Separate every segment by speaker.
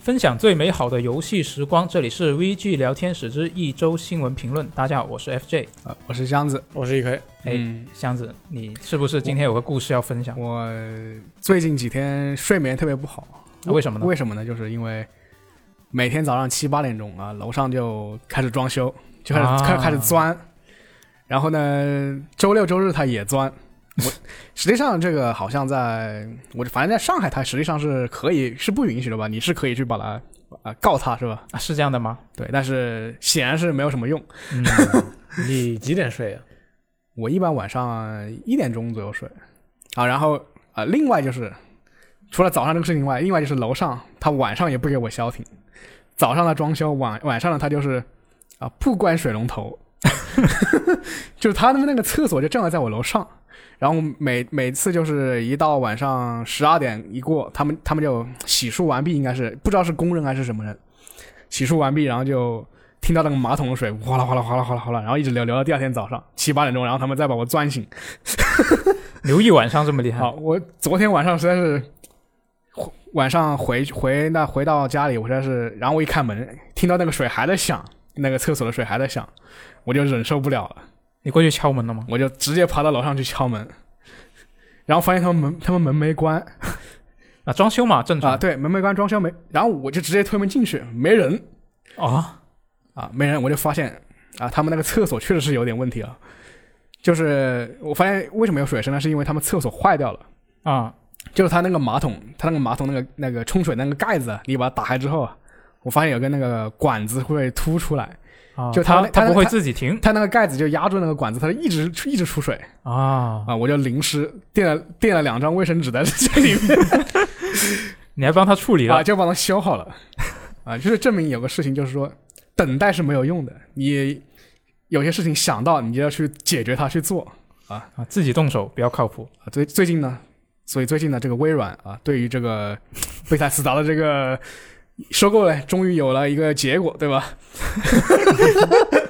Speaker 1: 分享最美好的游戏时光，这里是 VG 聊天室之一周新闻评论。大家好，我是 FJ。
Speaker 2: 啊，我是箱子，
Speaker 3: 我是一 K，
Speaker 1: 哎
Speaker 2: 嗯，
Speaker 1: 箱子，你是不是今天有个故事要分享？
Speaker 2: 我最近几天睡眠特别不好，
Speaker 1: 啊为什么呢
Speaker 2: 为什么呢？就是因为每天早上七八点钟啊，楼上就开始装修，就开始
Speaker 1: 啊
Speaker 2: 开、开始钻，然后呢，周六周日他也钻。我实际上这个好像在我反正在上海，它实际上是可以是不允许的吧？你是可以去把它啊、告他是吧？
Speaker 1: 啊是这样的吗？
Speaker 2: 对，但是显然是没有什么用。
Speaker 1: 嗯，
Speaker 3: 你几点睡啊？
Speaker 2: 我一般晚上一点钟左右睡啊，然后啊、呃另外就是除了早上这个事情外，另外就是楼上他晚上也不给我消停，早上他装修，晚晚上呢他就是啊、不关水龙头， 就是他们那个厕所就正好在我楼上，然后每每次就是一到晚上十二点一过，他们他们就洗漱完毕，应该是不知道是工人还是什么人，洗漱完毕，然后就听到那个马桶的水哗啦哗啦哗啦哗啦哗啦，然后一直流流到第二天早上七八点钟，然后他们再把我钻醒。
Speaker 1: 留一晚上这么厉害
Speaker 2: 好，我昨天晚上实在是，回晚上回回那回到家里，我实在是，然后我一开门，听到那个水还在响，那个厕所的水还在响，我就忍受不了了，
Speaker 1: 你过去敲门了吗？
Speaker 2: 我就直接爬到楼上去敲门，然后发现他们门他们门没关
Speaker 1: 啊，装修嘛，正常
Speaker 2: 啊，对，门没关，装修没，然后我就直接推门进去，没人，
Speaker 1: 啊
Speaker 2: 啊，没人，我就发现啊，他们那个厕所确实是有点问题了。就是我发现为什么有水声呢？是因为他们厕所坏掉了，
Speaker 1: 啊
Speaker 2: 就是他那个马桶，他那个马桶那个那个冲水那个盖子，你把它打开之后啊，我发现有个那个管子会凸出来，
Speaker 1: 啊，
Speaker 2: 就他
Speaker 1: 他
Speaker 2: 他
Speaker 1: 不会
Speaker 2: 他
Speaker 1: 自己停
Speaker 2: 他那个盖子就压住那个管子，它就一直一直出水
Speaker 1: 啊，
Speaker 2: 啊，我就淋湿垫了垫了两张卫生纸在这里面
Speaker 1: 你还帮他处理
Speaker 2: 啊，
Speaker 1: 了
Speaker 2: 就把它修好了啊，就是证明有个事情就是说等待是没有用的，你有些事情想到你就要去解决它去做。
Speaker 1: 啊，自己动手比较靠谱。
Speaker 2: 啊，最最近呢，所以最近呢，这个微软啊，对于这个 贝塞斯达的这个收购呢，终于有了一个结果，对吧？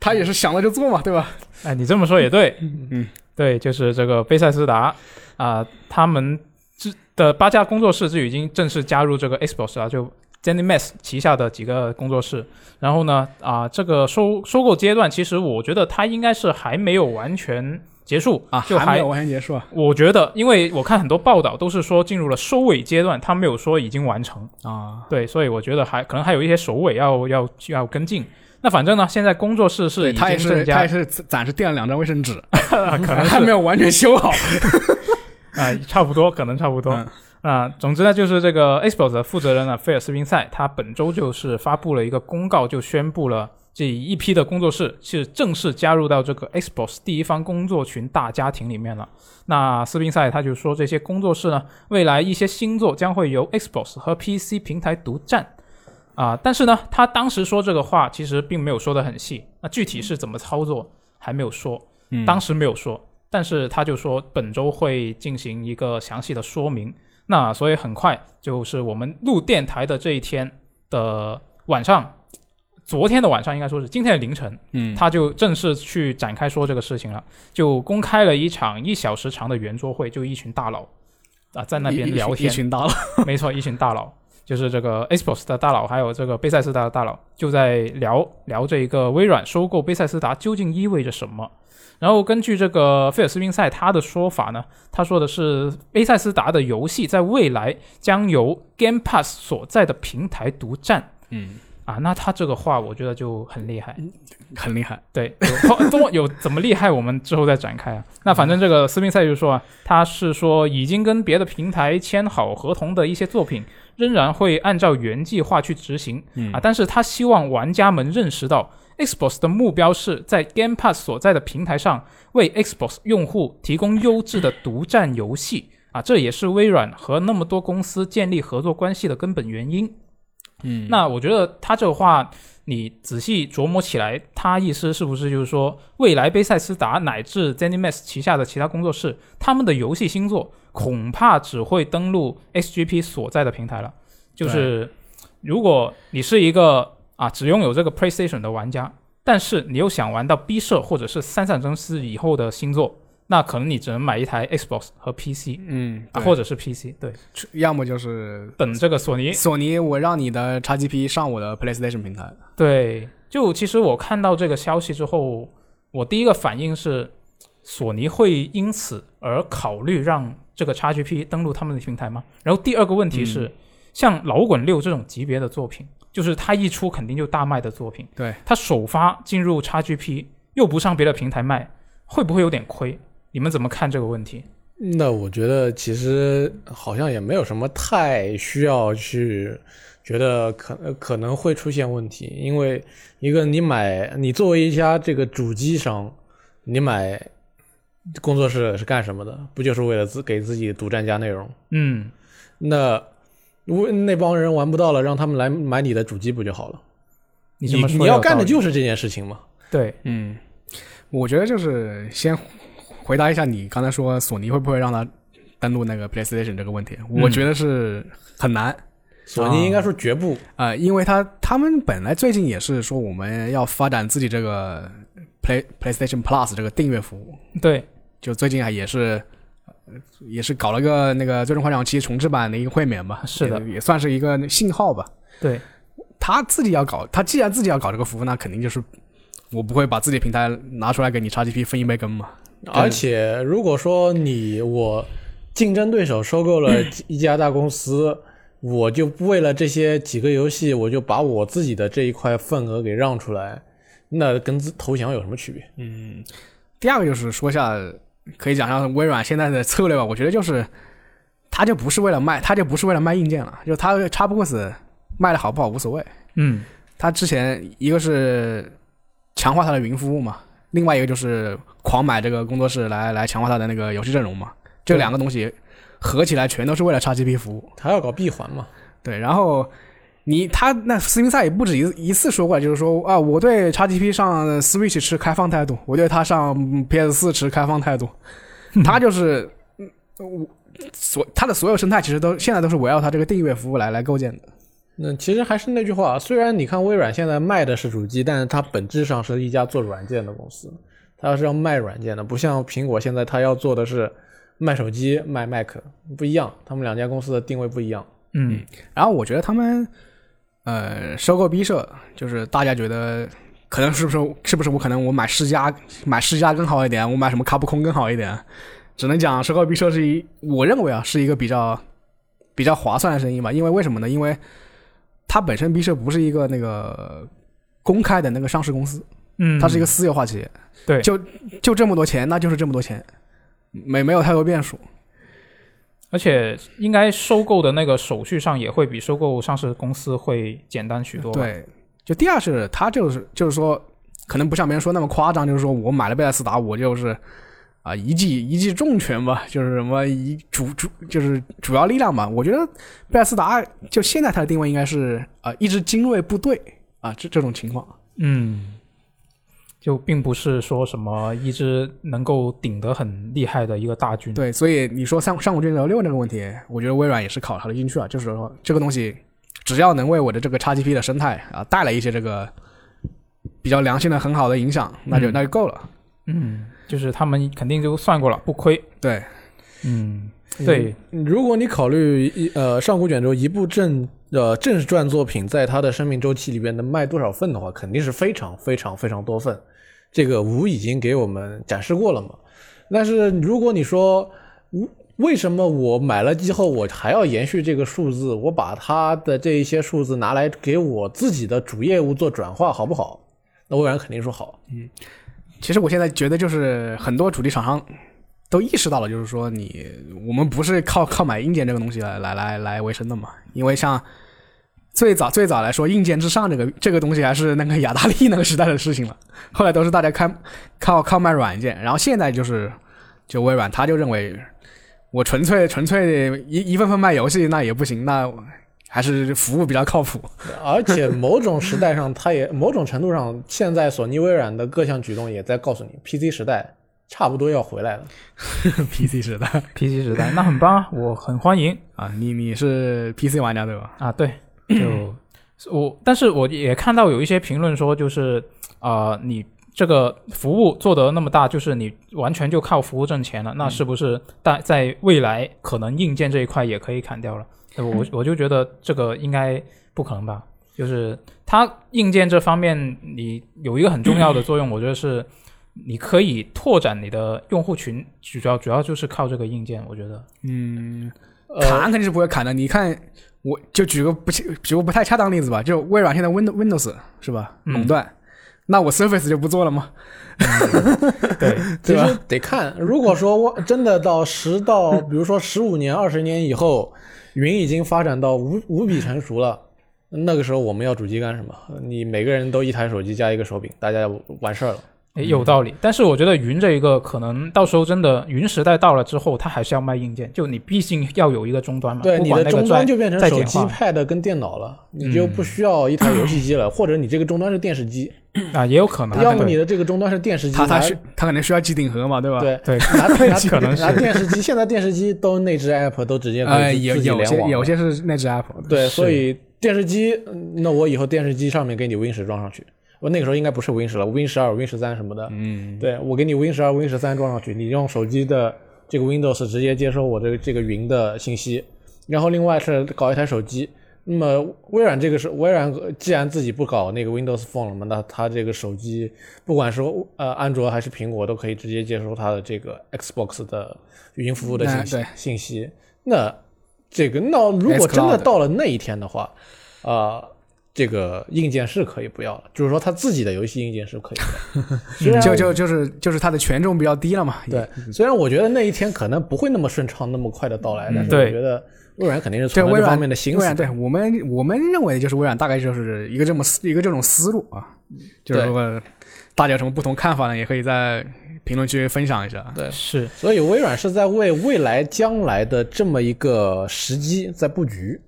Speaker 2: 他也是想了就做嘛，对吧？
Speaker 1: 哎，你这么说也对，
Speaker 2: 嗯，
Speaker 1: 对，就是这个贝塞斯达啊、他们之的八家工作室就已经正式加入这个 Xbox 啊，就 Jenny Max 旗下的几个工作室。然后呢，啊、这个收收购阶段，其实我觉得它应该是还没有完全结束
Speaker 2: 啊，
Speaker 1: 就
Speaker 2: 还没有完全结束啊。
Speaker 1: 我觉得，因为我看很多报道都是说进入了收尾阶段，他没有说已经完成。
Speaker 2: 啊，
Speaker 1: 对，所以我觉得还可能还有一些首尾要要要跟进。那反正呢，现在工作室是
Speaker 2: 对
Speaker 1: 已
Speaker 2: 他也
Speaker 1: 经
Speaker 2: 是
Speaker 1: 增
Speaker 2: 他
Speaker 1: 加
Speaker 2: 也，是暂时垫了两张卫生纸，
Speaker 1: 可能
Speaker 2: 还
Speaker 1: 是
Speaker 2: 没有完全修好。
Speaker 1: 啊、差不多，可能差不多。
Speaker 2: 嗯
Speaker 1: 啊、总之呢，就是这个 Xbox 的负责人呢，菲尔斯宾塞，他本周就是发布了一个公告，就宣布了这一批的工作室是正式加入到这个 Xbox 第一方工作群大家庭里面了。那斯宾塞他就说，这些工作室呢，未来一些新作将会由 Xbox 和 PC 平台独占。啊、但是呢，他当时说这个话其实并没有说得很细，那具体是怎么操作还没有说。
Speaker 2: 嗯
Speaker 1: 当时没有说，但是他就说本周会进行一个详细的说明。那所以很快就是我们录电台的这一天的晚上，昨天的晚上应该说是今天的凌晨，
Speaker 2: 嗯
Speaker 1: 他就正式去展开说这个事情了，就公开了一场一小时长的圆桌会，就一群大佬啊在那
Speaker 2: 一
Speaker 1: 边
Speaker 2: 一
Speaker 1: 聊
Speaker 2: 群
Speaker 1: 天
Speaker 2: 一，群大佬。
Speaker 1: 没错，一群大佬，就是这个 Xbox 的大佬，还有这个贝塞斯达的大佬，就在聊聊这一个微软收购贝塞斯达究竟意味着什么。然后根据这个菲尔斯宾塞他的说法呢，他说的是贝塞斯达的游戏在未来将由 Game Pass 所在的平台独占
Speaker 2: 嗯，
Speaker 1: 啊。那他这个话我觉得就很厉害，
Speaker 2: 很厉害。
Speaker 1: 对，有多有怎么厉害，我们之后再展开啊。那反正这个斯宾塞就说啊，他是说已经跟别的平台签好合同的一些作品，仍然会按照原计划去执行
Speaker 2: 嗯
Speaker 1: 啊，但是他希望玩家们认识到，Xbox 的目标是在 Game Pass 所在的平台上为 Xbox 用户提供优质的独占游戏啊，这也是微软和那么多公司建立合作关系的根本原因。
Speaker 2: 嗯
Speaker 1: 那我觉得他这个话，你仔细琢磨起来，他意思是不是就是说，未来贝塞斯达乃至 ZeniMax 旗下的其他工作室，他们的游戏新作恐怕只会登陆 XGP 所在的平台了。就是如果你是一个啊只拥有这个 PlayStation 的玩家，但是你又想玩到 B 社或者是三上真司以后的新作，那可能你只能买一台 Xbox 和 PC，
Speaker 2: 嗯，
Speaker 1: 啊
Speaker 2: 对
Speaker 1: 或者是 PC，对，
Speaker 2: 要么就是
Speaker 1: 等这个索尼
Speaker 2: 索尼，我让你的 XGP 上我的 PlayStation 平台。
Speaker 1: 对，就其实我看到这个消息之后，我第一个反应是，索尼会因此而考虑让这个 XGP 登录他们的平台吗？然后第二个问题是，像老滚六这种级别的作品，就是它一出肯定就大卖的作品，
Speaker 2: 对，
Speaker 1: 它首发进入 XGP 又不上别的平台卖，会不会有点亏？你们怎么看这个问题？
Speaker 3: 那我觉得其实好像也没有什么太需要去觉得可呃可能会出现问题，因为一个你买你作为一家这个主机商，你买工作室是干什么的？不就是为了自给自己独占加内容？
Speaker 1: 嗯，
Speaker 3: 那我那帮人玩不到了，让他们来买你的主机不就好了？
Speaker 1: 你这
Speaker 3: 你
Speaker 1: 么说
Speaker 3: 你
Speaker 1: 有
Speaker 3: 要干
Speaker 1: 道
Speaker 3: 的
Speaker 1: 理
Speaker 3: 就是这件事情嘛。
Speaker 1: 对，
Speaker 2: 嗯，我觉得就是先回答一下你刚才说索尼会不会让他登录那个 PlayStation 这个问题，
Speaker 1: 嗯
Speaker 2: 我觉得是很难。
Speaker 3: 索
Speaker 1: 啊
Speaker 3: 尼应该说绝不，
Speaker 2: 呃，因为他他们本来最近也是说我们要发展自己这个 Play PlayStation Plus 这个订阅服务，
Speaker 1: 对，
Speaker 2: 就最近还也是呃也是搞了个那个《最终幻想七》重置版的一个会免吧，
Speaker 1: 是的
Speaker 2: 也，也算是一个信号吧。
Speaker 1: 对，
Speaker 2: 他自己要搞，他既然自己要搞这个服务，那肯定就是我不会把自己平台拿出来给你 XGP 分一杯羹嘛。
Speaker 3: 而且如果说你我竞争对手收购了一家大公司，我就为了这些几个游戏，我就把我自己的这一块份额给让出来，那跟自投降有什么区别？
Speaker 2: 第二个就是说一下，可以讲一下微软现在的策略吧。我觉得就是，他就不是为了卖，他就不是为了卖硬件了，就他 Xbox 卖的好不好无所谓。
Speaker 1: 嗯，
Speaker 2: 他之前一个是强化他的云服务嘛，另外一个就是狂买这个工作室来来强化他的那个游戏阵容嘛。这
Speaker 1: 对
Speaker 2: 两个东西合起来全都是为了 XGP 服务。
Speaker 3: 他要搞闭环嘛？
Speaker 2: 对，然后你他那斯宾塞也不止一一次说过来，就是说啊，我对 XGP 上 Switch 持开放态度，我对它上 PS 四持开放态度。他就是嗯我所他的所有生态其实都现在都是围绕他这个订阅服务来来构建的。
Speaker 3: 那其实还是那句话，虽然你看微软现在卖的是主机，但是它本质上是一家做软件的公司，它是要卖软件的，不像苹果现在它要做的是卖手机、卖 Mac，不一样，他们两家公司的定位不一样。
Speaker 1: 嗯，
Speaker 2: 然后我觉得他们呃收购 B 社，就是大家觉得。可能是不是是不是我可能我买世嘉买世嘉更好一点，我买什么卡普空更好一点，只能讲收购 B 社是一我认为啊是一个比较比较划算的生意吧，因为为什么呢？因为它本身 B 社不是一个那个公开的那个上市公司，
Speaker 1: 嗯，
Speaker 2: 它是一个私有化企业，
Speaker 1: 对
Speaker 2: 就就这么多钱，那就是这么多钱，没没有太多变数，
Speaker 1: 而且应该收购的那个手续上也会比收购上市公司会简单许多。，
Speaker 2: 对，就第二是他就是就是说，可能不像别人说那么夸张，就是说我买了贝莱斯达，我就是啊、一记一记重拳吧，就是什么一主主就是主要力量吧。我觉得贝莱斯达就现在它的定位应该是啊、一支精锐部队啊、这这种情况。
Speaker 1: 嗯，就并不是说什么一支能够顶得很厉害的一个大军。，
Speaker 2: 对，所以你说上上古卷轴六那个问题，我觉得微软也是考察了进去啊，就是说这个东西只要能为我的这个 XGP 的生态啊带来一些这个比较良性的很好的影响，那就、
Speaker 1: 嗯
Speaker 2: 那就够了。
Speaker 1: 嗯，就是他们肯定就算过了，不亏。
Speaker 2: 对，
Speaker 1: 嗯， 对，
Speaker 3: 如果你考虑一呃上古卷轴一部正呃正传作品在它的生命周期里边能卖多少份的话，肯定是非常非常非常多份。这个吴已经给我们展示过了嘛。但是如果你说嗯为什么我买了之后我还要延续这个数字，我把它的这一些数字拿来给我自己的主业务做转化，好不好？那微软肯定说好。
Speaker 2: 其实我现在觉得，就是很多主力厂商都意识到了，就是说你我们不是靠靠买硬件这个东西来来来来为生的嘛，因为像最早最早来说，硬件至上这个 这个东西还是那个雅达利那个时代的事情了，后来都是大家看靠靠卖软件，然后现在就是就微软，他就认为我纯粹纯粹一一份份卖游戏那也不行，那还是服务比较靠谱。
Speaker 3: 而且某种时代上，它也 某种程度上，现在索尼、微软的各项举动也在告诉你，PC 时代差不多要回来了。
Speaker 2: PC 时代
Speaker 1: PC 时代那很棒啊，我很欢迎
Speaker 2: 啊，你你是 PC 玩家对吧？
Speaker 1: 啊。对，就我，但是我也看到有一些评论说，就是啊、呃你这个服务做得那么大，就是你完全就靠服务挣钱了，那是不是大在未来可能硬件这一块也可以砍掉了？呃我我就觉得这个应该不可能吧。就是它硬件这方面，你有一个很重要的作用，我觉得是你可以拓展你的用户群，主要主要就是靠这个硬件，我觉得。
Speaker 3: 呃
Speaker 2: 砍肯定是不会砍的。你看，我就举个不切举个不太恰当例子吧，就微软现在 Windows Windows 是吧，
Speaker 1: 嗯
Speaker 2: 垄断，那我 Surface 就不做了吗？
Speaker 1: 对，
Speaker 3: 其
Speaker 2: 对吧
Speaker 3: 实得看，如果说我真的到十到，比如说十五年、二十年以后，云已经发展到无无比成熟了，那个时候我们要主机干什么？你每个人都一台手机加一个手柄，大家完事儿了。
Speaker 1: 诶有道理。但是我觉得云这一个可能到时候真的云时代到了之后，它还是要卖硬件，就你毕竟要有一个终端嘛，
Speaker 3: 对，
Speaker 1: 不
Speaker 3: 你
Speaker 1: 管
Speaker 3: 的
Speaker 1: 那个
Speaker 3: 终端
Speaker 1: 在
Speaker 3: 就变成
Speaker 1: 再
Speaker 3: 手
Speaker 1: 简
Speaker 3: 机、
Speaker 1: 化嗯
Speaker 3: Pad 跟电脑了，你就不需要一台游戏机了，或者你这个终端是电视机，
Speaker 1: 啊，也有可能。
Speaker 3: 要么
Speaker 1: 对
Speaker 3: 你的这个终端是电视机，
Speaker 2: 它它
Speaker 3: 拿
Speaker 2: 需它可能需要机顶盒嘛，对吧？，
Speaker 3: 对
Speaker 1: 对
Speaker 3: 拿拿
Speaker 1: 可能
Speaker 3: 拿
Speaker 1: 是
Speaker 3: 电视机，现在电视机都内置 app 都直接可
Speaker 2: 呃，
Speaker 3: 以
Speaker 2: 有
Speaker 3: 自己
Speaker 2: 有
Speaker 3: 联
Speaker 2: 些
Speaker 3: 网了
Speaker 2: 有些是那只 Apple 的。
Speaker 3: 对，所以电视机，嗯那我以后电视机上面给你 Win 十装上去，我那个时候应该不是 Win 十了，Win 十二、Win 十三什么的，嗯，对我给你 Win 十二、Win 十三装上去，你用手机的这个 Windows 直接接收我的这个云的信息，然后另外是搞一台手机。那么微软这个是微软，呃既然自己不搞那个 Windows Phone 了嘛，那它这个手机不管是呃安卓还是苹果，都可以直接接收它的这个 Xbox 的云服务的信息、
Speaker 2: 那对
Speaker 3: 信息。那这个那如果真的到了那一天的话，呃，这个硬件是可以不要了，就是说它自己的游戏硬件是可以不要的。虽然
Speaker 2: 就就就是就是它的权重比较低了嘛。
Speaker 3: 对， 虽然我觉得那一天可能不会那么顺畅、那么快的到来，但是我
Speaker 1: 对
Speaker 3: 觉得微软肯定是
Speaker 2: 对
Speaker 3: 存了
Speaker 2: 嗯微
Speaker 3: 这
Speaker 2: 软
Speaker 3: 方面的心
Speaker 2: 微
Speaker 3: 思
Speaker 2: 软。对我们我们认为就是微软大概就是一个这么思一个这种思路啊，就是
Speaker 3: 对
Speaker 2: 如果大家有什么不同看法呢，也可以在评论区分享一下。
Speaker 3: 对
Speaker 1: 是
Speaker 3: 所以微软是在为未来将来的这么一个时机在布局。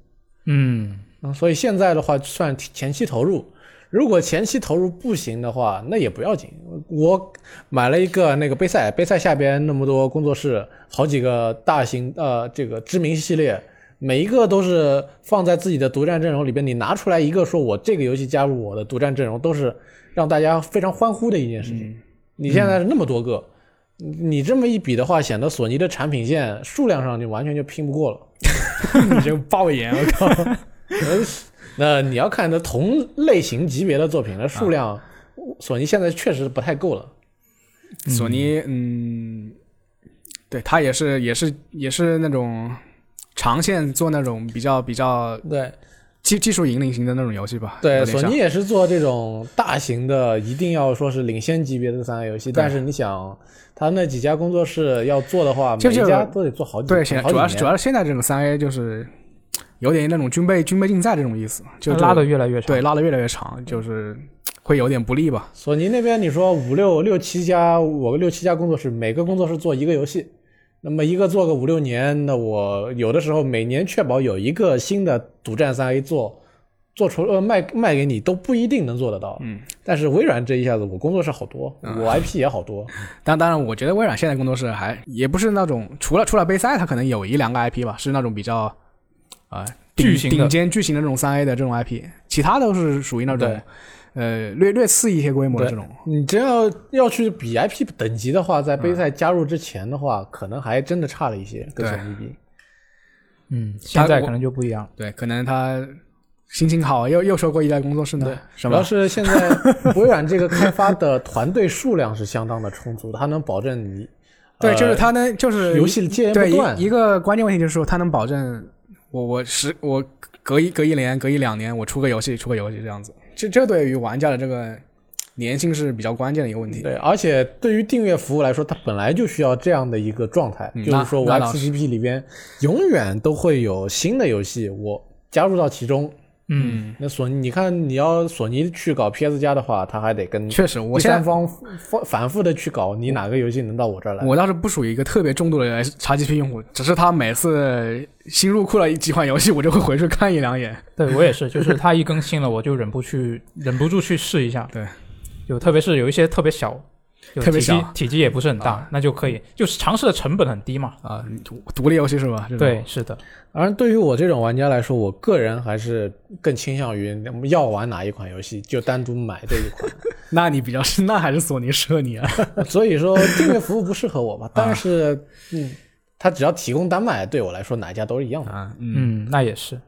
Speaker 1: 嗯，
Speaker 3: 嗯，所以现在的话算前期投入。如果前期投入不行的话，那也不要紧。我买了一个那个杯赛，杯赛下边那么多工作室，好几个大型呃这个知名系列，每一个都是放在自己的独占阵容里边。你拿出来一个说我这个游戏加入我的独占阵容，都是让大家非常欢呼的一件事情。你现在是那么多个，你这么一比的话，显得索尼的产品线数量上就完全就拼不过了。
Speaker 2: 你这个爆啊言， 我靠！
Speaker 3: 那你要看的同类型级别的作品的数量，
Speaker 2: 啊
Speaker 3: 索尼现在确实不太够了。
Speaker 2: 索尼，嗯，对他也是也是也是那种长线做那种比较比较
Speaker 3: 对
Speaker 2: 技技术引领型的那种游戏吧。有
Speaker 3: 对，
Speaker 2: 点
Speaker 3: 索
Speaker 2: 像
Speaker 3: 尼也是做这种大型的，一定要说是领先级别的三 A 游戏。但是你想，他那几家工作室要做的话，
Speaker 2: 就
Speaker 3: 每
Speaker 2: 就
Speaker 3: 一家都得做好几
Speaker 2: 对，现
Speaker 3: 好
Speaker 2: 在主要是
Speaker 3: 几年
Speaker 2: 主要是现在这种三 A 就是有点那种军备军备竞赛这种意思，就
Speaker 1: 它
Speaker 2: 这个
Speaker 1: 拉的越来越长。
Speaker 2: 对拉的越来越长，就是会有点不利吧。
Speaker 3: 索尼那边你说五六六七家，我六七家工作室，每个工作室做一个游戏，那么一个做个五六年，那我有的时候每年确保有一个新的独占三 A 做，做出呃卖卖给你都不一定能做得到。嗯，但是微软这一下子，我工作室好多，我 IP 也好多，
Speaker 2: 但当然，我觉得微软现在工作室还也不是那种除了除了杯赛，它可能有一两个 IP 吧，是那种比较啊、呃、顶
Speaker 1: 巨型的
Speaker 2: 顶尖巨型的这种三 A 的这种 IP，其他都是属于那种
Speaker 3: 对
Speaker 2: 呃略略次一些规模的这种。
Speaker 3: 你真要要去比 IP 等级的话，在杯赛加入之前的话，可能还真的差了一些，跟索尼比。
Speaker 1: 嗯，现在可能就不一样了。
Speaker 2: 对，可能他心情好，又又收购一家工作室呢，什
Speaker 3: 主要
Speaker 2: 么？
Speaker 3: 是 现在微软这个开发的团队数量是相当的充足的，它能保证你
Speaker 2: 对，
Speaker 3: 呃
Speaker 2: 就是他能就是
Speaker 3: 游戏接连
Speaker 2: 对
Speaker 3: 不断
Speaker 2: 一。一个关键问题就是说，他能保证我我十我隔一隔一年隔一两年我出个游戏出个游戏这样子，这这对于玩家的这个粘性是比较关键的一个问题。
Speaker 3: 对，而且对于订阅服务来说，它本来就需要这样的一个状态，
Speaker 2: 嗯
Speaker 3: 就
Speaker 2: 那
Speaker 3: 是说我
Speaker 2: 那倒是
Speaker 3: XGP 里边永远都会有新的游戏，我加入到其中。
Speaker 1: 嗯，
Speaker 3: 那索尼，你看你要索尼去搞 PS 加的话，它还得跟
Speaker 2: 确实，我
Speaker 3: 嗯第
Speaker 2: 现
Speaker 3: 三
Speaker 2: 在
Speaker 3: 方反反复的去搞，你哪个游戏能到我这儿来？
Speaker 2: 我倒是不属于一个特别重度的 XGP 用户，只是他每次新入库了几款游戏，我就会回去看一两眼。
Speaker 1: 对我也是，就是它一 更新了，我就忍不去忍不住去试一下。
Speaker 2: 对，
Speaker 1: 就特别是有一些特别小就
Speaker 2: 特别
Speaker 1: 体积
Speaker 2: 小
Speaker 1: 体积也不是很
Speaker 3: 啊
Speaker 1: 大，那就可以，就是尝试的成本很低嘛。
Speaker 2: 啊，独独立游戏是吧？这种
Speaker 1: 对，，是的，
Speaker 3: 而对于我这种玩家来说，我个人还是更倾向于要玩哪一款游戏就单独买这一款。
Speaker 2: 那你比较 是，那还是索尼适合 你啊。
Speaker 3: 所以说订阅服务不适合我吧，但是嗯，它只要提供单买，对我来说哪一家都是一样的。
Speaker 2: 啊，嗯，
Speaker 1: 嗯，那也是。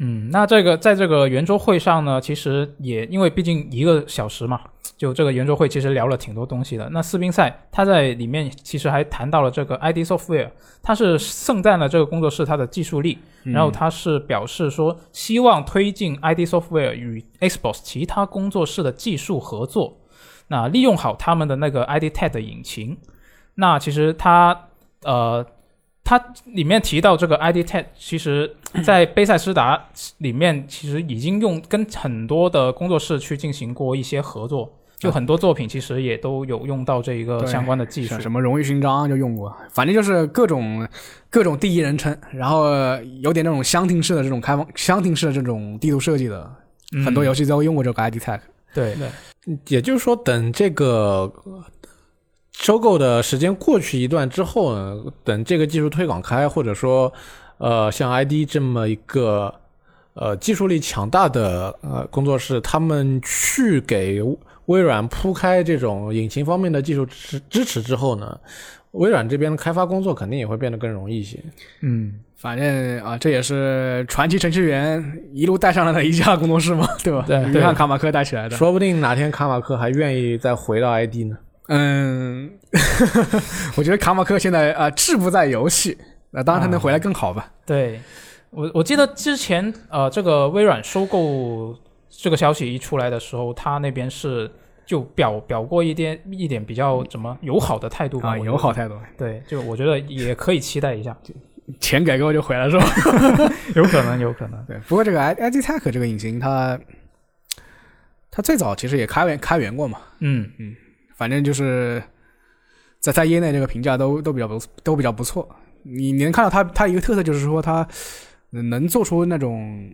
Speaker 1: 嗯，那这个在这个圆桌会上呢，其实也因为毕竟一个小时嘛，就这个圆桌会其实聊了挺多东西的。那斯宾塞他在里面其实还谈到了这个 ID Software，他是盛赞了这个工作室它的技术力，
Speaker 2: 嗯
Speaker 1: 然后他是表示说希望推进 ID Software 与 Xbox 其他工作室的技术合作，那利用好他们的那个 ID Tag 的引擎。那其实他呃，他里面提到这个 ID Tag，其 实在贝塞斯达里面其实已经用跟很多的工作室去进行过一些合作。就很多作品其实也都有用到这一个
Speaker 2: 啊对
Speaker 1: 相关的技术
Speaker 2: 像，什么荣誉勋章就用过，反正就是各种各种第一人称，然后有点那种箱庭式的这种开放箱庭式的这种地图设计的，
Speaker 1: 嗯
Speaker 2: 很多游戏都用过这个 ID tag。
Speaker 1: 对对
Speaker 3: 也就是说，等这个呃收购的时间过去一段之后呢，等这个技术推广开，或者说呃，像 ID 这么一个呃技术力强大的呃工作室，他们去给微软铺开这种引擎方面的技术支支持之后呢，微软这边的开发工作肯定也会变得更容易一些。
Speaker 1: 嗯，
Speaker 2: 反正啊，这也是传奇程序员一路带上来的一家工作室嘛，对吧？
Speaker 3: 对
Speaker 2: 约翰卡马克带起来的。
Speaker 3: 说不定哪天卡马克还愿意再回到 ID 呢。
Speaker 2: 嗯， 我觉得卡马克现在啊志不在游戏，那、当然他能回来更好吧。
Speaker 1: 对，我我记得之前呃，这个微软收购这个消息一出来的时候，他那边是就表表过一点一点比较怎么友好的态度吧，
Speaker 2: 啊，
Speaker 1: 我觉得
Speaker 2: 友好。态度，
Speaker 1: 对，就我觉得也可以期待一下，
Speaker 2: 钱给够就回来是吧？
Speaker 1: 有可能，有可能。
Speaker 2: 对，不过这个 i i d tech 这个引擎它，它最早其实也开源开源过嘛，
Speaker 1: 嗯，
Speaker 2: 反正就是在在业内这个评价都都比较不都比较不错。你你能看到它它一个特色就是说它能做出那种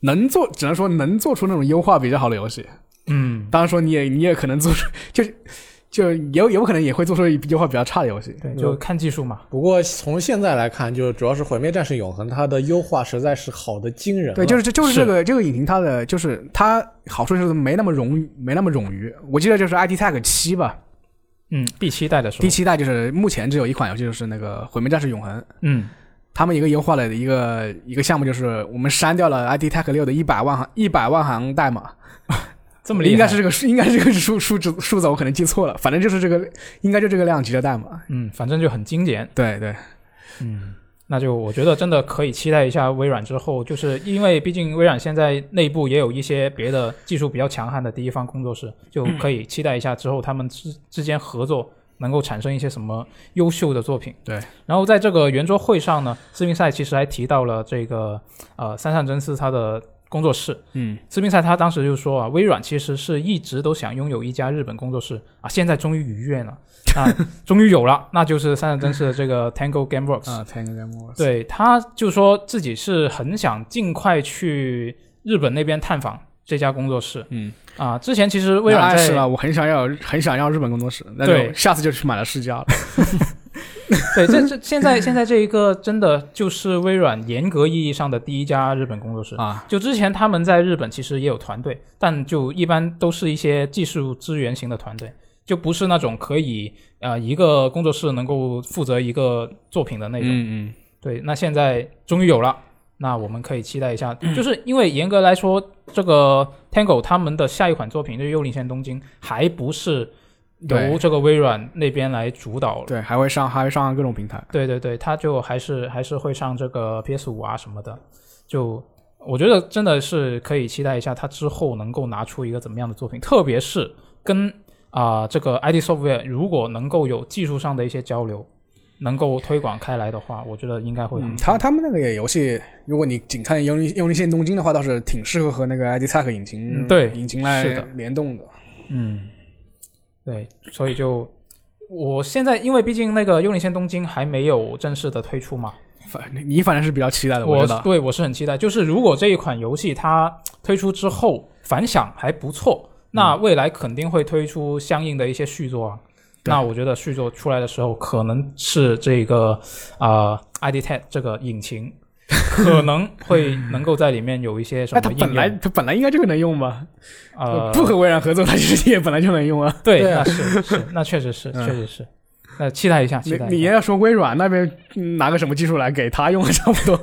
Speaker 2: 能做，只能说能做出那种优化比较好的游戏。
Speaker 1: 嗯，
Speaker 2: 当然说你也你也可能做出，就是 就有有可能也会做出优化比较差的游戏。
Speaker 1: 对，就看技术嘛。
Speaker 3: 不过从现在来看，就主要是《毁灭战士：永恒》它的优化实在是好的惊人了。啊
Speaker 2: 对，就是这就是
Speaker 1: 是
Speaker 2: 这个这个引擎它的就是它好处就是没那么冗没那么冗余。我记得就是 ID Tag 七吧，
Speaker 1: 嗯，第七代的时候
Speaker 2: 第，七代就是目前只有一款游戏，就是那个《毁灭战士永恒》。
Speaker 1: 嗯，
Speaker 2: 他们一个优化了的一个一个项目，就是我们删掉了 ID Tech 六的一百万行一百万行代码，
Speaker 1: 这么厉害，
Speaker 2: 应该是这个 数应该是这个数数字数字，我可能记错了，反正就是这个应该就这个量级的代码。
Speaker 1: 嗯，反正就很精简。
Speaker 2: 对对，
Speaker 1: 嗯，那就我觉得真的可以期待一下微软之后，就是因为毕竟微软现在内部也有一些别的技术比较强悍的第一方工作室，就可以期待一下之后他们之之间合作能够产生一些什么优秀的作品。
Speaker 2: 对，
Speaker 1: 然后在这个圆桌会上呢，斯宾塞其实还提到了这个呃三上真司他的工作室，
Speaker 2: 嗯，
Speaker 1: 斯宾塞他当时就说啊，微软其实是一直都想拥有一家日本工作室啊，现在终于如愿了，啊，终于有了，那就是三上真司的这个 Tango GameWorks
Speaker 2: 啊 t a n g a m o
Speaker 1: 对，他就说自己是很想尽快去日本那边探访这家工作室
Speaker 2: 嗯，
Speaker 1: 啊。之前其实微
Speaker 2: 微
Speaker 1: 软
Speaker 2: 软是
Speaker 1: 在
Speaker 2: 吧？我很想要很想要日本工作室，那就
Speaker 1: 对
Speaker 2: 下次就去买了世 嘉了。
Speaker 1: 对这这现在现在这一个真的就是微软严格意义上的第一家日本工作室。
Speaker 2: 啊，
Speaker 1: 就之前他们在日本其实也有团队，但就一般都是一些技术支援型的团队，就不是那种可以呃一个工作室能够负责一个作品的那种。
Speaker 2: 嗯嗯，
Speaker 1: 对，那现在终于有了，那我们可以期待一下，
Speaker 2: 嗯
Speaker 1: 就是因为严格来说，这个 Tango 他们的下一款作品就是《幽灵线：东京》，还不是由
Speaker 2: 对
Speaker 1: 这个微软那边来主导了。
Speaker 2: 对，还会上还会上各种平台。
Speaker 1: 对对对，他就还是还是会上这个 PS 五啊什么的，就我觉得真的是可以期待一下他之后能够拿出一个怎么样的作品，特别是跟啊、这个 ID Software 如果能够有技术上的一些交流，能够推广开来的话，我觉得应该会很
Speaker 2: 嗯，他他们那个游戏，如果你仅看《幽灵幽灵线：东京》的话，倒是挺适合和那个 ID Tech 引擎
Speaker 1: 嗯对
Speaker 2: 引擎来
Speaker 1: 是的
Speaker 2: 联动的。
Speaker 1: 嗯，对，所以就我现在因为毕竟那个《幽灵线：东京》还没有正式的推出嘛，
Speaker 2: 反你反正是比较期待的，
Speaker 1: 我
Speaker 2: 知道。
Speaker 1: 对我是很期待。就是如果这一款游戏它推出之后反响还不错，
Speaker 2: 嗯
Speaker 1: 那未来肯定会推出相应的一些续作啊。那我觉得续作出来的时候，可能是这个啊、i d Tech 这个引 擎可能会能够在里面有一些什
Speaker 2: 哎，它
Speaker 1: 么应
Speaker 2: 本来
Speaker 1: 用。
Speaker 2: 它本来应该就能用吧？
Speaker 1: 呃，
Speaker 2: 不和微软合作，它其实也本来就能用啊。嗯
Speaker 1: 对，
Speaker 3: 对啊
Speaker 1: 那是是，那确实 是，确实是。那期待一下，期
Speaker 2: 你
Speaker 1: 待
Speaker 2: 你
Speaker 1: 一下。
Speaker 2: 要说微软那边嗯拿个什么技术来给他用，差不 多。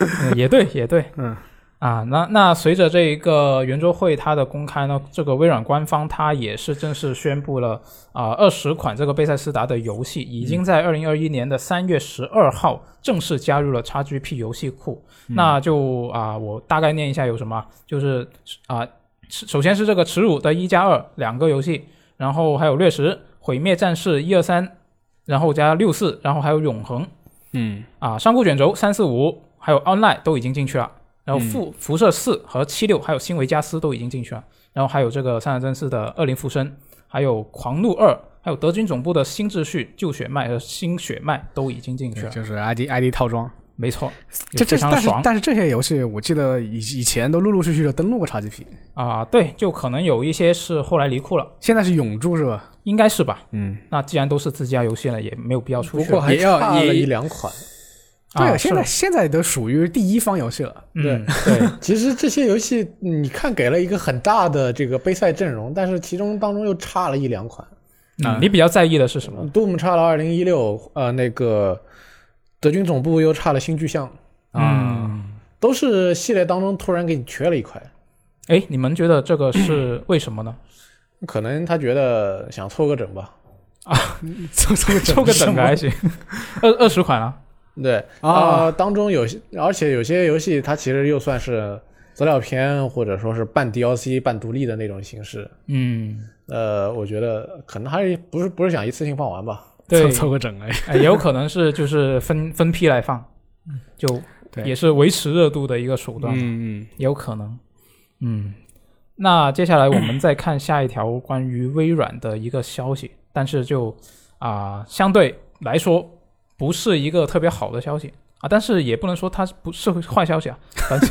Speaker 1: 嗯也对，也对，
Speaker 2: 嗯
Speaker 1: 啊，那那随着这一个圆桌会它的公开呢，这个微软官方它也是正式宣布了啊，二、十款这个贝塞斯达的游戏已经在二零二一年的三月十二号正式加入了 XGP 游戏库。
Speaker 2: 嗯
Speaker 1: 那就啊、我大概念一下有什么啊，就是啊、是首先是这个耻辱的一加二两个游戏，然后还有掠食、毁灭战士一二三，然后加六四，然后还有永恒。
Speaker 2: 嗯
Speaker 1: 啊，上古卷轴三四五还有 Online 都已经进去了，然后辐
Speaker 2: 嗯
Speaker 1: 辐射四和七六还有新维加斯都已经进去了，然后还有这个三尔真司的恶灵附身，还有狂怒二，还有德军总部的新秩序、旧血脉和新血脉都已经进去了，
Speaker 2: 就是 ID ID 套装。
Speaker 1: 没错，
Speaker 2: 哎这这
Speaker 1: 非常
Speaker 2: 但
Speaker 1: 的
Speaker 2: 是
Speaker 1: 爽
Speaker 2: 但是这些游戏我记得以以前都陆陆续续的登录过 XGP，
Speaker 1: 啊，对，就可能有一些是后来离库了，
Speaker 2: 现在是永驻是吧？
Speaker 1: 应该是吧？
Speaker 2: 嗯，
Speaker 1: 那既然都是自家游戏了，也没有必要出
Speaker 3: 不
Speaker 1: 去
Speaker 3: 过
Speaker 1: 了。
Speaker 3: 还
Speaker 2: 也要
Speaker 3: 差了
Speaker 2: 也
Speaker 3: 一两款。
Speaker 2: 对，
Speaker 1: 啊、
Speaker 2: 现在
Speaker 1: 是
Speaker 2: 现在都属于第一方游戏 了。
Speaker 1: 嗯对，
Speaker 3: 其实这些游戏，你看给了一个很大的这个杯赛阵容，但是其中当中又差了一两款。
Speaker 1: 嗯你比较在意的是什么？
Speaker 3: Doom 差了二零一六，呃，那个德军总部又差了新巨像，
Speaker 1: 嗯，
Speaker 3: 都是系列当中突然给你缺了一块。
Speaker 1: 哎，你们觉得这个是为什么呢？
Speaker 3: 可能他觉得想凑个整吧。
Speaker 2: 凑凑
Speaker 1: 抽个整个还行， 二二十款啊，
Speaker 3: 对
Speaker 2: 啊
Speaker 3: 呃当中有些，而且有些游戏它其实又算是资料片或者说是半 DLC 半独立的那种形式。
Speaker 1: 嗯，
Speaker 3: 呃，我觉得可能还是不是不是想一次性放完吧。
Speaker 1: 对
Speaker 2: 凑，凑个整哎。
Speaker 1: 哎也有可能是就是分分批来放，就
Speaker 2: 对
Speaker 1: 也是维持热度的一个手段，
Speaker 2: 嗯嗯，
Speaker 1: 也有可能。嗯，那接下来我们再看下一条关于微软的一个消息，但是就啊、相对来说不是一个特别好的消息啊，但是也不能说它不是坏消息啊，反 正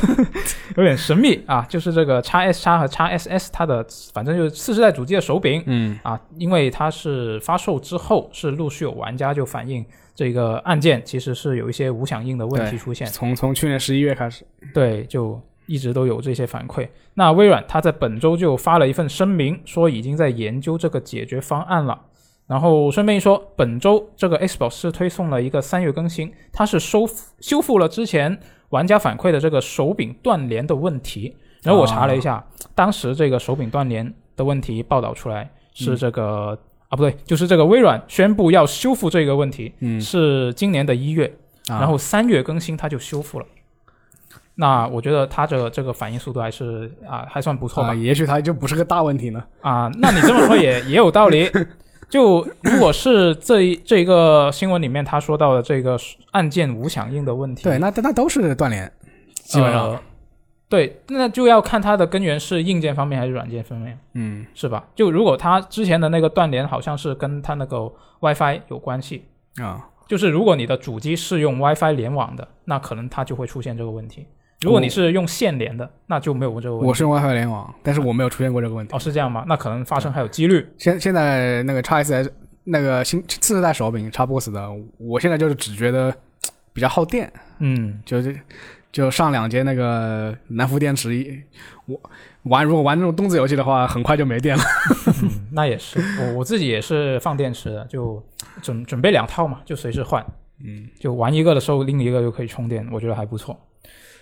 Speaker 1: 有点神秘啊，就是这个 x S 叉和 x SS 它的反正就是次世代主机的手柄，
Speaker 2: 嗯
Speaker 1: 啊，因为它是发售之后，是陆续有玩家就反映这个按键其实是有一些无响应的问题
Speaker 2: 对
Speaker 1: 出现，
Speaker 2: 从从去年十一月开始，
Speaker 1: 对，就一直都有这些反馈。那微软它在本周就发了一份声明，说已经在研究这个解决方案了。然后顺便一说，本周这个 Xbox 是推送了一个三月更新，它是收复修复了之前玩家反馈的这个手柄断连的问题。然后我查了一下，当时这个手柄断连的问题报道出来是这个、啊，不对，就是这个微软宣布要修复这个问题，
Speaker 2: 嗯
Speaker 1: 是今年的一月，
Speaker 2: 啊
Speaker 1: 然后三月更新它就修复了。那我觉得它这个这个反应速度还是啊还算不错
Speaker 2: 啊，
Speaker 1: 吧
Speaker 2: 也许它就不是个大问题呢。
Speaker 1: 啊那你这么说也也有道 理。就如果是这一这一个新闻里面他说到的这个按键无响应的问题，
Speaker 2: 对，那那都是断联，基本上
Speaker 1: 呃。对，那就要看它的根源是硬件方面还是软件方面，
Speaker 2: 嗯
Speaker 1: 是吧？就如果它之前的那个断联好像是跟它那个 WiFi 有关系，
Speaker 2: 啊，
Speaker 1: 就是如果你的主机是用 WiFi 联网的，那可能它就会出现这个问题；如果你是用线联的，那就没有这个问
Speaker 2: 我
Speaker 1: 题。
Speaker 2: 是用 WiFi 联网，但是我没有出现过这个问题
Speaker 1: 哦，。是这样吗？那可能发生还有几率。
Speaker 2: 现现在那个 x S 那个新次世代手柄 Xbox 的，我现在就是只觉得比较耗电，
Speaker 1: 嗯，
Speaker 2: 就是就上两节那个南孚电池一，我玩如果玩那种动作游戏的话，很快就没电了。
Speaker 1: 嗯那也是，我我自己也是放电池的，就准准备两套嘛，就随时换。
Speaker 2: 嗯，
Speaker 1: 就玩一个的时候，另一个就可以充电，我觉得还不错。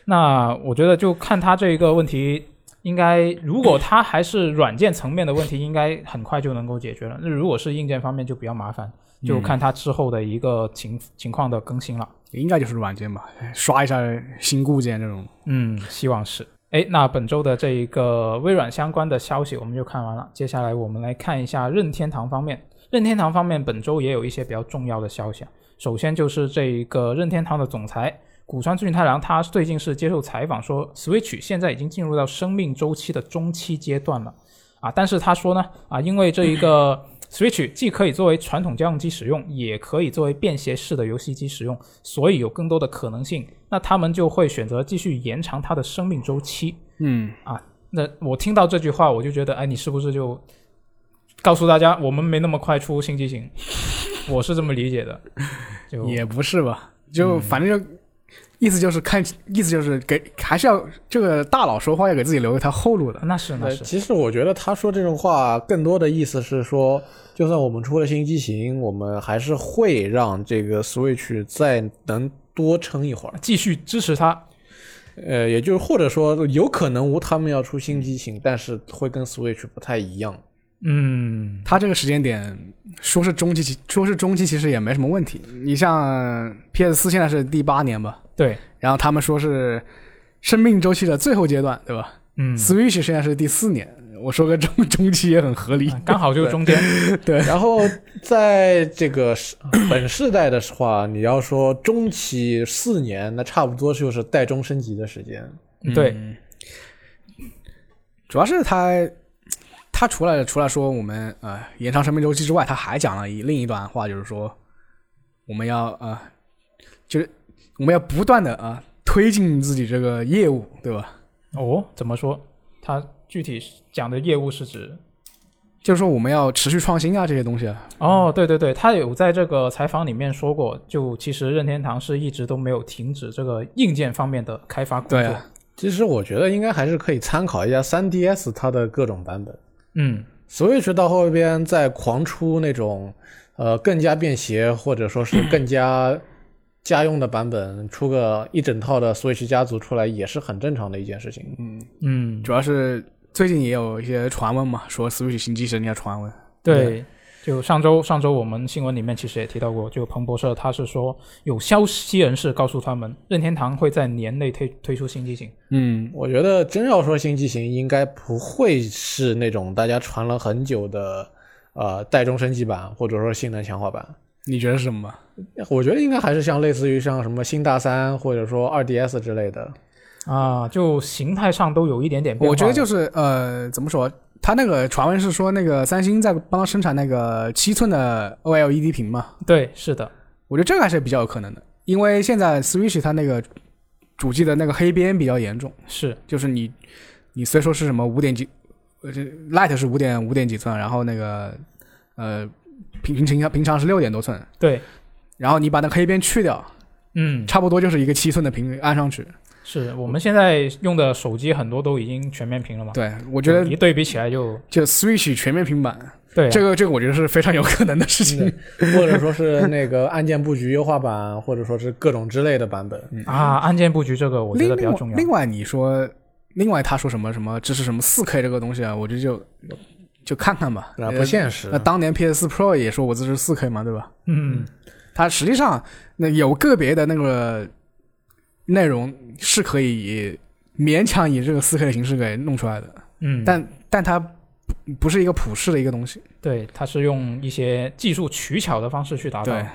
Speaker 1: 那我觉得就看它这一个问题，应该如果它还是软件层面的问题，应该很快就能够解决了。那如果是硬件方面就比较麻烦，就看它之后的一个情情况的更新了。
Speaker 2: 应该就是软件吧，刷一下新固件这种。
Speaker 1: 嗯，希望是。哎，那本周的这一个微软相关的消息我们就看完了，接下来我们来看一下任天堂方面。任天堂方面本周也有一些比较重要的消息啊。首先就是这一个任天堂的总裁古川俊太郎，他最近是接受采访说，Switch 现在已经进入到生命周期的中期阶段了啊。但是他说呢，啊，因为这一 个 Switch 既可以作为传统家用机使用，也可以作为便携式的游戏机使用，所以有更多的可能性。那他们就会选择继续延长它的生命周期
Speaker 2: 嗯
Speaker 1: 啊。那我听到这句话，我就觉得，哎，你是不是就告诉大家，我们没那么快出新机型？ 我是这么理解的。就
Speaker 2: 也不是吧，就反正就、意思就是看，意思就是给还是要这个大佬说话要给自己留一条后路的。
Speaker 1: 那是那
Speaker 3: 呃，
Speaker 1: 是，
Speaker 3: 其实我觉得他说这种话更多的意思是说，就算我们出了新机型，我们还是会让这个 Switch 再能多撑一会儿。
Speaker 1: 继续支持他。
Speaker 3: 呃，也就是或者说，有可能无他们要出新机型，但是会跟 Switch 不太一样。
Speaker 1: 嗯，
Speaker 2: 他这个时间点说是中期期，说是中期其实也没什么问题。你像 PS 四现在是第八年吧，
Speaker 1: 对，
Speaker 2: 然后他们说是生命周期的最后阶段，对吧、
Speaker 1: 嗯，
Speaker 2: s w i t c h 现在是第四年，我说个中中期也很合理。
Speaker 1: 嗯刚好就是中间。
Speaker 3: 然后在这个世本世代的话，你要说中期四年，那差不多就是代中升级的时间。
Speaker 1: 对，
Speaker 2: 主要是他他除了除了说我们呃延长生命周期之外，他还讲了一另一段话，就是说我们要呃就是我们要不断的啊、呃推进自己这个业务，对吧？
Speaker 1: 哦，怎么说？他具体讲的业务是指？
Speaker 2: 就是说我们要持续创新啊这些东西啊。
Speaker 1: 哦，对对对，他有在这个采访里面说过，就其实任天堂是一直都没有停止这个硬件方面的开发工作。
Speaker 2: 对啊
Speaker 3: 其实我觉得应该还是可以参考一下 3DS 它的各种版本。
Speaker 1: 嗯，
Speaker 3: Switch 到后边再狂出那种，呃，更加便携或者说是更加家用的版本，出个一整套的 Switch 家族出来也是很正常的一件事情。
Speaker 1: 嗯，
Speaker 2: 主要是最近也有一些传闻嘛，说 Switch 新机神的传闻。
Speaker 1: 对，就上周上周我们新闻里面其实也提到过，就彭博社他是说有消息人士告诉他们，任天堂会在年内推推出新机型。
Speaker 2: 嗯，
Speaker 3: 我觉得真要说新机型，应该不会是那种大家传了很久的，呃，代中升级版或者说性能强化版。
Speaker 2: 你觉得是什么？
Speaker 3: 我觉得应该还是像类似于像什么新大三或者说二 DS 之类的。
Speaker 1: 啊，就形态上都有一点点变化。
Speaker 2: 我觉得就是呃，怎么说？他那个传闻是说，那个三星在帮他生产那个七寸的 OLED 屏嘛，
Speaker 1: 对，是的，
Speaker 2: 我觉得这个还是比较有可能的，因为现在 Switch 它那个主机的那个黑边比较严重，
Speaker 1: 是
Speaker 2: 就是你你虽说是什么五点几，呃这 Light 是五点五点几寸，然后那个呃平平常平常是六点多寸，
Speaker 1: 对，
Speaker 2: 然后你把那个黑边去掉，
Speaker 1: 嗯，
Speaker 2: 差不多就是一个七寸的屏按上去。
Speaker 1: 是我们现在用的手机很多都已经全面屏了嘛。
Speaker 2: 对，我觉得
Speaker 1: 一对比起来就
Speaker 2: 就 Switch 全面平板，
Speaker 1: 对啊
Speaker 2: 这个这个我觉得是非常有可能的事情。
Speaker 3: 或者说是那个按键布局优化版，或者说是各种之类的版本。
Speaker 1: 啊，按键布局这个我觉
Speaker 2: 另
Speaker 1: 得比
Speaker 2: 另
Speaker 1: 较
Speaker 2: 外
Speaker 1: 重要。
Speaker 2: 另外你说，另外他说什么什么支持什么四 K 这个东西啊，我觉得就就看看吧，呃
Speaker 3: 啊，不现实
Speaker 2: 那。当年 PS Pro 也说我支持四 K 嘛，对吧？
Speaker 1: 嗯，
Speaker 2: 它实际上那有个别的那个内容是可以勉强以这个四 K 的形式给弄出来的，
Speaker 1: 嗯，
Speaker 2: 但但它不不是一个普世的一个东西。
Speaker 1: 对，它是用一些技术取巧的方式去达到。
Speaker 2: 对，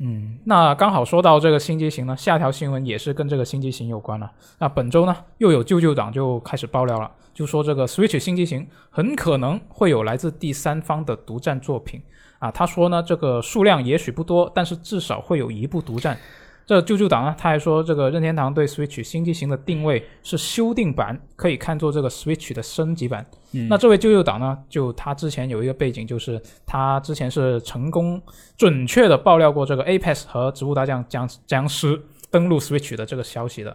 Speaker 1: 嗯，那刚好说到这个新机型呢，下条新闻也是跟这个新机型有关了。啊那本周呢，又有舅舅党就开始爆料了，就说这个 Switch 新机型很可能会有来自第三方的独占作品啊。他说呢，这个数量也许不多，但是至少会有一部独占。这舅舅党呢，啊他还说这个任天堂对 Switch 新机型的定位是修订版，可以看作这个 Switch 的升级版。
Speaker 2: 嗯
Speaker 1: 那这位舅舅党呢，就他之前有一个背景，就是他之前是成功准确的爆料过这个 Apex 和植物大将僵僵尸登陆 Switch 的这个消息的。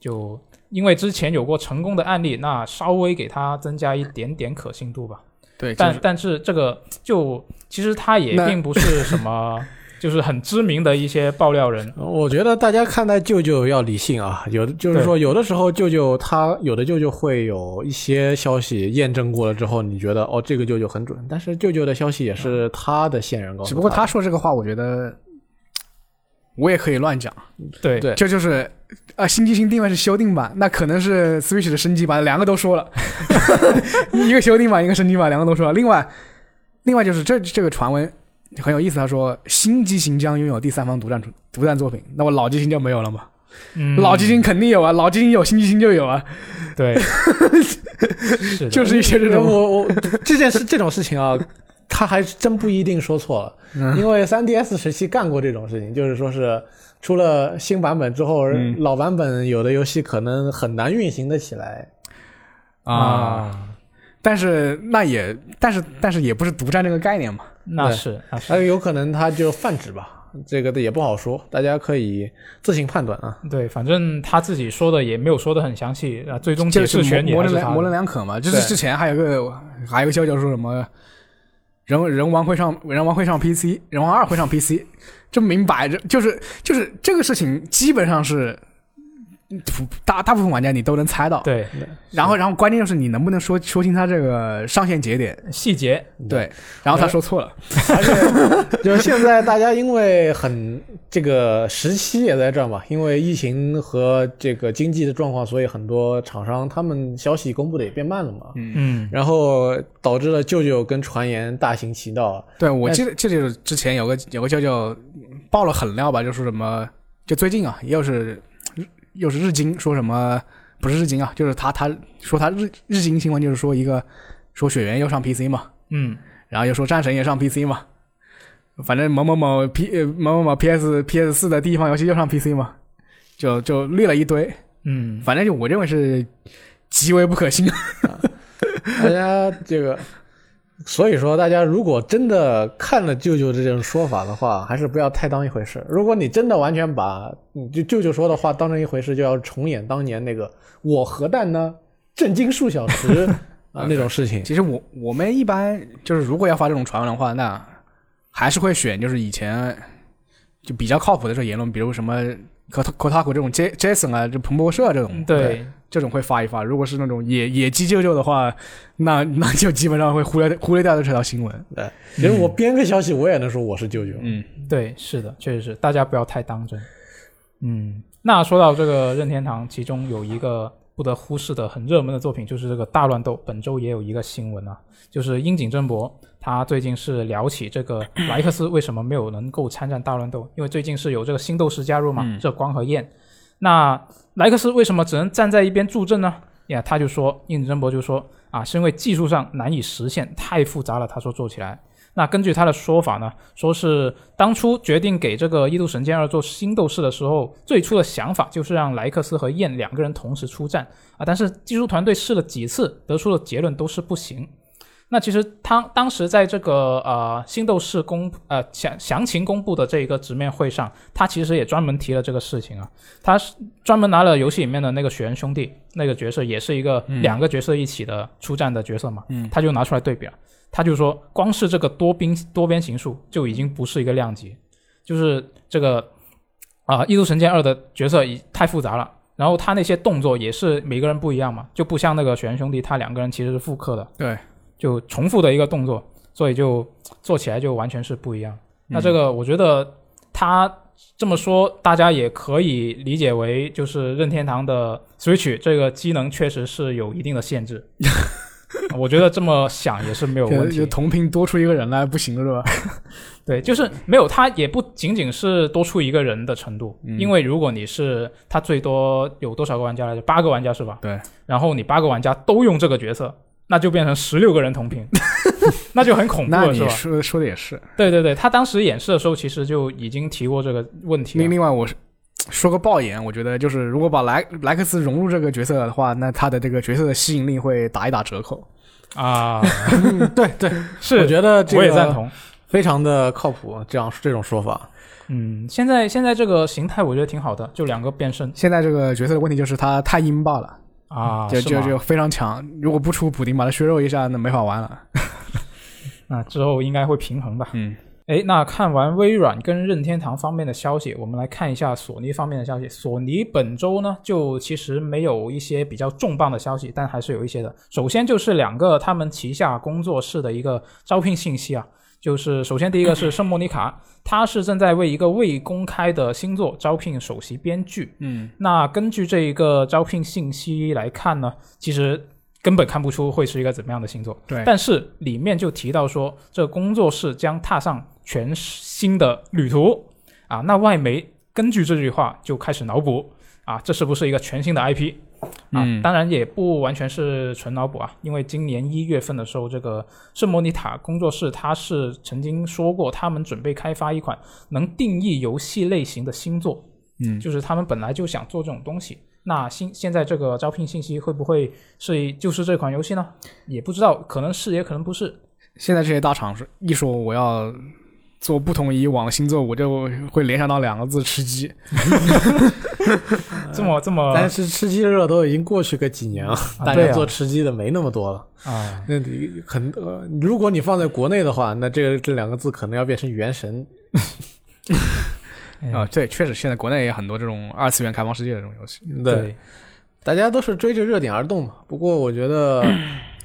Speaker 1: 就因为之前有过成功的案例，那稍微给他增加一点点可信度吧。
Speaker 2: 对，
Speaker 1: 但、但是这个就其实他也
Speaker 2: 那
Speaker 1: 并不是什么就是很知名的一些爆料人。
Speaker 3: 我觉得大家看待舅舅要理性啊，有的就是说，有的时候舅舅他有的舅舅会有一些消息验证过了之后，你觉得哦这个舅舅很准，但是舅舅的消息也是他的线人告诉他的，
Speaker 2: 只不过他说这个话，我觉得我也可以乱讲。
Speaker 1: 对
Speaker 3: 对
Speaker 2: 这就是啊，新机型定位是修订版，那可能是 Switch 的升级版，两个都说了， 一个修订版，一个升级版，两个都说了。另外，另外就是这这个传闻很有意思，他说新机型将拥有第三方独占独占作品，那我老机型就没有了嘛？
Speaker 1: 嗯
Speaker 2: 老机型肯定有啊，老机型有，新机型就有啊，
Speaker 1: 对，是的
Speaker 2: 就是一些这种。
Speaker 3: 我我这件事这种事情啊， 他还真不一定说错了，
Speaker 2: 嗯
Speaker 3: 因为 3DS 时期干过这种事情，就是说是出了
Speaker 2: 嗯
Speaker 3: 新版本之后，老版本有的游戏可能很难运行得起来。
Speaker 1: 啊，
Speaker 2: 但是那也，但是但是也不是独占这个概念嘛。
Speaker 1: 那
Speaker 3: 对
Speaker 1: 是啊那是，
Speaker 3: 那有可能它就泛指吧，这个也不好说，大家可以自行判断啊。
Speaker 1: 对，反正他自己说的也没有说的很详细啊，最终
Speaker 2: 就
Speaker 1: 解
Speaker 2: 是
Speaker 1: 释权也
Speaker 2: 模
Speaker 1: 还
Speaker 2: 棱
Speaker 1: 是
Speaker 2: 两
Speaker 1: 他
Speaker 2: 模棱
Speaker 1: 的。
Speaker 2: 两可嘛。就是
Speaker 3: 对
Speaker 2: 之前还有个还有个消息说什么人人王会上人王会上 PC，人王二会上 PC，这明摆着就是就是这个事情基本上是。普大大部分玩家你都能猜到，
Speaker 1: 对
Speaker 2: 然后然后关键就是你能不能说说清他这个上线节点，
Speaker 1: 细节，
Speaker 2: 对，然后他说错了，
Speaker 3: 就是现在大家因为很这个时期也在这儿嘛，因为疫情和这个经济的状况，所以很多厂商他们消息公布的也变慢了嘛。
Speaker 1: 嗯，
Speaker 3: 然后导致了舅舅跟传言大行其道，
Speaker 2: 对我记得这就是之前有个有个叫叫爆了狠料吧，就说什么，就最近啊，又是又是日经说什么，不是日经啊，就是他他说他日日经新闻就是说一个说雪原又上 PC 嘛，
Speaker 1: 嗯，
Speaker 2: 然后又说战神也上 PC 嘛，反正某某某 P 呃某某某 PS PS 四的第一方游戏又上 PC 嘛，就就列了一堆，
Speaker 1: 嗯，
Speaker 2: 反正就我认为是极为不可信。
Speaker 3: 大家这个，所以说大家如果真的看了舅舅这种说法的话，还是不要太当一回事。如果你真的完全把你就舅舅说的话当成一回事，就要重演当年那个我核弹呢震惊数小 时啊那种事
Speaker 1: 嗯
Speaker 3: 情。
Speaker 2: 其实我我们一般就是如果要发这种传闻的话，那还是会选就是以前就比较靠谱的这种言论，比如什么科科塔古这种 J Jason 啊，就彭博社这种，
Speaker 1: 对，
Speaker 2: 这种会发一发。如果是那种野野鸡舅舅的话，那那就基本上会忽略忽略掉这条新闻。
Speaker 3: 对，其实我编个消息，我也能说我是舅舅。
Speaker 2: 嗯，
Speaker 1: 对，是的，确实是，大家不要太当真。嗯，那说到这个任天堂，其中有一个不得忽视的很热门的作品，就是这个《大乱斗》。本周也有一个新闻啊，就是樱井正博，他最近是聊起这个莱克斯为什么没有能够参战《大乱斗》，因为最近是有这个新斗士加入嘛，这光和彦。那莱克斯为什么只能站在一边助阵呢？呀，他就说，樱井正博就说啊，是因为技术上难以实现，太复杂了，他说做起来。那根据他的说法呢，说是当初决定给这个《异度神剑二》做新斗士的时候，最初的想法就是让莱克斯和燕两个人同时出战啊，但是技术团队试了几次，得出的结论都是不行。那其实他当时在这个呃新斗士公呃详详情公布的这一个直面会上，他其实也专门提了这个事情啊，他是专门拿了游戏里面的那个雪人兄弟那个角色，也是一个两个角色一起的出战的角色嘛，他就拿出来对比了。他就说，光是这个多兵多边形数就已经不是一个量级，就是这个啊，《异度神剑二》的角色已太复杂了，然后他那些动作也是每个人不一样嘛，就不像那个《雪人兄弟》，他两个人其实是复刻的，
Speaker 2: 对，
Speaker 1: 就重复的一个动作，所以就做起来就完全是不一样。那这个我觉得他这么说，大家也可以理解为就是任天堂的 Switch 这个机能确实是有一定的限制。我觉得这么想也是没有
Speaker 2: 就
Speaker 1: 问题
Speaker 2: 就。同屏多出一个人来不行了是吧？
Speaker 1: 对，就是没有，它也不仅仅是多出一个人的程度，
Speaker 2: 嗯
Speaker 1: 因为如果你是它最多有多少个玩家来着？八个玩家是吧？
Speaker 2: 对。
Speaker 1: 然后你八个玩家都用这个角色，那就变成十六个人同屏，那就很恐怖
Speaker 2: 那
Speaker 1: 了，嗯
Speaker 2: 你
Speaker 1: 是啊吧？
Speaker 2: 说说的也是。
Speaker 1: 对对对，他当时演示的时候其实就已经提过这个问题
Speaker 2: 另
Speaker 1: 了。
Speaker 2: 另外我是。说个爆言，我觉得就是如果把莱莱克斯融入这个角色的话，那他的这个角色的吸引力会打一打折扣。
Speaker 1: 啊，
Speaker 3: 对 对，
Speaker 1: 是，
Speaker 3: 我觉得这个
Speaker 1: 我也赞，同。
Speaker 3: 非常的靠谱，这样这种说法。
Speaker 1: 嗯，现在现在这个形态我觉得挺好的，就两个变身
Speaker 2: 现在这个角色的问题就是他太阴霸了，
Speaker 1: 啊，
Speaker 2: 就是就
Speaker 1: 吗
Speaker 2: 就非常强。如果不出补丁把他削弱一下，那没法玩了。
Speaker 1: 那之后应该会平衡吧。
Speaker 2: 嗯，
Speaker 1: 哎，那看完微软跟任天堂方面的消息，我们来看一下索尼方面的消息。索尼本周呢，就其实没有一些比较重磅的消息，但还是有一些的。首先就是两个他们旗下工作室的一个招聘信息啊，就是首先第一个是圣莫妮卡，它是正在为一个未公开的新作招聘首席编剧。
Speaker 2: 嗯，
Speaker 1: 那根据这一个招聘信息来看呢，其实根本看不出会是一个怎么样的星座。
Speaker 2: 对
Speaker 1: 但是里面就提到说，这个工作室将踏上全新的旅途啊。那外媒根据这句话就开始脑补啊，这是不是一个全新的 IP？啊，
Speaker 2: 嗯
Speaker 1: 当然也不完全是纯脑补啊，因为今年一月份的时候，这个圣莫尼塔工作室它是曾经说过，他们准备开发一款能定义游戏类型的新作，
Speaker 2: 嗯
Speaker 1: 就是他们本来就想做这种东西，那现现在这个招聘信息会不会是就是这款游戏呢？也不知道，可能是也可能不是。
Speaker 2: 现在这些大厂是一说我要做不同以往的新作，我就会联想到两个字：吃鸡。
Speaker 1: 这么这么
Speaker 3: 但是吃鸡热都已经过去个几年了，大
Speaker 1: 对
Speaker 3: 家
Speaker 1: 啊
Speaker 3: 做吃鸡的没那么多了。
Speaker 1: 啊，
Speaker 3: 那你很呃，如果你放在国内的话，那这个这两个字可能要变成“原神
Speaker 1: 哎
Speaker 2: 啊、对，确实现在国内也很多这种二次元开放世界的这种游戏。”。，
Speaker 1: 对，
Speaker 3: 大家都是追着热点而动嘛。不过我觉得，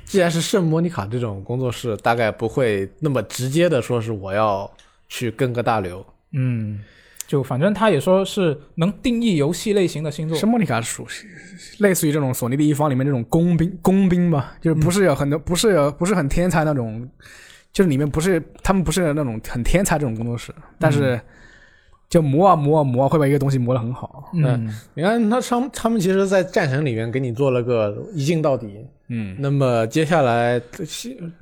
Speaker 3: 既然是圣莫妮卡这种工作室，大概不会那么直接的说是我要去跟个大流。
Speaker 1: 嗯，就反正他也说是能定义游戏类型的星座
Speaker 2: 是，莫妮卡属类似于这种索尼的一方里面这种工兵工兵吧，就是不是有很多、不是有不是很天才那种，就是里面不是他们不是那种很天才这种工作室，但是就磨啊磨啊磨啊，会把一个东西磨得很好。
Speaker 1: 嗯，
Speaker 3: 你看他他们他们其实，在战神里面给你做了个一镜到底。
Speaker 2: 嗯，
Speaker 3: 那么接下来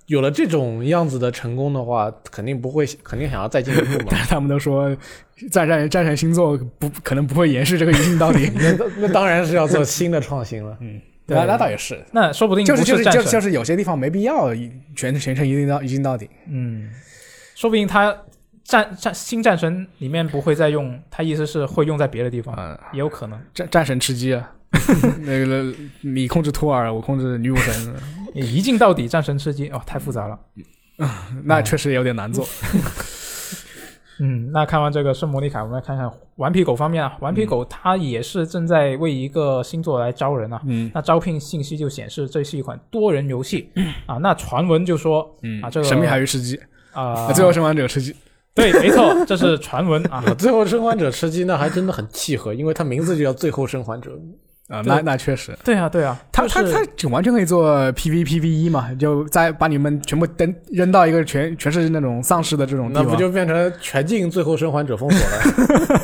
Speaker 3: 有了这种样子的成功的话，肯定不会肯定想要再进一步嘛。，
Speaker 2: 他们都说战战战神星座不可能不会延续这个一镜到 底
Speaker 3: 那那当然是要做新的创新了。
Speaker 1: 对
Speaker 2: 那那倒也是，
Speaker 1: 那说不定
Speaker 2: 就
Speaker 1: 不
Speaker 2: 是就是
Speaker 1: 战
Speaker 2: 就
Speaker 1: 神，
Speaker 2: 是就是有些地方没必要一全全程一镜到一镜到底。
Speaker 1: 嗯，说不定他战战新战神里面不会再用，他意思是会用在别的地方，
Speaker 2: 嗯，
Speaker 1: 也有可能，
Speaker 2: 战战神吃鸡啊， 那个你控制托尔，我控制女武神，
Speaker 1: 也一镜到底战神吃鸡哦，太复杂了。
Speaker 2: 那确实有点难做。
Speaker 1: 嗯，那看完这个圣莫妮卡，我们来看看顽皮狗方面啊。顽
Speaker 2: 嗯
Speaker 1: 皮狗它也是正在为一个星座来招人啊。
Speaker 2: 嗯，
Speaker 1: 那招聘信息就显示这是一款多人游戏、啊。那传闻就说，嗯啊这个
Speaker 2: 神秘海域吃鸡，
Speaker 1: 啊、
Speaker 2: 最后生还者吃鸡，
Speaker 1: 对，没错，这是传闻啊。
Speaker 3: 最后生还者吃鸡那还真的很契合，因为它名字就叫最后生还者。
Speaker 2: 啊，
Speaker 1: 对
Speaker 2: 那那确实，
Speaker 1: 对啊，对啊，
Speaker 2: 他
Speaker 1: 就
Speaker 2: 他
Speaker 1: 是
Speaker 2: 他就完全可以做 PVPVE 嘛，就再把你们全部扔扔到一个全全是那种丧尸的这种地
Speaker 3: 那不
Speaker 2: 方。
Speaker 3: 就变成全境最后生还者封锁了？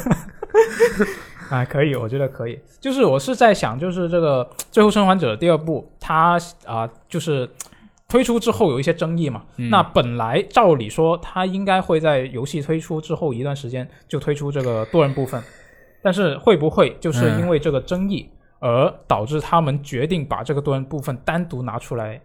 Speaker 1: 啊，可以，我觉得可以。就是我是在想，就是这个《最后生还者》第二部，它啊、就是推出之后有一些争议嘛。那本来照理说，它应该会在游戏推出之后一段时间就推出这个多人部分，但是会不会就是因为这个争议而导致他们决定把这个多人部分单独拿出来，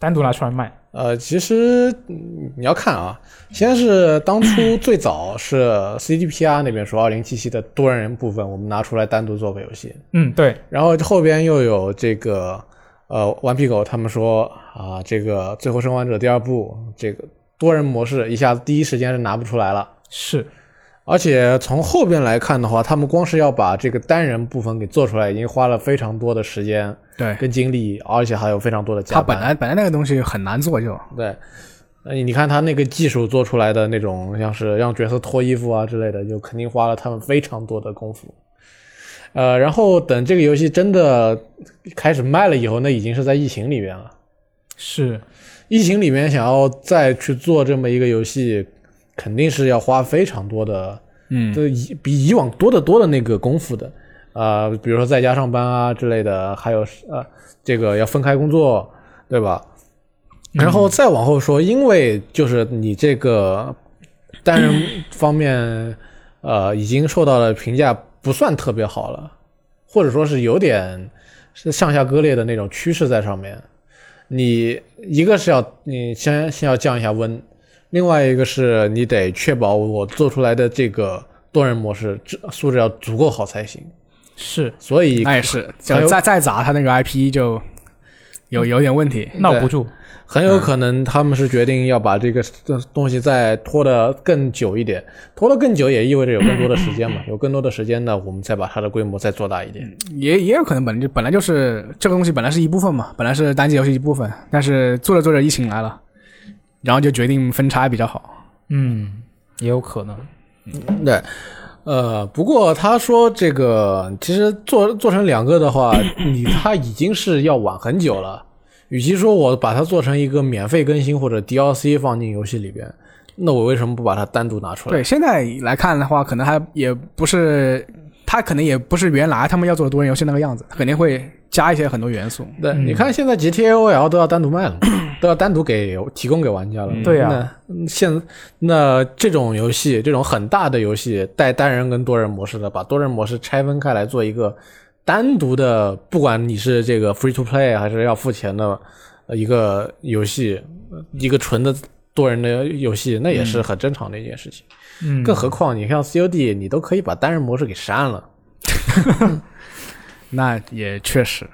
Speaker 1: 单独拿出来卖？
Speaker 3: 呃，其实嗯你要看啊，先是当初最早是 CDPR 那边说二零七七的多人部分，我们拿出来单独做个游戏，
Speaker 1: 嗯，对，
Speaker 3: 然后后边又有这个呃顽皮狗他们说啊、这个最后生还者第二部这个多人模式一下子第一时间是拿不出来了。
Speaker 1: 是，
Speaker 3: 而且从后边来看的话，他们光是要把这个单人部分给做出来，已经花了非常多的时间
Speaker 2: 对，
Speaker 3: 跟精力，而且还有非常多的加
Speaker 2: 他
Speaker 3: 班。
Speaker 2: 本来本来那个东西很难做就，
Speaker 3: 对，那你你看他那个技术做出来的那种，像是让角色脱衣服啊之类的，就肯定花了他们非常多的功夫。呃，然后等这个游戏真的开始卖了以后，那已经是在疫情里面了。
Speaker 1: 是，
Speaker 3: 疫情里面想要再去做这么一个游戏，肯定是要花非常多的，
Speaker 2: 嗯
Speaker 3: 这以比以往多得多的那个功夫的。呃，比如说在家上班啊之类的，还有呃，这个要分开工作，对吧？然后再往后说，因为就是你这个单人方面，呃，已经受到了评价不算特别好了，或者说是有点是上下割裂的那种趋势在上面。你一个是要你先先要降一下温，另外一个是你得确保我做出来的这个多人模式质素质要足够好才行。
Speaker 1: 是。
Speaker 3: 所以
Speaker 2: 那也哎是，
Speaker 3: 还
Speaker 2: 就
Speaker 3: 有
Speaker 2: 再再砸他那个 IP 就有有点问题。
Speaker 1: 闹不住，
Speaker 3: 很有可能他们是决定要把这个东东西再拖得更久一点，拖得更久也意味着有更多的时间嘛，有更多的时间呢，我们再把它的规模再做大一点。
Speaker 2: 也也有可能本来就本来就是这个东西本来是一部分嘛，本来是单机游戏一部分，但是做着做着疫情来了，然后就决定分拆比较好。
Speaker 1: 嗯，也有可能，
Speaker 3: 对，呃，不过他说这个其实做做成两个的话，你他已经是要晚很久了。与其说我把它做成一个免费更新或者 DLC 放进游戏里边，那我为什么不把它单独拿出来？
Speaker 2: 对，现在来看的话，可能还也不是，它可能也不是原来他们要做的多人游戏那个样子，肯定会加一些很多元素。
Speaker 3: 对，你看现在 GTA OL 都要单独卖了，都要单独给提供给玩家了。
Speaker 1: 对呀
Speaker 3: 那嗯现那这种游戏，这种很大的游戏带单人跟多人模式的，把多人模式拆分开来做一个单独的，不管你是这个 free to play 还是要付钱的呃一个游戏，呃一个纯的多人的游戏，那也是很正常的一件事情。
Speaker 1: 嗯，
Speaker 3: 更何况你像 COD，你都可以把单人模式给删了。
Speaker 2: 那也确实，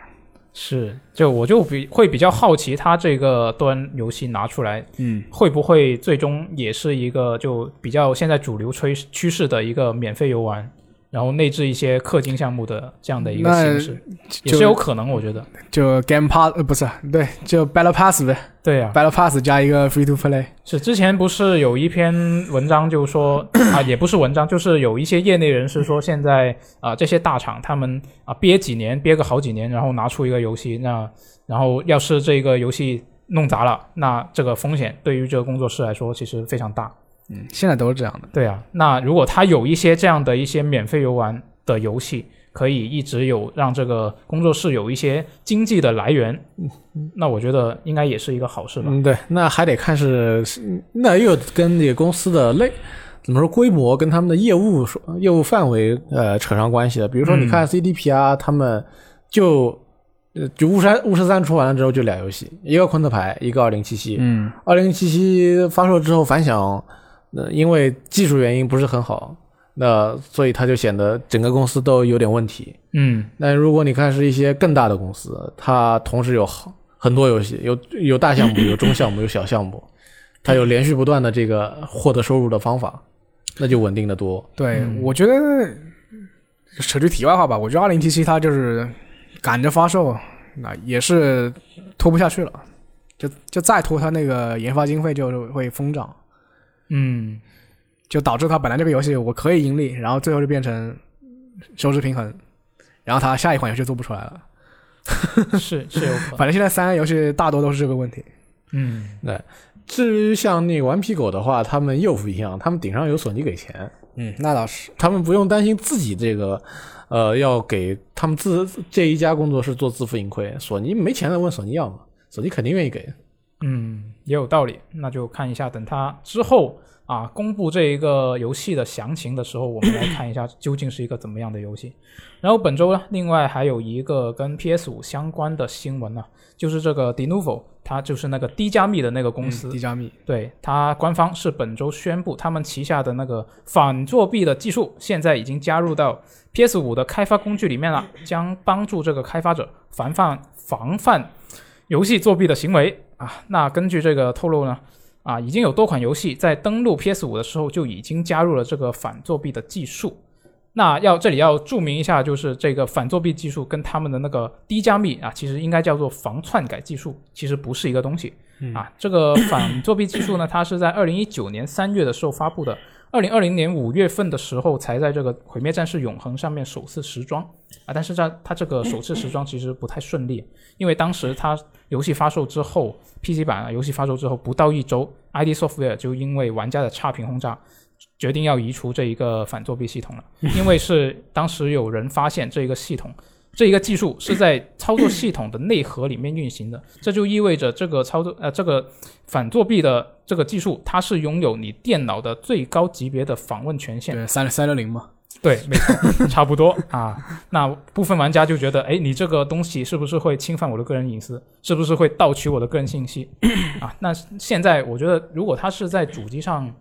Speaker 1: 是，就我就比会比较好奇，它这个端游戏拿出来
Speaker 2: 嗯，
Speaker 1: 会不会最终也是一个就比较现在主流趋趋势的一个免费游玩，然后内置一些氪金项目的这样的一个
Speaker 2: 那
Speaker 1: 形式，也
Speaker 2: 就是
Speaker 1: 有可能，我觉得。
Speaker 2: 就 Game Pass 呃不是，对，就 Battle Pass 呗
Speaker 1: 对啊呀、
Speaker 2: ，Battle Pass 加一个 Free to Play，
Speaker 1: 是之前不是有一篇文章就说啊，也不是文章，就是有一些业内人士说，现在啊、这些大厂他们啊、憋几年，憋个好几年，然后拿出一个游戏，那然后要是这个游戏弄砸了，那这个风险对于这个工作室来说其实非常大。
Speaker 2: 嗯，现在都是这样的，
Speaker 1: 对啊，那如果它有一些这样的一些免费游玩的游戏，可以一直有让这个工作室有一些经济的来源，那我觉得应该也是一个好事吧。
Speaker 3: 嗯，对，那还得看是，是那又跟这个公司的类怎么说规模跟他们的业务说业务范围呃扯上关系了。比如说，
Speaker 1: 嗯
Speaker 3: 你看 CDP 啊，他们就呃就巫山巫师三出完了之后就俩游戏，一个昆特牌，一个二零七七。
Speaker 2: 嗯，
Speaker 3: 二零七七发售之后反响，那、因为技术原因不是很好，那所以它就显得整个公司都有点问题。
Speaker 1: 嗯
Speaker 3: 那如果你看是一些更大的公司，它同时有好很多游戏，有有大项目，有中项目，有小项目，它有连续不断的这个获得收入的方法，那就稳定的多。
Speaker 2: 对，我觉得扯句题外话吧，我觉得二零七七它就是赶着发售，那也是拖不下去了，就就再拖它那个研发经费就会疯涨，
Speaker 1: 嗯，
Speaker 2: 就导致它本来这个游戏我可以盈利，然后最后就变成收支平衡，然后它下一款游戏做不出来了。
Speaker 1: 嗯是是有可能。
Speaker 2: 反正现在三 A 游戏大多都是这个问题。
Speaker 1: 嗯，
Speaker 3: 至于像那个顽皮狗的话，他们又不一样，他们顶上有索尼给钱，
Speaker 2: 嗯，那倒是。
Speaker 3: 他们不用担心自己这个，呃，要给他们自这一家工作室做自负盈亏。索尼没钱了，问索尼要嘛，索尼肯定愿意给。
Speaker 1: 嗯，也有道理。那就看一下，等它之后啊公布这一个游戏的详情的时候，我们来看一下究竟是一个怎么样的游戏。然后本周呢，另外还有一个跟 PS 五相关的新闻呢、就是这个 d e n o v o 它就是那个低加密的那个公司，
Speaker 2: 低嗯加密，
Speaker 1: 对它官方是本周宣布，他们旗下的那个反作弊的技术现在已经加入到 PS 五的开发工具里面了，将帮助这个开发者防范防范游戏作弊的行为啊。那根据这个透露呢，啊，已经有多款游戏在登录 PS 五的时候就已经加入了这个反作弊的技术。那要这里要注明一下，就是这个反作弊技术跟他们的那个低加密啊，其实应该叫做防篡改技术，其实不是一个东西。啊，这个反作弊技术呢，它是在二零一九年三月的时候发布的，二零二零年五月份的时候才在这个《毁灭战士永恒》上面首次时装啊，但是它它这个首次时装其实不太顺利，因为当时它游戏发售之后，PC 版啊游戏发售之后不到一周，ID Software 就因为玩家的差评轰炸。决定要移除这一个反作弊系统了，因为是当时有人发现这一个系统这一个技术是在操作系统的内核里面运行的，这就意味着这个操作呃这个反作弊的这个技术，它是拥有你电脑的最高级别的访问权限。
Speaker 2: 对，三三六零嘛。
Speaker 1: 对，没错，差不多啊。那部分玩家就觉得，哎，你这个东西是不是会侵犯我的个人隐私？是不是会盗取我的个人信息？ 啊，那现在我觉得，如果它是在主机上，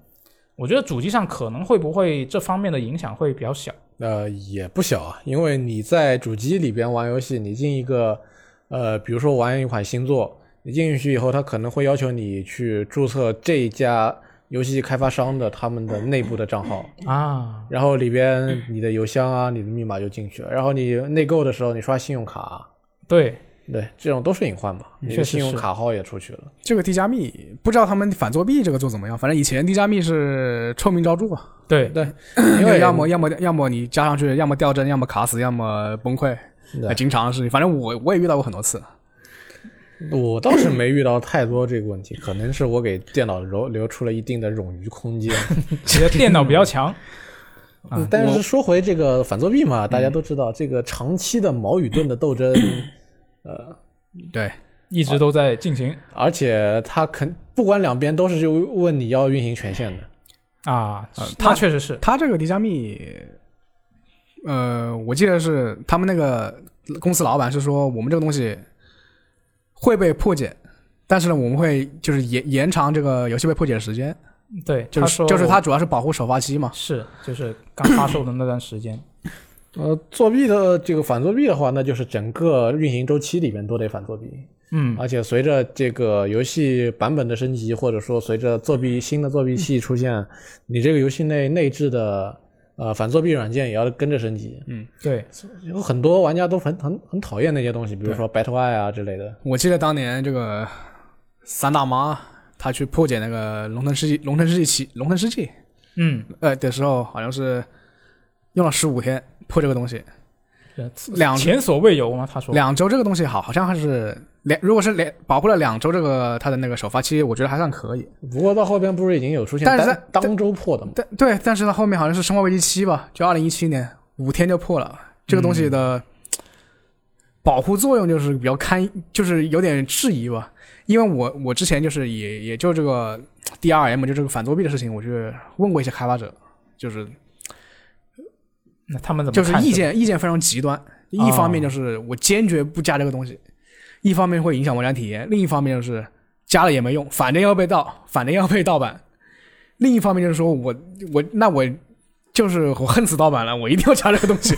Speaker 1: 我觉得主机上可能会不会这方面的影响会比较小。
Speaker 3: 呃，也不小啊，因为你在主机里边玩游戏，你进一个，呃，比如说玩一款新作，你进去以后，它可能会要求你去注册这一家游戏开发商的他们的内部的账号，
Speaker 1: 啊，
Speaker 3: 然后里边你的邮箱啊、你的密码就进去了，然后你内购的时候你刷信用卡，
Speaker 1: 对，
Speaker 3: 对，这种都是隐患嘛，你
Speaker 1: 确
Speaker 3: 的
Speaker 1: 实
Speaker 3: 信用
Speaker 1: 是
Speaker 3: 卡号也出去了，
Speaker 2: 这个低加密不知道他们反作弊这个做怎么样，反正以前低加密是臭名昭著啊，
Speaker 1: 对，
Speaker 2: 因
Speaker 3: 因
Speaker 2: 为
Speaker 3: 为
Speaker 2: 要么要么要么你加上去，要么掉帧，要么卡死，要么崩溃，
Speaker 3: 对
Speaker 2: 啊经常是，反正我我也遇到过很多次。
Speaker 3: 我倒是没遇到太多这个问题，可能是我给电脑留留出了一定的冗余空间。
Speaker 1: 你 的电脑比较强。啊
Speaker 3: 嗯
Speaker 1: 嗯
Speaker 3: 但是说回这个反作弊嘛，大家都知道，这个长期的矛与盾的 斗争，
Speaker 2: 对，
Speaker 1: 一直都在进行
Speaker 3: 而且它肯不管两边都是就问你要运行权限的。
Speaker 1: 呃啊，他确实是，
Speaker 2: 他这个低加密呃，我记得是他们那个公司老板是说，我们这个东西会被破解，但是呢，我们会就是延延长这个游戏被破解的时间，
Speaker 1: 对，
Speaker 2: 就
Speaker 1: 他
Speaker 2: 是
Speaker 1: 说
Speaker 2: 就是
Speaker 1: 我
Speaker 2: 它主要是保护首发期嘛。
Speaker 1: 是就是刚发售的那段时间，嗯
Speaker 3: 呃，作弊的这个反作弊的话，那就是整个运行周期里面都得反作弊。
Speaker 1: 嗯，
Speaker 3: 而且随着这个游戏版本的升级，或者说随着作弊新的作弊
Speaker 1: 嗯
Speaker 3: 器出现，你这个游戏内内置的呃反作弊软件也要跟着升级。
Speaker 1: 嗯对，
Speaker 3: 有很多玩家都很很很讨厌那些东西，比如说 BattleEye 啊之类的。
Speaker 2: 我记得当年这个三大妈她去破解那个龙腾世纪龙腾世纪七龙腾世纪
Speaker 1: 嗯，
Speaker 2: 呃的时候，好像是用了十五天破这个东西，呃
Speaker 1: 是
Speaker 2: 两
Speaker 1: 前所未有嘛，他说，
Speaker 2: 两周这个东西好好像还是两，如果是两保护了两周这个它的那个首发期，我觉得还算可以。
Speaker 3: 不过到后边不是已经有出现
Speaker 2: 但是
Speaker 3: 单
Speaker 2: 但
Speaker 3: 当周破的吗？
Speaker 2: 但对，但是它后面好像是《生化危机七》吧，就二零一七年五天就破了。这个东西的保护作用就是比较堪，就是有点质疑吧。因为我我之前就是也也就这个 DRM 就这个反作弊的事情，我去问过一些开发者，就是
Speaker 1: 那他们怎么
Speaker 2: 就是
Speaker 1: 看
Speaker 2: 意
Speaker 1: 这个？哦
Speaker 2: 见意见非常极端，一方面就是我坚决不加这个东西，一方面会影响玩家体验，另一方面就是加了也没用，反正要被盗，反正要被盗版。另一方面就是说我我那我就是我恨死盗版了，我一定要加这个东 西。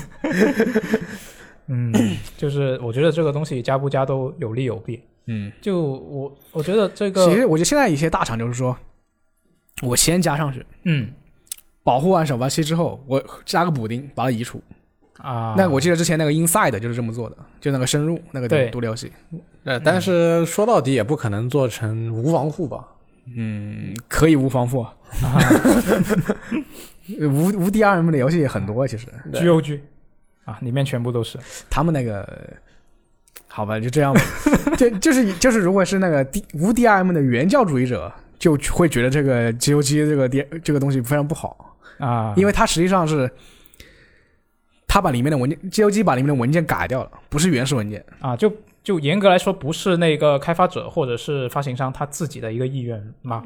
Speaker 1: 嗯， 就是我觉得这个东西加不加都有利有弊。
Speaker 2: 嗯，
Speaker 1: 就我我觉得这
Speaker 2: 其
Speaker 1: 个，
Speaker 2: 实我觉得现在一些大厂就是说，我先加上去，
Speaker 1: 嗯
Speaker 2: 保护完首发期之后，我加个补丁把它移除。
Speaker 1: 啊，
Speaker 2: 那我记得之前那个 Inside 就是这么做的，就那个深入那个
Speaker 1: 对
Speaker 2: 独立游戏。
Speaker 3: 呃，但是说到底也不可能做成无防护吧？
Speaker 2: 嗯，可以无防护， 无无 DRM 的游戏也很多，其实
Speaker 1: G O G 啊，里面全部都是，
Speaker 2: 他们那个，好吧，就这样吧。就就是就是，如果是那个 D 无 DRM 的原教主义者，就会觉得这个 GOG 这个 D 这个东西非常不好，
Speaker 1: 啊，
Speaker 2: 因
Speaker 1: 为
Speaker 2: 为它实际上是。他把里面的文件，GOG 把里面的文件改掉了，不是原始文件。
Speaker 1: 啊，就就严格来说，不是那个开发者或者是发行商他自己的一个意愿嘛，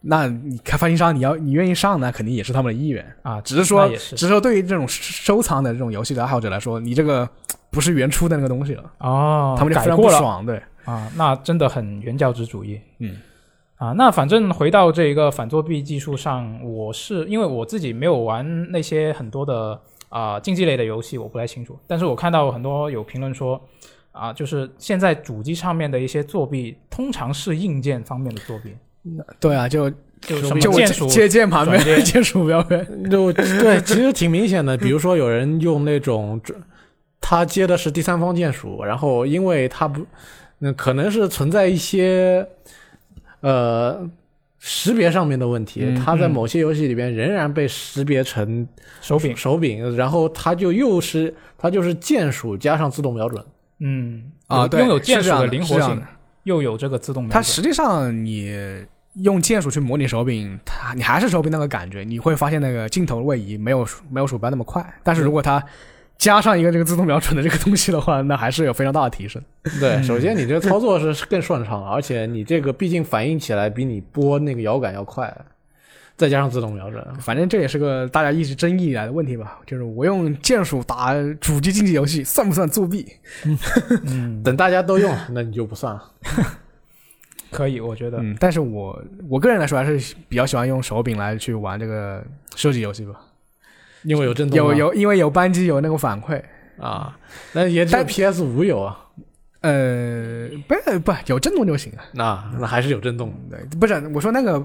Speaker 2: 那你开发行商，你要你愿意上呢，肯定也是他们的意愿。
Speaker 1: 啊，
Speaker 2: 只是说，
Speaker 1: 那也是
Speaker 2: 只是说对于这种收藏的这种游戏的爱好者来说，你这个不是原初的那个东西了，
Speaker 1: 哦，
Speaker 2: 他们就
Speaker 1: 改
Speaker 2: 非常
Speaker 1: 过
Speaker 2: 不
Speaker 1: 了
Speaker 2: 爽。对，
Speaker 1: 啊，那真的很原教旨主义。
Speaker 2: 嗯，
Speaker 1: 啊，那反正回到这个反作弊技术上，我是因为我自己没有玩那些很多的啊、竞技类的游戏，我不太清楚。但是我看到很多有评论说，啊，就是现在主机上面的一些作弊，通常是硬件方面的作弊，
Speaker 2: 对啊，就
Speaker 1: 就
Speaker 3: 手
Speaker 1: 什么
Speaker 3: 柄
Speaker 2: 就我
Speaker 1: 键
Speaker 2: 接
Speaker 1: 鼠
Speaker 2: 接键盘呗
Speaker 1: 转，嗯接
Speaker 2: 接鼠标呗。
Speaker 3: 就对，其实挺明显的。比如说，有人用那种，他接的是第三方键鼠，然后因为他不，那可能是存在一些，呃，识别上面的问题。
Speaker 1: 嗯
Speaker 3: 他在
Speaker 1: 嗯某
Speaker 3: 某些游戏里边仍然被识别成
Speaker 1: 手柄，
Speaker 3: 手柄，然后他就又是他就是键鼠加上自动瞄准。
Speaker 1: 嗯
Speaker 2: 啊，
Speaker 1: 有
Speaker 2: 对，
Speaker 1: 拥有键
Speaker 2: 是
Speaker 1: 鼠
Speaker 2: 这样的
Speaker 1: 灵
Speaker 2: 是
Speaker 1: 活
Speaker 2: 这样
Speaker 1: 性
Speaker 2: 的，
Speaker 1: 又有这个自动瞄
Speaker 2: 它
Speaker 1: 准，
Speaker 2: 实际上你用键鼠去模拟手柄，它你还是手柄那个感觉，你会发现那个镜头位移没有鼠没有鼠标那么快。但是如果它加上一个这个自动瞄准的这个东西的话，那还是有非常大的提升。
Speaker 1: 嗯
Speaker 3: 对，首先你这操作是更顺畅， 而且你这个毕竟反应起来比你拨那个摇杆要快，再加上自动瞄准。
Speaker 2: 反正这也是个大家一直争议啊来的问题吧，就是我用键鼠打主机竞技游戏算不算作弊？
Speaker 1: 嗯
Speaker 3: 等大家都用了，那你就不算了。
Speaker 1: 可以，我觉得。
Speaker 2: 嗯，但是我我个人来说还是比较喜欢用手柄来去玩这个射击游戏吧，
Speaker 3: 因为 有震动
Speaker 2: 有
Speaker 3: 吗
Speaker 2: 有因为有扳机有那个反馈，
Speaker 3: 啊，那也只有
Speaker 2: 但
Speaker 3: PS 五有啊，
Speaker 2: 呃，不不有震动就行啊，
Speaker 3: 那那还是有震动
Speaker 2: 对，不是我说那个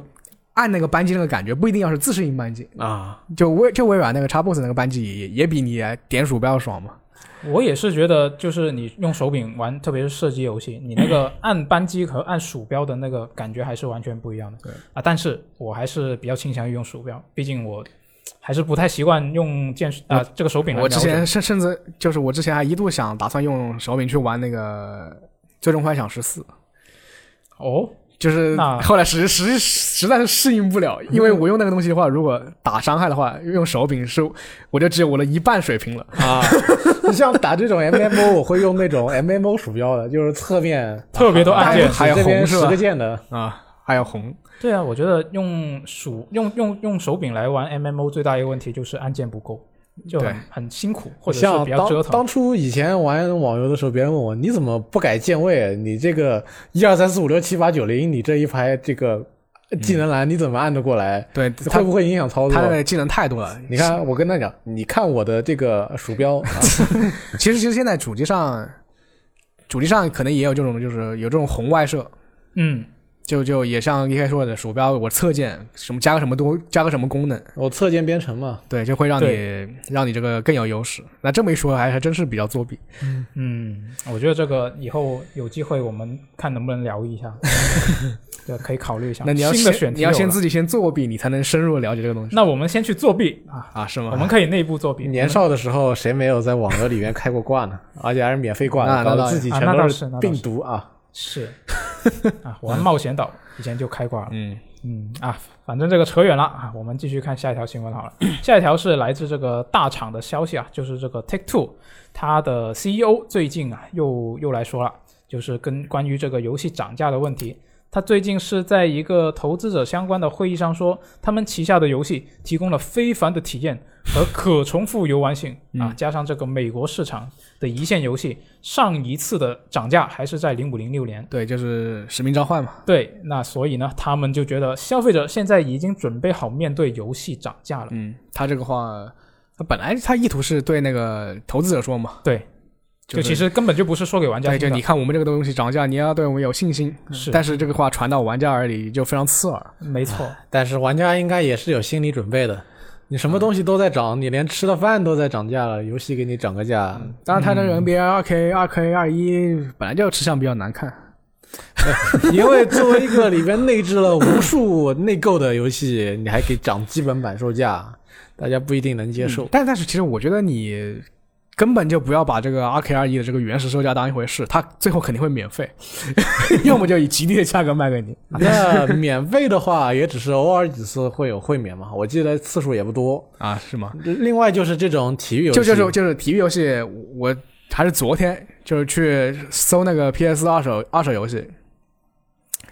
Speaker 2: 按那个扳机那个感觉不一定要是自适应扳机，
Speaker 3: 啊。
Speaker 2: 就微就微软那个 Xbox 那个扳机也也比你点鼠标爽嘛，
Speaker 1: 我也是觉得，就是你用手柄玩，特别是射击游戏，你那个按扳机和按鼠标的那个感觉还是完全不一样的。
Speaker 2: 对
Speaker 1: 啊，但是我还是比较倾向于用鼠标，毕竟我还是不太习惯用键啊、这个手柄来
Speaker 2: 我
Speaker 1: 瞄
Speaker 2: 之
Speaker 1: 准。
Speaker 2: 前甚甚至就是我之前还一度想打算用手柄去玩那个《最终幻想十四》。
Speaker 1: 哦，
Speaker 2: 就是
Speaker 1: 那
Speaker 2: 后来实实实在是适应不 了，因为我用那个东西的话，如果打伤害的话，用手柄是我就只有我的一半水平了。
Speaker 3: 啊，像打这种 MMO，我会用那种 MMO 鼠标的，就是侧面
Speaker 1: 特别多按键
Speaker 2: 还有
Speaker 3: 这边
Speaker 2: 红是吧
Speaker 3: 十个键的。
Speaker 2: 啊，还有红，
Speaker 1: 对啊，我觉得用鼠用用用手柄来玩 MMO 最大一个问题就是按键不够。就很
Speaker 2: 对
Speaker 1: 很辛苦，或者是
Speaker 3: 像
Speaker 1: 比较折
Speaker 3: 当
Speaker 1: 腾。
Speaker 3: 当初以前玩网游的时候，别人问我你怎么不改键位？你这个一二三四五六七八九零，你这一排这个
Speaker 1: 嗯
Speaker 3: 技能栏你怎么按得过来？
Speaker 2: 对，
Speaker 3: 会
Speaker 2: 他
Speaker 3: 不会影响操作
Speaker 2: 他？的技能太多了。
Speaker 3: 你 看，我跟他讲，你看我的这个 鼠标，啊
Speaker 2: 其实其实现在主机上，主机上可能也有这种，就是有这种红外设，
Speaker 1: 嗯，
Speaker 2: 就就也像一开始说的，鼠标我侧键什么加个什么多加个什么功能，
Speaker 3: 我侧键编程嘛，
Speaker 2: 对，就会让你让你这个更有优势。那这么一说，还还真是比较作弊。
Speaker 1: 嗯，我觉得这个以后有机会我们看能不能聊一 下，对，可以考虑一下。
Speaker 2: 那你要
Speaker 1: 新的
Speaker 2: 先
Speaker 1: 选题
Speaker 2: 你要
Speaker 1: 有
Speaker 2: 先
Speaker 1: 了
Speaker 2: 自己先作弊，你才能深入地了解这个东西
Speaker 1: 那我们先去作弊啊，
Speaker 2: 啊，是吗？
Speaker 1: 我们可以内部作弊。
Speaker 3: 年少的时候谁没有在网游里面开过挂呢？而且还是免费挂
Speaker 2: 那
Speaker 3: 的，
Speaker 2: 那
Speaker 3: 搞
Speaker 2: 倒
Speaker 3: 得
Speaker 2: 是
Speaker 3: 自己
Speaker 1: 啊
Speaker 3: 全
Speaker 1: 那倒
Speaker 3: 都
Speaker 1: 是那倒
Speaker 3: 病
Speaker 1: 是
Speaker 3: 毒啊！
Speaker 1: 是啊，玩冒险岛以前就开挂了。
Speaker 2: 嗯，
Speaker 1: 嗯啊，反正这个扯远了啊，我们继续看下一条新闻好了。下一条是来自这个大厂的消息啊，就是这个 Take Two，它的 CEO 最近啊又又来说了，就是跟关于这个游戏涨价的问题。他最近是在一个投资者相关的会议上说，他们旗下的游戏提供了非凡的体验和可重复游玩性啊，加上这个美国市场的一线游戏，上一次的涨价还是在零五零六年。
Speaker 2: 对，就是使命召唤嘛。
Speaker 1: 对，那所以呢，他们就觉得消费者现在已经准备好面对游戏涨价了。
Speaker 2: 嗯，他这个话，他本来他意图是对那个投资者说嘛，
Speaker 1: 对，就是其实根本就不是说给玩家
Speaker 2: 对，
Speaker 1: 听
Speaker 2: 就
Speaker 1: 的
Speaker 2: 你，看我们这个东西涨价，你要对我们有信心。
Speaker 1: 是
Speaker 2: 嗯但是这个话传到玩家耳里就非常刺耳。
Speaker 1: 没 错，
Speaker 3: 但是玩家应该也是有心理准备的。你什么东西都在涨，你连吃的饭都在涨价了，游戏给你涨个价，
Speaker 1: 嗯
Speaker 2: 当然，他这个 NBA 二 K、二 K、二一本来就吃相比较难看，
Speaker 3: 因为作为一个里边内置了无数内购的游戏，你还给涨基本版售价，大家不一定能接受。
Speaker 2: 但但是其实我觉得你根本就不要把这个二 K、二一的这个原始售价当一回事，它最后肯定会免费， 要么就以极低的价格卖给你。
Speaker 3: 那免费的话，也只是偶尔几次会有会免嘛，我记得次数也不多。
Speaker 2: 啊，是吗？
Speaker 3: 另外就是这种体育游戏，
Speaker 2: 就就是就是体育游戏，我还是昨天就是去搜那个 PS 二手二手游戏，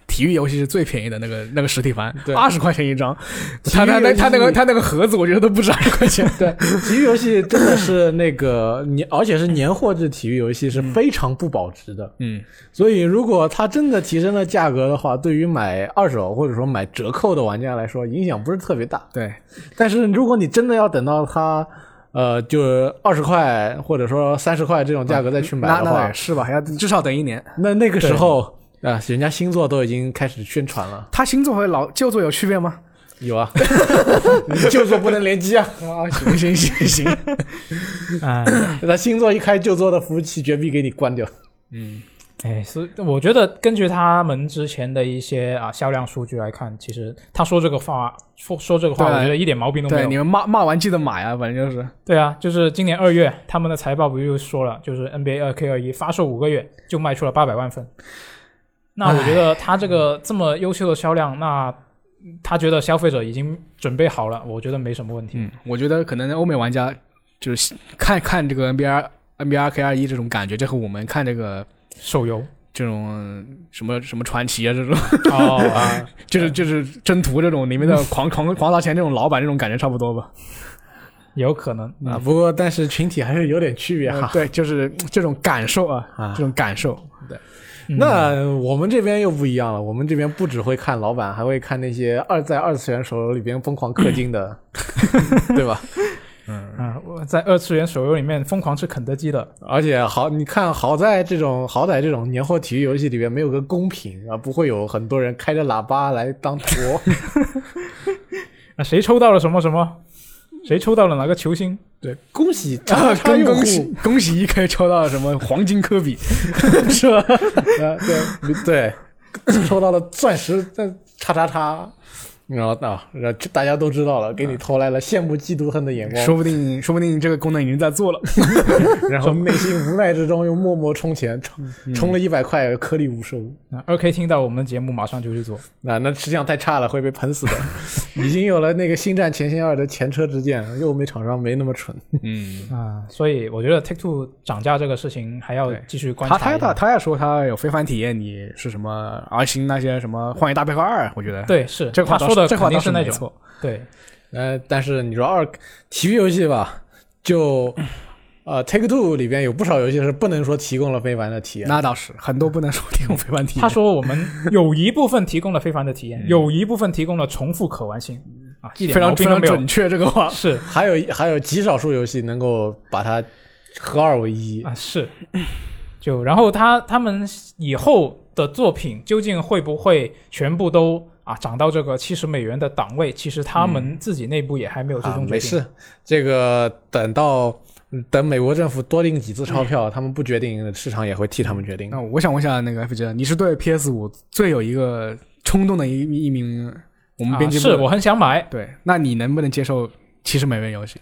Speaker 2: 体育游戏是最便宜的那个那个实体盘
Speaker 3: 对，
Speaker 2: 二十块钱一张，
Speaker 3: 体育
Speaker 2: 他他
Speaker 3: 游
Speaker 2: 那
Speaker 3: 戏
Speaker 2: 他那个他那个盒子，我觉得都不止 二十块钱。
Speaker 3: 对， 体育游戏真的是那个年，而且是年货制体育游戏是非常不保值的。
Speaker 2: 嗯，
Speaker 3: 所以如果它真的提升了价格的话，对于买二手或者说买折扣的玩家来说，影响不是特别大。
Speaker 2: 对，
Speaker 3: 但是如果你真的要等到它，呃，就是二十块或者说三十块这种价格再去买
Speaker 2: 那
Speaker 3: 的
Speaker 2: 那
Speaker 3: 话，
Speaker 2: 也是吧，还要至少等一年。
Speaker 3: 那那个时候啊、人家星座都已经开始宣传 了，
Speaker 2: 他新作和老旧作有区别吗？
Speaker 3: 有啊，你旧作不能联 机啊，
Speaker 2: 啊，行行行行，
Speaker 1: 哎，
Speaker 3: 那星座一开，旧作的服务器绝壁给你关掉。
Speaker 1: 哎，是我觉得根据他们之前的一些啊销量数据来看，其实他说这个话说说这个话，
Speaker 2: 对
Speaker 1: 我觉得一点毛病都没
Speaker 2: 对，你
Speaker 1: 有。
Speaker 2: 们骂骂完记得买啊，反正就是
Speaker 1: 对啊，就是今年二月他们的财报不就说了，就是 NBA 二 K 二一发售五个月就卖出了八百万份。那我觉得他这个这么优秀的销量，那他觉得消费者已经准备好了，我觉得没什么问题。
Speaker 2: 嗯，我觉得可能欧美玩家就是看看这个 NBA NBA K 二一这种感觉，这和我们看这个
Speaker 1: 手游
Speaker 2: 这种呃什么什么传奇啊，这种
Speaker 1: 哦啊，
Speaker 2: 就是就是征途这种里面的狂狂狂砸钱这种老板这种感觉差不多吧。
Speaker 1: 有可能。
Speaker 3: 啊，不过但是群体还是有点区别哈。
Speaker 2: 对，就是这种感受啊，
Speaker 3: 啊
Speaker 2: 这种感 受。
Speaker 1: 嗯
Speaker 3: 那我们这边又不一样了，我们这边不只会看老板，还会看那些二在二次元手游里边疯狂氪金 的，对吧？
Speaker 1: 啊，我在二次元手游里面疯狂吃肯德基的，
Speaker 3: 而且好，你看好在这种好歹这种年货体育游戏里边没有个公平啊，不会有很多人开着喇叭来当驮。
Speaker 1: 啊，谁抽到了什么什么，谁抽到了哪个球星，
Speaker 3: 对，恭 喜叉
Speaker 2: 啊，
Speaker 3: 叉
Speaker 2: 恭
Speaker 3: 用户
Speaker 2: 恭喜 恭喜一 K 抽到了什么黄金科 比，
Speaker 3: 是吧？啊，对 对，抽到了钻石，但叉叉叉，啊然后啊，然后大家都知道了，给你投来了羡慕、嫉妒、恨的眼光。
Speaker 2: 说不定说不定这个功能已经在做了。
Speaker 3: 然后内心无奈之中又默默充钱，充充了一百块，颗粒无收。
Speaker 1: 啊，二 K 听到我们的节目马上就去做，
Speaker 3: 那那质量太差了，会被喷死 的。已经有了那个《星战前线二》的前车之鉴，又没厂商没那么蠢。
Speaker 2: 嗯，
Speaker 1: 啊，所以我觉得 Take Two 涨价这个事情还要
Speaker 2: 对
Speaker 1: 继续观察
Speaker 2: 他他
Speaker 1: 一下
Speaker 2: 他他要说他有非凡体验，你是什么 R 星那些什么荒野大镖客二，我觉得
Speaker 1: 对，是
Speaker 2: 哎这话
Speaker 1: 他
Speaker 2: 倒
Speaker 1: 说的
Speaker 2: 这
Speaker 1: 肯
Speaker 2: 话
Speaker 1: 定
Speaker 2: 倒
Speaker 1: 是那
Speaker 2: 没
Speaker 1: 种
Speaker 2: 错。
Speaker 1: 对，
Speaker 3: 呃，但是你说二体育游戏吧，就呃 Take Two 里边有不少游戏是不能说提供了非凡的体验。
Speaker 2: 那倒是，很多不能说提供非凡体验。
Speaker 1: 他说我 们有一部分提供了非凡的体验，有一部分提供了重复可玩性啊，一
Speaker 2: 嗯非
Speaker 1: 点毛
Speaker 2: 常
Speaker 1: 病
Speaker 2: 非
Speaker 1: 都
Speaker 2: 常
Speaker 1: 没
Speaker 2: 准
Speaker 1: 有。
Speaker 2: 确这个话，
Speaker 1: 是
Speaker 3: 还有还有极少数游戏能够把它合二为一。
Speaker 1: 啊，是。就然后他他们以后的作品究竟会不会全部都啊涨到这个七十美元的档位？其实他
Speaker 2: 嗯
Speaker 1: 们自己内部也还没有最
Speaker 3: 啊，
Speaker 1: 终决定。
Speaker 3: 没事，这个等到嗯等美国政府多印几次钞票，他们不决定，市场也会替他们决定。
Speaker 2: 嗯那我想问一下那个 FJ，你是对 PS 五最有一个冲动的一一名我们编辑
Speaker 1: 啊、
Speaker 2: 部
Speaker 1: 是
Speaker 2: 的、
Speaker 1: 我很想买，
Speaker 2: 对，那你能不能接受七十美元游戏？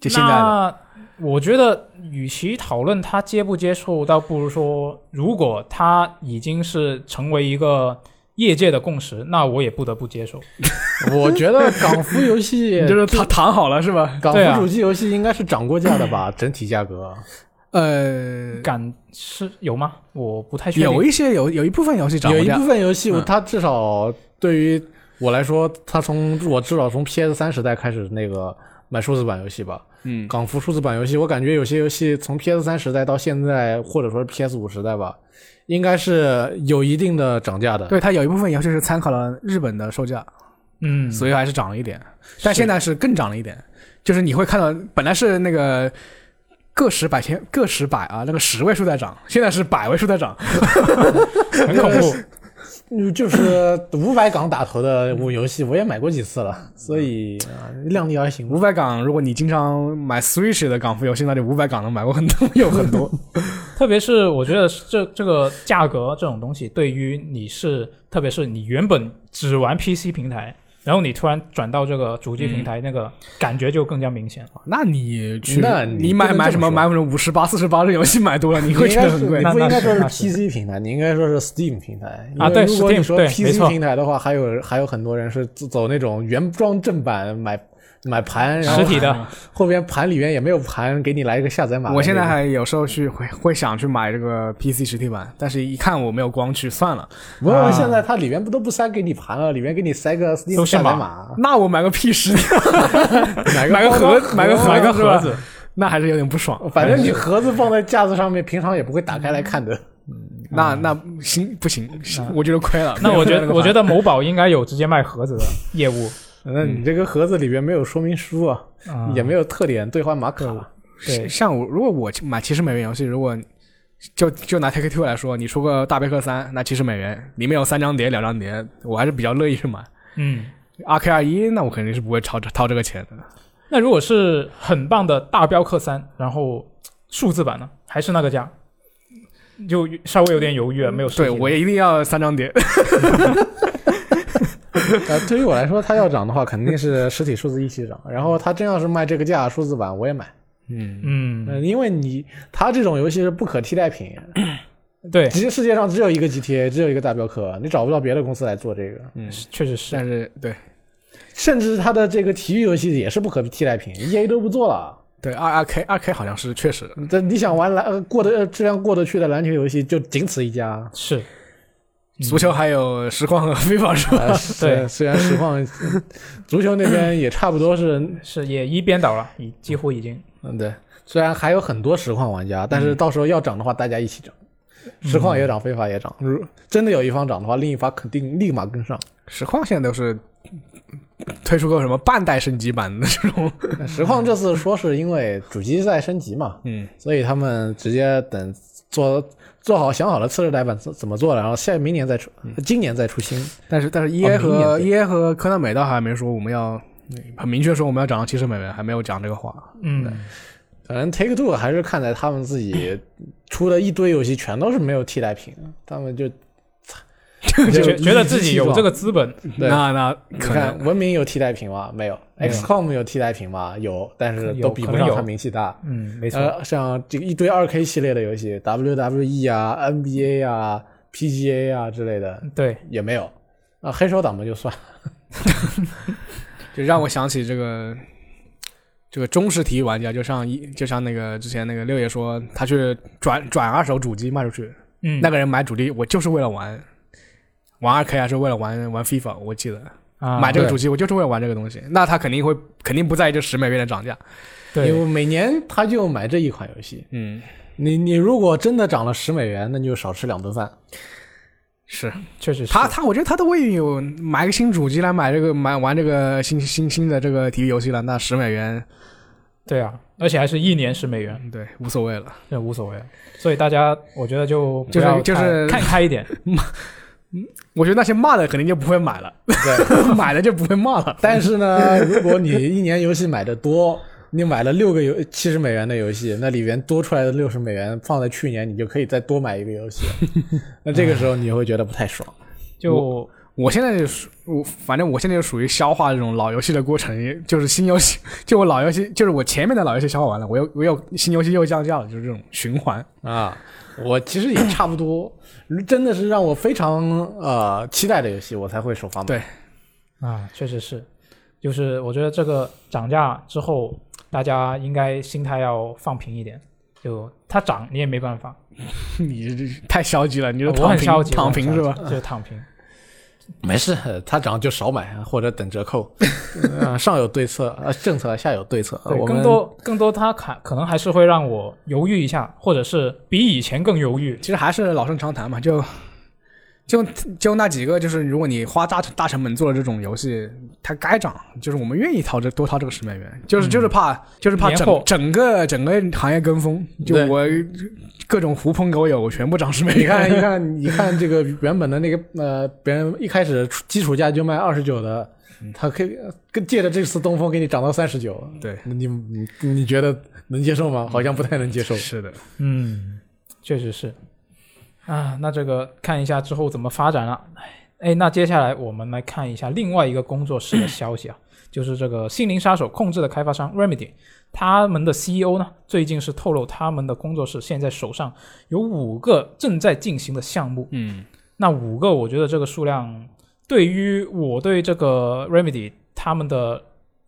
Speaker 2: 就现在的，
Speaker 1: 那我觉得，与其讨论他接不接受，倒不如说，如果他已经是成为一个业界的共识，那我也不得不接受。
Speaker 3: 我觉得港服游戏
Speaker 2: 就是他谈好了是吧？
Speaker 3: 港
Speaker 1: 对啊
Speaker 3: 服主机游戏应该是涨过价的吧？整体价格
Speaker 2: 呃，
Speaker 1: 敢是有吗？我不太确定。
Speaker 2: 有一些有有一部分游戏涨
Speaker 3: 有
Speaker 2: 过
Speaker 3: 一
Speaker 2: 价
Speaker 3: 部，分游戏
Speaker 2: 嗯，
Speaker 3: 它至少对于我来说，它从我至少从 PS 三时代开始那个买数字版游戏吧。
Speaker 2: 嗯，
Speaker 3: 港服数字版游戏，我感觉有些游戏从 PS 三时代到现在，或者说 PS 五时代吧，应该是有一定的涨价的。
Speaker 2: 对，它有一部分游戏是参考了日本的售价，
Speaker 1: 嗯，
Speaker 2: 所以还是涨了一点，但现在是更涨了一点。就是你会看到，本来是那个个十百千个十百啊，那个十位数在涨，现在是百位数在涨。
Speaker 1: 很恐怖。
Speaker 3: 嗯，就是五百港打头的五游戏，我也买过几次了，所以、啊量力而行吧。
Speaker 2: 五百港，如果你经常买 Switch 的港服游戏，那就五百港能买过很多， 有很多。
Speaker 1: 特别是我觉得这这个价格这种东西，对于你是，特别是你原本只玩 PC 平台，然后你突然转到这个主机平
Speaker 2: 嗯
Speaker 1: 台，那个感觉就更加明显。
Speaker 2: 那你去，
Speaker 3: 那你
Speaker 2: 你
Speaker 3: 不
Speaker 2: 买
Speaker 3: 能
Speaker 2: 买
Speaker 3: 这
Speaker 2: 什
Speaker 3: 么
Speaker 2: 么
Speaker 3: 说
Speaker 2: 买什么五十八、四十八这游戏买多了，你
Speaker 3: 你
Speaker 2: 会
Speaker 3: 应
Speaker 2: 觉
Speaker 3: 该
Speaker 2: 得
Speaker 3: 是
Speaker 2: 很贵。
Speaker 3: 你不应该说
Speaker 1: 那那是那
Speaker 3: PC 平台，你应该说是 Steam 平台
Speaker 1: 啊
Speaker 3: 因为
Speaker 1: 对
Speaker 3: 如果你
Speaker 1: Steam，
Speaker 3: 说
Speaker 1: 对没
Speaker 3: PC
Speaker 1: 错
Speaker 3: 平台的话，还有还有很多人是走那种原装正版买买盘，然后
Speaker 1: 实体的，
Speaker 3: 后边盘里面也没有盘，给你来一个下 载码。
Speaker 2: 我现在还有时候去会会想去买这个 PC 实体版，但是一看我没有光驱，算了。
Speaker 3: 不过现在它里面不都不塞给你盘了，里面给你塞个 Steam
Speaker 1: 都是
Speaker 3: 下
Speaker 1: 码
Speaker 3: 载码，
Speaker 2: 那我买个屁实体，
Speaker 3: 买
Speaker 2: 买个
Speaker 3: 包装
Speaker 2: 盒买个盒
Speaker 1: 买个
Speaker 2: 是
Speaker 1: 盒
Speaker 2: 吧
Speaker 1: 子，
Speaker 2: 那还是有点不爽。
Speaker 3: 反正你盒子放在架子上面，平常也不会打开来看的。
Speaker 2: 那那行不行？行我觉得亏了。
Speaker 1: 那我觉
Speaker 2: 亏了
Speaker 1: 得，
Speaker 2: 个
Speaker 1: 我觉
Speaker 2: 盘
Speaker 1: 得某宝应该有直接卖盒子的业 务。
Speaker 3: 那你这个盒子里边没有说明书啊，
Speaker 1: 啊
Speaker 3: 也没有特点兑换码卡。
Speaker 1: 对
Speaker 2: 像我如果我去买七十美元游戏，如果就就拿 Take Two 来说，你出个大镖客三，那七十美元里面有三张碟、两张碟，我还是比较乐意去买。
Speaker 1: 嗯，
Speaker 2: R K 二一，那我肯定是不会掏掏这个钱的。
Speaker 1: 那如果是很棒的大镖客三，然后数字版呢，还是那个价，就稍微有点犹豫啊了，没有实体
Speaker 2: 对
Speaker 1: 的。
Speaker 2: 我也一定要三张碟。
Speaker 3: 呃，对于我来说，它要涨的话，肯定是实体数字一起涨。然后它真要是卖这个价，数字版我也买。
Speaker 2: 嗯，
Speaker 1: 嗯，
Speaker 3: 嗯，因为你它这种游戏是不可替代品，
Speaker 1: 对，
Speaker 3: 其实世界上只有一个 GTA，只有一个大镖客，你找不到别的公司来做这个。
Speaker 1: 确实是
Speaker 2: 但是对
Speaker 3: 甚至它的这个体育游戏也是不可替代品，EA 都不做了。
Speaker 2: 对，R R K 二 K 好像是确实
Speaker 3: 这你想玩篮呃过得呃质量过得去的篮球游戏，就仅此一家。
Speaker 1: 是
Speaker 2: 足球还有实况和非法是吧？
Speaker 3: 呃，是
Speaker 1: 对
Speaker 3: 虽然实况足球那边也差不多是，
Speaker 1: 是也一边倒了，已几乎已经。
Speaker 3: 嗯，对，虽然还有很多实况玩家，但
Speaker 1: 嗯
Speaker 3: 是到时候要涨的话，大家一起涨，实况也涨，非法也涨。如真的有一方涨的话，另一方肯定立马跟上。
Speaker 2: 实况现在都是推出个什么半代升级版的这种。
Speaker 3: 实况这次说是因为主机在升级嘛，
Speaker 2: 嗯，
Speaker 3: 所以他们直接等做做好想好了次世代版怎怎么做了，然后下明年再出，
Speaker 1: 嗯
Speaker 3: 今年再出新。
Speaker 2: 但是但是 E A
Speaker 3: 哦明年
Speaker 2: 和
Speaker 3: 对
Speaker 2: E A 和科南美倒还没说我们要很明确说我们要涨到七十美元，还没有讲这个话。
Speaker 1: 嗯，
Speaker 3: 反正 Take Two 还是看在他们自己出的一堆游戏全都是没有替代品，他们 就就
Speaker 1: 觉觉得自己有这个
Speaker 3: 个。
Speaker 1: 资本，
Speaker 3: 对
Speaker 2: 那那
Speaker 3: 你
Speaker 2: 可
Speaker 3: 看
Speaker 2: 能，
Speaker 3: 文明有替代品吗？没有。
Speaker 1: 没有
Speaker 3: XCOM 有替代品吗？有，但是
Speaker 1: 有
Speaker 3: 都比
Speaker 1: 可
Speaker 3: 不
Speaker 1: 能
Speaker 3: 上
Speaker 1: 有
Speaker 3: 它名气大。
Speaker 1: 嗯，没错，
Speaker 3: 呃，像这个一堆二 K 系列的游戏，WWE 啊、NBA 啊、PGA 啊之类的
Speaker 1: 对，
Speaker 3: 也没有。啊、黑手党们就算了。
Speaker 2: 就让我想起这个这个中式体育玩家，就像一就像那个之前那个六爷说，他去转转二手主机卖出去，
Speaker 1: 嗯，
Speaker 2: 啊那个人买主力，我就是为了玩玩二 K 还是为了玩玩 FIFA，我记得
Speaker 1: 啊，
Speaker 2: 买这个
Speaker 3: 对
Speaker 2: 主机，我就是为了玩这个东西，那他肯定会肯定不在意这十美元的涨价。
Speaker 1: 对
Speaker 3: 因为每年他就买这一款游戏，
Speaker 2: 嗯，
Speaker 3: 你你如果真的涨了十美元，那你就少吃两顿饭。
Speaker 2: 是
Speaker 1: 确实是
Speaker 2: 他他，我觉得他都为有买个新主机来买这个买玩这个新新新的这个体育游戏了，那十美元
Speaker 1: 对啊，而且还是一年十美元，
Speaker 2: 对无所谓了。
Speaker 1: 这无所谓。啊所以大家我觉得就不
Speaker 2: 就是
Speaker 1: 要
Speaker 2: 就
Speaker 1: 太
Speaker 2: 是
Speaker 1: 看开 一点，
Speaker 2: 我觉得那些骂的肯定就不会买了，
Speaker 3: 对，
Speaker 2: 买了就不会骂了。
Speaker 3: 但是呢，如果你一年游戏买的多， 你买了六个游七十美元的游戏，那里面多出来的六十美元放在去年，你就可以再多买一个 游戏。那这个时候你会觉得不太爽。
Speaker 1: 就
Speaker 2: 我现在就是我反正我现在就属于消化这种老游戏的过程，也就是新游戏，就我老游戏，就是我前面的老游戏消化完了，我又我又新游戏又降价了，就是这种循环。
Speaker 3: 啊，我其实也差不多，真的是让我非常呃期待的游戏，我才会首发买。
Speaker 2: 对
Speaker 1: 啊，确实是，就是我觉得这个涨价之后，大家应该心态要放平一点，就它涨你也没办法，
Speaker 2: 你这太消极了，你就
Speaker 1: 哦我
Speaker 2: 躺
Speaker 1: 很消
Speaker 2: 平
Speaker 1: 极，
Speaker 2: 躺平是吧？
Speaker 1: 吧？就躺平。
Speaker 3: 没事，它涨就少买，或者等折 扣。呃上有对策，呃，政策下有对策。
Speaker 2: 呃
Speaker 1: 对，
Speaker 3: 我们
Speaker 1: 更多更多，它可可能还是会让我犹豫一下，或者是比以前更犹豫。
Speaker 2: 其实还是老生常谈嘛，就就就那几个，就是如果你花大大成本做了这种游戏，它该涨，就是我们愿意掏这多掏这个十美元，就是就是怕就是怕
Speaker 1: 嗯年
Speaker 2: 整
Speaker 1: 后
Speaker 2: 整个整个行业跟风，就
Speaker 3: 对
Speaker 2: 我各种狐朋狗友我全部涨十美
Speaker 3: 你
Speaker 2: 元，
Speaker 3: 看，你看，你看这个原本的那个呃，别人一开始出基础价就卖二十九的，他可以跟借着这次东风给你涨到三十九。
Speaker 2: 对，
Speaker 3: 你你你觉得能接受吗？好像不太能接受。
Speaker 2: 是的，
Speaker 1: 嗯，确实是。啊，那这个看一下之后怎么发展了。哎哎，那接下来我们来看一下另外一个工作室的消息啊，就是这个《心灵杀手》控制的开发商 Remedy，他们的 CEO 呢，最近是透露他们的工作室现在手上有五个正在进行的项目。
Speaker 2: 嗯，
Speaker 1: 那五个，我觉得这个数量对于我对这个 Remedy 他们的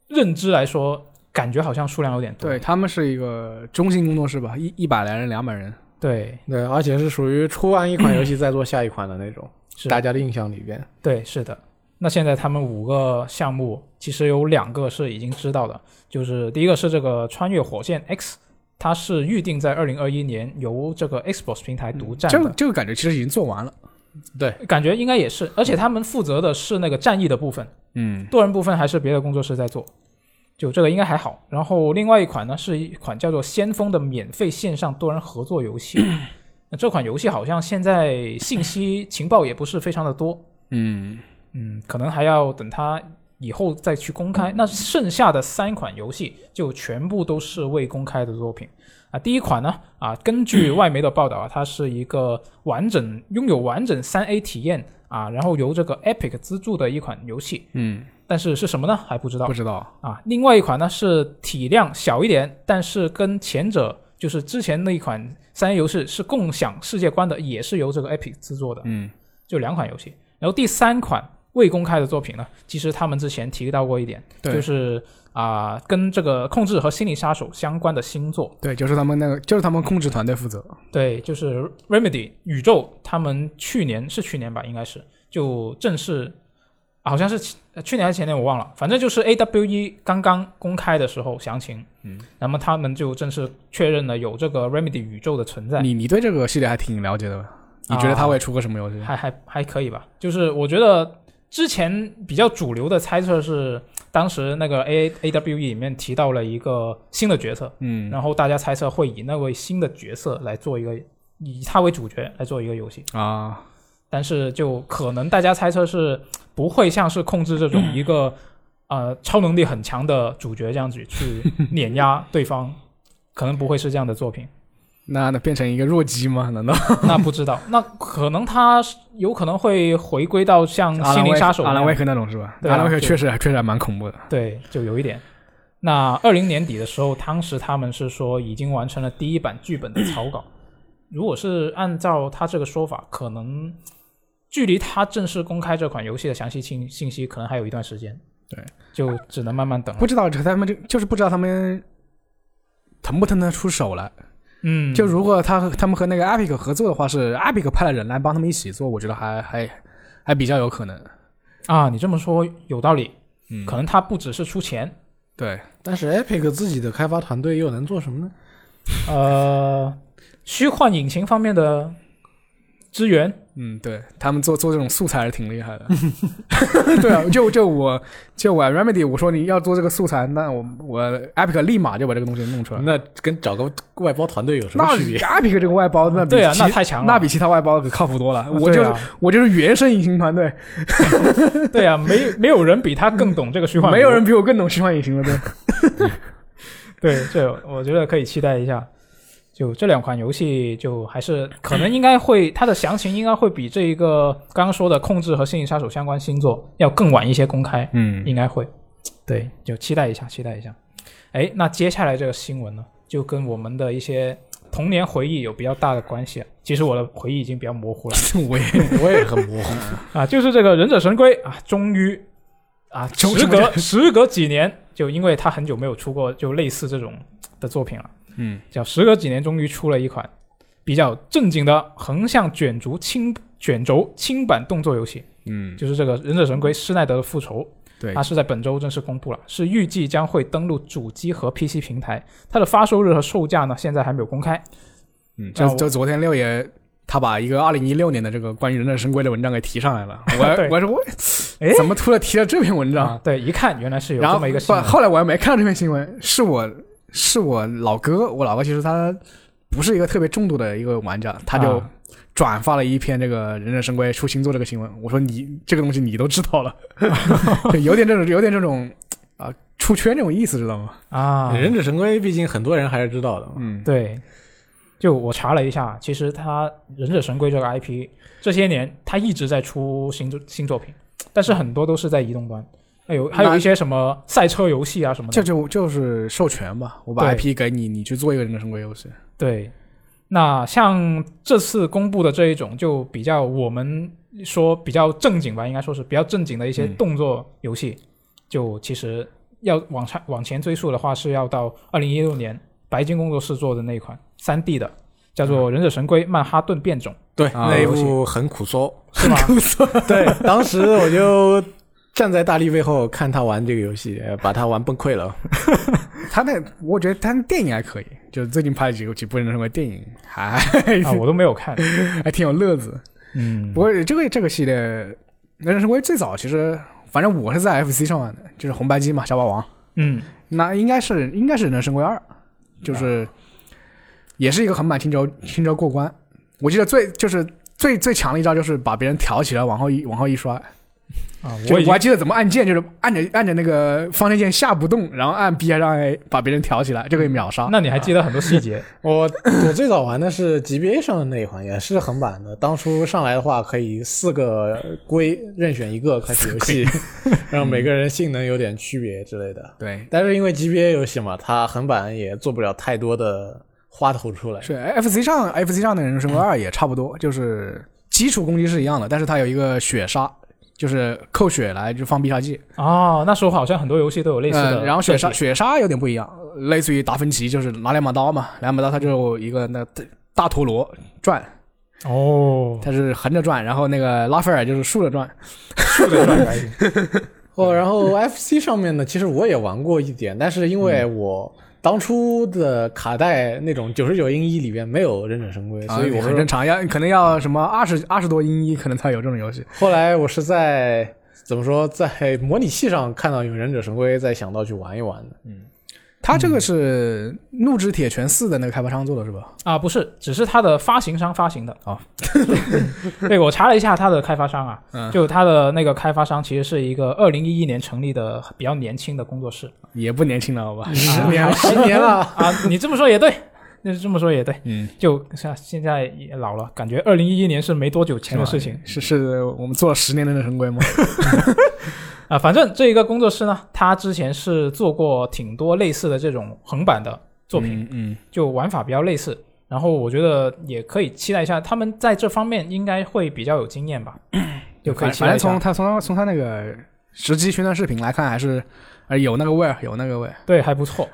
Speaker 1: 认知来说，感觉好像数量有点多。
Speaker 2: 对他们是一个中心工作室吧，一一百来人两百人，
Speaker 1: 对
Speaker 3: 对，而且是属于出完一款游戏再做下一款的那 种，
Speaker 1: 是
Speaker 3: 大家的印象里边。
Speaker 1: 对，是的。那现在他们五个项目其实有两个是已经知道的，就是第一个是这个《穿越火线 X》，它是预定在二零二一年由这个 Xbox 平台独占
Speaker 2: 嗯这
Speaker 1: 的。
Speaker 2: 个这个感觉其实已经做完了，
Speaker 1: 感觉应该也是，而且他们负责的是那个战役的部分，
Speaker 2: 嗯，
Speaker 1: 多人部分还是别的工作室在做，就这个应该还好。然后另外一款呢，是一款叫做《先锋》的免费线上多人合作游戏。那这款游戏好像现在信息情报也不是非常的多，
Speaker 2: 嗯，
Speaker 1: 嗯，可能还要等它以后再去公开。那剩下的三款游戏就全部都是未公开的作品啊。第一款呢，啊，根据外媒的报道啊，它是一个完整拥有完整三 A 体验啊，然后由这个 Epic 资助的一款游戏，
Speaker 2: 嗯，
Speaker 1: 但是是什么呢？还不知道
Speaker 2: 不。知道，
Speaker 1: 啊，另外一款呢是体量小一点，但是跟前者就是之前那一款三 A 游戏是共享世界观的，也是由这个 Epic 制作的，
Speaker 2: 嗯，
Speaker 1: 就两款游戏。然后第三款未公开的作品呢，其实他们之前提到过一点，
Speaker 2: 对
Speaker 1: 就是啊、跟这个控制和心理杀手相关的新作，
Speaker 2: 对，就是他们那个就是他们控制团队负责，
Speaker 1: 对，就是 Remedy 宇宙，他们去年是去年吧，应该是就正式，好像是前呃去年还是前年我忘了，反正就是 AWE 刚刚公开的时候详情，
Speaker 2: 嗯，
Speaker 1: 那么他们就正式确认了有这个 Remedy 宇宙的存在，
Speaker 2: 你你对这个系列还挺了解的吧？
Speaker 1: 啊
Speaker 2: 你觉得他会出个什么游戏？
Speaker 1: 还还还可以吧，就是我觉得之前比较主流的猜测是，当时那个 A A W E 里面提到了一个新的角色，
Speaker 2: 嗯
Speaker 1: 然后大家猜测会以那位新的角色来做一个，以他为主角来做一个游戏。
Speaker 2: 啊，
Speaker 1: 但是就可能大家猜测是不会像是控制这种一个、呃超能力很强的主角这样子 去碾压对方，可能不会是这样的作品。
Speaker 2: 那那变成一个弱鸡吗？难道
Speaker 1: 那不知道，那可能他是有可能会回归到像
Speaker 2: 阿
Speaker 1: 嗯心
Speaker 2: 兰
Speaker 1: 灵
Speaker 2: 威
Speaker 1: 杀手
Speaker 2: 阿
Speaker 1: 那
Speaker 2: 兰
Speaker 1: 样
Speaker 2: 威克那种是吧？
Speaker 1: 对啊
Speaker 2: 阿兰威克
Speaker 1: 就
Speaker 2: 确实还确实还蛮恐怖的。
Speaker 1: 对，就有一点。那二零年底的时候，当时他们是说已经完成了第一版剧本的草稿。如果是按照他这个说法，可能距离他正式公开这款游戏的详细信信息，可能还有一段时间。
Speaker 2: 对，
Speaker 1: 就只能慢慢等了。
Speaker 2: 不知道这他们这就是不知道他们腾不腾得出手来。
Speaker 1: 嗯，
Speaker 2: 就如果他和他们和那个 Epic 合作的话，是 Epic 派了人来帮他们一起做，我觉得还还还比较有可能。
Speaker 1: 啊，你这么说有道理，
Speaker 4: 嗯
Speaker 1: 可能他不只是出钱，
Speaker 2: 对，
Speaker 3: 但是 Epic 自己的开发团队又能做什么呢？
Speaker 1: 呃，虚幻引擎方面的资源，
Speaker 2: 嗯，对他们做做这种素材还是挺厉 害的。对啊，就就我就我 Remedy，我说你要做这个素材，那我我 Epic 立马就把这个东西弄出来。
Speaker 3: 那跟找个外包团队有什
Speaker 2: 那
Speaker 3: 么区别？
Speaker 2: Epic 这个外包，那比
Speaker 1: 对啊，
Speaker 2: 其
Speaker 1: 那太强了，
Speaker 2: 那比其他外包可靠谱多了。我
Speaker 1: 对
Speaker 2: 就是
Speaker 1: 啊
Speaker 2: 我就是原生隐形团队，
Speaker 1: 对啊，没没有人比他更懂这个虚幻，
Speaker 2: 没有人比我更懂虚幻隐形了。对，
Speaker 1: 对，这我觉得可以期待一下。就这两款游戏，就还是可能应该会它的详情应该会比这一个刚刚说的《控制》和《星际杀手》相关新作要更晚一些公开，
Speaker 2: 嗯，
Speaker 1: 应该会。对，就期待一下，期待一下。哎，那接下来这个新闻呢，就跟我们的一些童年回忆有比较大的关系了。其实我的回忆已经比较模糊了
Speaker 2: 我也
Speaker 3: 我也很模糊。
Speaker 1: 啊，就是这个《忍者神龟》啊，终于啊，
Speaker 2: 终
Speaker 1: 时隔时隔几年，就因为它很久没有出过就类似这种的作品了。
Speaker 2: 嗯
Speaker 1: 叫时隔几年终于出了一款比较正经的横向卷轴轻卷轴轻版动作游戏，
Speaker 2: 嗯，
Speaker 1: 就是这个《忍者神龟：施耐德的复仇》，
Speaker 2: 对
Speaker 1: 它是在本周正式公布了，是预计将会登陆主机和 PC 平台，它的发售日和售价呢现在还没有公开。
Speaker 2: 嗯，
Speaker 1: 啊
Speaker 2: 就
Speaker 1: 我
Speaker 2: 就昨天六爷他把一个二零一六年的这个关于忍者神龟的文章给提上来 了，我还
Speaker 1: 对
Speaker 2: 我还说我
Speaker 1: 哎
Speaker 2: 怎么突然提了这篇文章？
Speaker 1: 啊，对，一看原来是有
Speaker 2: 然
Speaker 1: 这
Speaker 2: 后
Speaker 1: 么一个新闻
Speaker 2: 不后来我还没看到这篇新闻，是我是我老哥，我老哥其实他不是一个特别重度的一个玩家，他就
Speaker 1: 啊
Speaker 2: 转发了一篇这个忍者神龟出新作这个新闻。我说你这个东西你都知 道了，对有点这种有点这种啊、出圈这种意思，知道吗？
Speaker 1: 啊，
Speaker 3: 忍者神龟毕竟很多人还是知道的嘛。
Speaker 2: 嗯，
Speaker 1: 对。就我查了一下，其实它《忍者神龟》这个 IP 这些年它一直在出新作新作品，但是很多都是在移动端，还有还有
Speaker 2: 那
Speaker 1: 一些什么赛车游戏啊什么的
Speaker 2: 这。就就是授权吧，我把
Speaker 1: 对
Speaker 2: IP 给你，你去做一个忍者神龟游戏。
Speaker 1: 对，那像这次公布的这一种，就比较我们说比较正经吧，应该说是比较正经的一些
Speaker 2: 嗯
Speaker 1: 动作游戏，就其实要往前往前追溯的话，是要到二零一六年白金工作室做的那一款三 D 的，叫做《忍者神龟：曼哈顿变种
Speaker 3: 对，
Speaker 2: 啊
Speaker 3: 那一
Speaker 1: 游戏
Speaker 3: 部很苦搜。》，
Speaker 1: 是 吗？
Speaker 3: 对，当时我就站在大力背后看他玩这个游戏，呃把他玩崩溃了。
Speaker 2: 他那我觉得他那电影还可以，就是最近拍了几个几部忍者神龟电影，还
Speaker 1: 啊，我都没有看。
Speaker 2: 还挺有乐子。
Speaker 1: 嗯
Speaker 2: 不，过这个这个系列《人生龟》最早其实，反正我是在 FC 上玩的，就是红白机嘛，小霸王。
Speaker 1: 嗯，
Speaker 2: 那应该是应该是《人生龟二》，就是也是一个横版轻轴轻轴过关。我记得最就是最最强的一招就是把别人挑起来，往后一往后一摔。
Speaker 1: 啊，
Speaker 2: 就
Speaker 1: 我已
Speaker 2: 我还
Speaker 1: 经
Speaker 2: 记得怎么按键，就是按着按着那个方向键下不动，然后按 B 还是按 A 把别人挑起来，就可以秒杀。
Speaker 1: 那你还记得很多细节
Speaker 3: 我我最早玩的是 GBA 上的那一款，也是横版的。当初上来的话，可以四个龟任选一个开始游戏， 让每个人性能有点区别之类的。
Speaker 2: 对，
Speaker 3: 但是因为 GBA 游戏嘛，它横版也做不了太多的花头出来。
Speaker 2: 是 FC 上 FC 上的《人生龟二》也差不多，就是基础攻击是一样的，但是它有一个血杀，就是扣血来就放必杀技。
Speaker 1: 哦，那时候好像很多游戏都有类似的设
Speaker 2: 嗯，
Speaker 1: 计。
Speaker 2: 然后血杀血杀有点不一样，类似于达芬奇，就是拿两把刀嘛，两把刀它就有一个那大大陀螺转，
Speaker 1: 哦，
Speaker 2: 它是横着转，然后那个拉斐尔就是竖着转。
Speaker 1: 是的，是的
Speaker 3: 哦，然后 FC 上面呢，其实我也玩过一点，但是因为
Speaker 2: 嗯
Speaker 3: 我当初的卡带那种九十九英一里边没有忍者神龟，所以我
Speaker 2: 啊很正常，要可能要什么二十二十多英一可能才有这种游戏。
Speaker 3: 后来我是在怎么说，在模拟器上看到有忍者神龟，再想到去玩一玩的。
Speaker 2: 它这个是《怒之铁拳四》的那个开发商做的是吧？
Speaker 1: 啊，不是，只是它的发行商发行的
Speaker 2: 哦。
Speaker 1: 对，我查了一下它的开发商啊，
Speaker 2: 嗯
Speaker 1: 就它的那个开发商其实是一个二零一一年成立的比较年轻的工作 室，
Speaker 2: 也不年轻了，好吧，
Speaker 1: 十
Speaker 2: 年了，十年了。
Speaker 1: 啊，你这么说也对，那这么说也对，
Speaker 2: 嗯，
Speaker 1: 就像现在也老了，感觉二零一一年是没多久前的事情
Speaker 2: 是是我们做了十年的忍者神龟吗？
Speaker 1: 啊。反正这一个工作室呢，它之前是做过挺多类似的这种横版的作品，
Speaker 2: 嗯，
Speaker 1: 就玩法比较类似。然后我觉得也可以期待一下，他们在这方面应该会比较有经验吧， 就可以
Speaker 2: 嗯反
Speaker 1: 期
Speaker 2: 反
Speaker 1: 待
Speaker 2: 正
Speaker 1: 一下
Speaker 2: 从。他从他从他那个实际宣传视频来看，还是呃有那个味儿，有那个味儿。
Speaker 1: 对，还不错。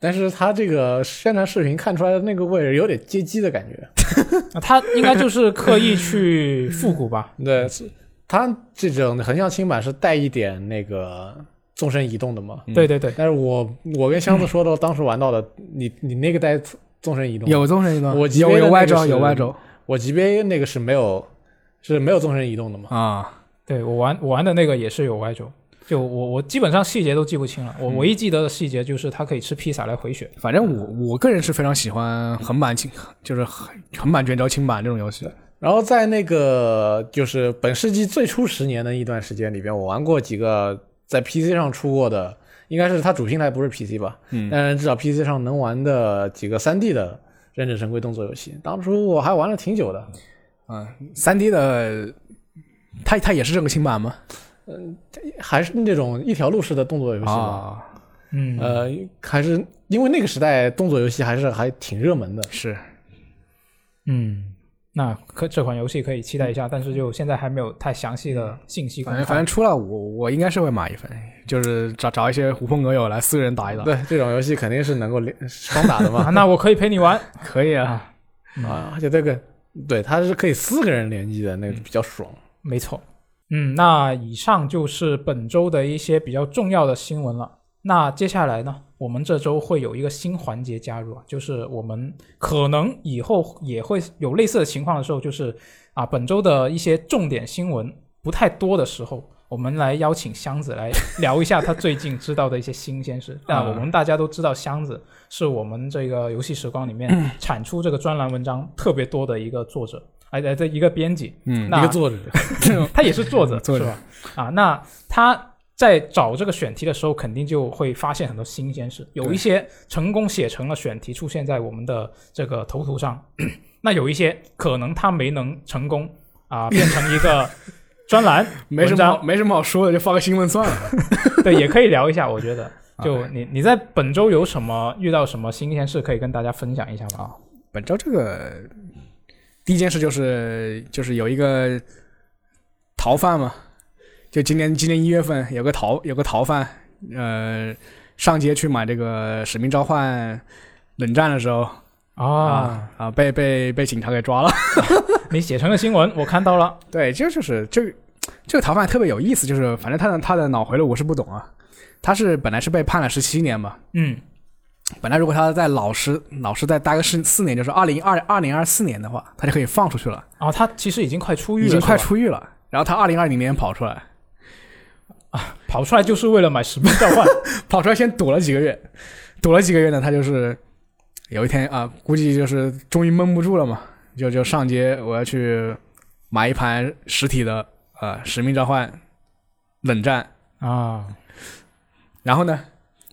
Speaker 3: 但是它这个宣传视频看出来的那个味儿有点街机的感觉，
Speaker 1: 那他应该就是刻意去复古吧？
Speaker 2: 嗯
Speaker 3: 对，是它这种横向清版是带一点那个纵深移动的
Speaker 2: 嗯
Speaker 3: 嘛。
Speaker 1: 对对对，
Speaker 3: 但是我我跟箱子说的，当时玩到的，你你那个带纵深移动，
Speaker 2: 有纵深移动，
Speaker 3: 我级别
Speaker 2: 有
Speaker 3: 的
Speaker 2: 有
Speaker 3: 那
Speaker 2: 外
Speaker 3: 个
Speaker 2: 轴，
Speaker 3: 是
Speaker 2: 有外轴
Speaker 3: 我 GBA 那个是没有是没有纵深移动的嘛。
Speaker 2: 啊，
Speaker 1: 对我玩我玩的那个也是有歪轴，就我我基本上细节都记不清了，
Speaker 2: 嗯
Speaker 1: 我唯一记得的细节就是它可以吃披萨来回血。
Speaker 2: 反正我我个人是非常喜欢横版轻，就是横横版卷轴轻版这种游戏。
Speaker 3: 然后在那个就是本世纪最初十年的一段时间里边，我玩过几个在 PC 上出过的，应该是它主平台不是 PC 吧，嗯，但是至少 PC 上能玩的几个 3D 的忍者神龟动作游戏，当初我还玩了挺久的，
Speaker 2: 嗯，三 D 的，它它也是这个轻版吗？
Speaker 3: 还是那种一条路式的动作游戏吧，
Speaker 2: 啊，
Speaker 1: 嗯，
Speaker 3: 呃，还是因为那个时代动作游戏还是还挺热门的，
Speaker 2: 是
Speaker 1: 嗯，那可这款游戏可以期待一下，但是就现在还没有太详细的信息公
Speaker 2: 反正
Speaker 1: 开。
Speaker 2: 反正出了我我应该是会买一份，就是找找一些狐朋狗友来四个人打一打。
Speaker 3: 对，这种游戏肯定是能够连双打的嘛
Speaker 1: 啊，，那我可以陪你玩。
Speaker 2: 可以啊，
Speaker 3: 啊，而且这个对它是可以四个人联机的，那个比较爽。
Speaker 1: 没错，嗯，那以上就是本周的一些比较重要的新闻了。那接下来呢，我们这周会有一个新环节加入啊，就是我们可能以后也会有类似的情况的时候，就是啊，本周的一些重点新闻不太多的时候，我们来邀请箱子来聊一下他最近知道的一些新鲜事。那我们大家都知道，箱子是我们这个游戏时光里面产出这个专栏文章特别多的一个作者，哎，这一个编辑。
Speaker 2: 嗯，
Speaker 1: 那
Speaker 3: 一个作者，
Speaker 1: 他也是作 者，
Speaker 2: 作者
Speaker 1: 是吧？啊，那他在找这个选题的时候，肯定就会发现很多新鲜事，有一些成功写成了选题，出现在我们的这个头图上。 那有一些可能他没能成功啊、变成一个专栏
Speaker 2: 没什
Speaker 1: 文
Speaker 2: 么
Speaker 1: 章
Speaker 2: 好没什么好说的，就发个新闻算了。
Speaker 1: 对，也可以聊一下。我觉 得，就
Speaker 2: OK
Speaker 1: 你你在本周有什么遇到什么新鲜事可以跟大家分享一下吗？
Speaker 2: 本周这个第一件事就是就是有一个逃犯嘛，就今年今年一月份有个逃有个逃犯，呃，上街去买这个《使命召唤》冷战的时候
Speaker 1: 啊，
Speaker 2: 啊啊被被被警察给抓了。
Speaker 1: 你写成了新闻，我看到了。
Speaker 2: 对，这就是这个这个逃犯特别有意思，就是反正他的他的脑回路我是不懂啊。他是本来是被判了十七年嘛，
Speaker 1: 嗯
Speaker 2: 本来如果他在老实老实再待个四四年，就是二零二二零二四年的话，他就可以放出去了，
Speaker 1: 啊，他其实已经快出狱了，
Speaker 2: 已经快
Speaker 1: 是吧
Speaker 2: 出狱了。然后他二零二零年跑出来，
Speaker 1: 跑出来就是为了买《使命召唤》
Speaker 2: 跑出来先躲了几个月，躲了几个月呢，他就是有一天啊，估计就是终于闷不住了嘛，就就上街，我要去买一盘实体的呃《使命召唤》冷战
Speaker 1: 啊。
Speaker 2: 然后呢，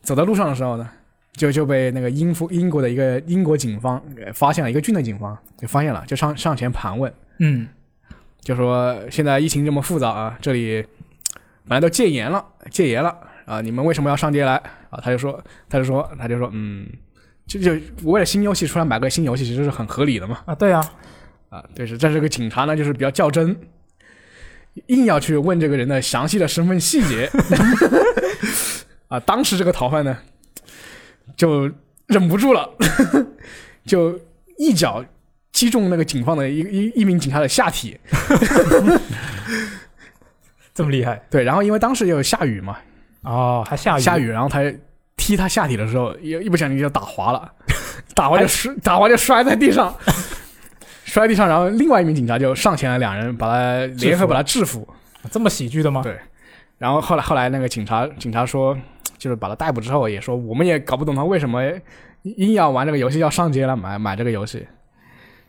Speaker 2: 走到路上的时候呢，就就被那个英夫英国的一个英国警方呃发现了，一个郡的警方就发现了，就上上前盘问，
Speaker 1: 嗯
Speaker 2: 就说现在疫情这么复杂啊，这里本来都戒严了，戒严了啊，你们为什么要上街来啊？他就说，他就说，他就说，嗯，就就为了新游戏出来买个新游戏，其实是很合理的嘛。
Speaker 1: 啊，对啊，
Speaker 2: 啊，对是，但是这个警察呢，就是比较较真，硬要去问这个人的详细的身份细节。 啊，当时这个逃犯呢，就忍不住了， 就一脚击中那个警方的一一一名警察的下体。
Speaker 1: 这么厉害
Speaker 2: 对，然后因为当时也有下雨嘛，
Speaker 1: 哦，还下雨，
Speaker 2: 下雨，然后他踢他下体的时候，一一不小心就打滑了，打滑就摔，打滑就摔在地上， 摔在地上，然后另外一名警察就上前来，两人把他
Speaker 1: 制
Speaker 2: 联合
Speaker 1: 服
Speaker 2: 把他制服。
Speaker 1: 啊这么喜剧的吗？
Speaker 2: 对然后后来后来那个警察警察说，就是把他逮捕之后也说，我们也搞不懂他为什么硬要玩这个游戏，要上街来买买这个游戏。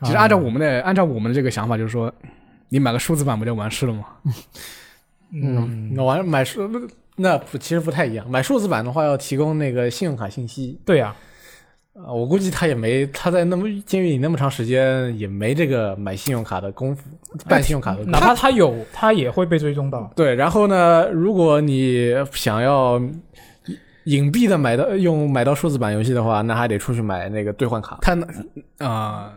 Speaker 2: 其实按照我们的、按照我们的这个想法，就是说，你买个数字版不就完事了吗？
Speaker 1: 嗯，
Speaker 3: 那玩意儿买数那不其实不太一样，买数字版的话要提供那个信用卡信息，
Speaker 1: 对呀、
Speaker 3: 啊，我估计他也没他在那么监狱里那么长时间也没这个买信用卡的功夫，办信用卡的
Speaker 2: 呃
Speaker 3: 功
Speaker 1: 哪
Speaker 3: 夫。
Speaker 1: 怕他有，他也会被追踪
Speaker 2: 嗯
Speaker 1: 到。
Speaker 3: 对，然后呢，如果你想要隐蔽的买到用买到数字版游戏的话，那还得出去买那个兑换卡。
Speaker 2: 他呢啊、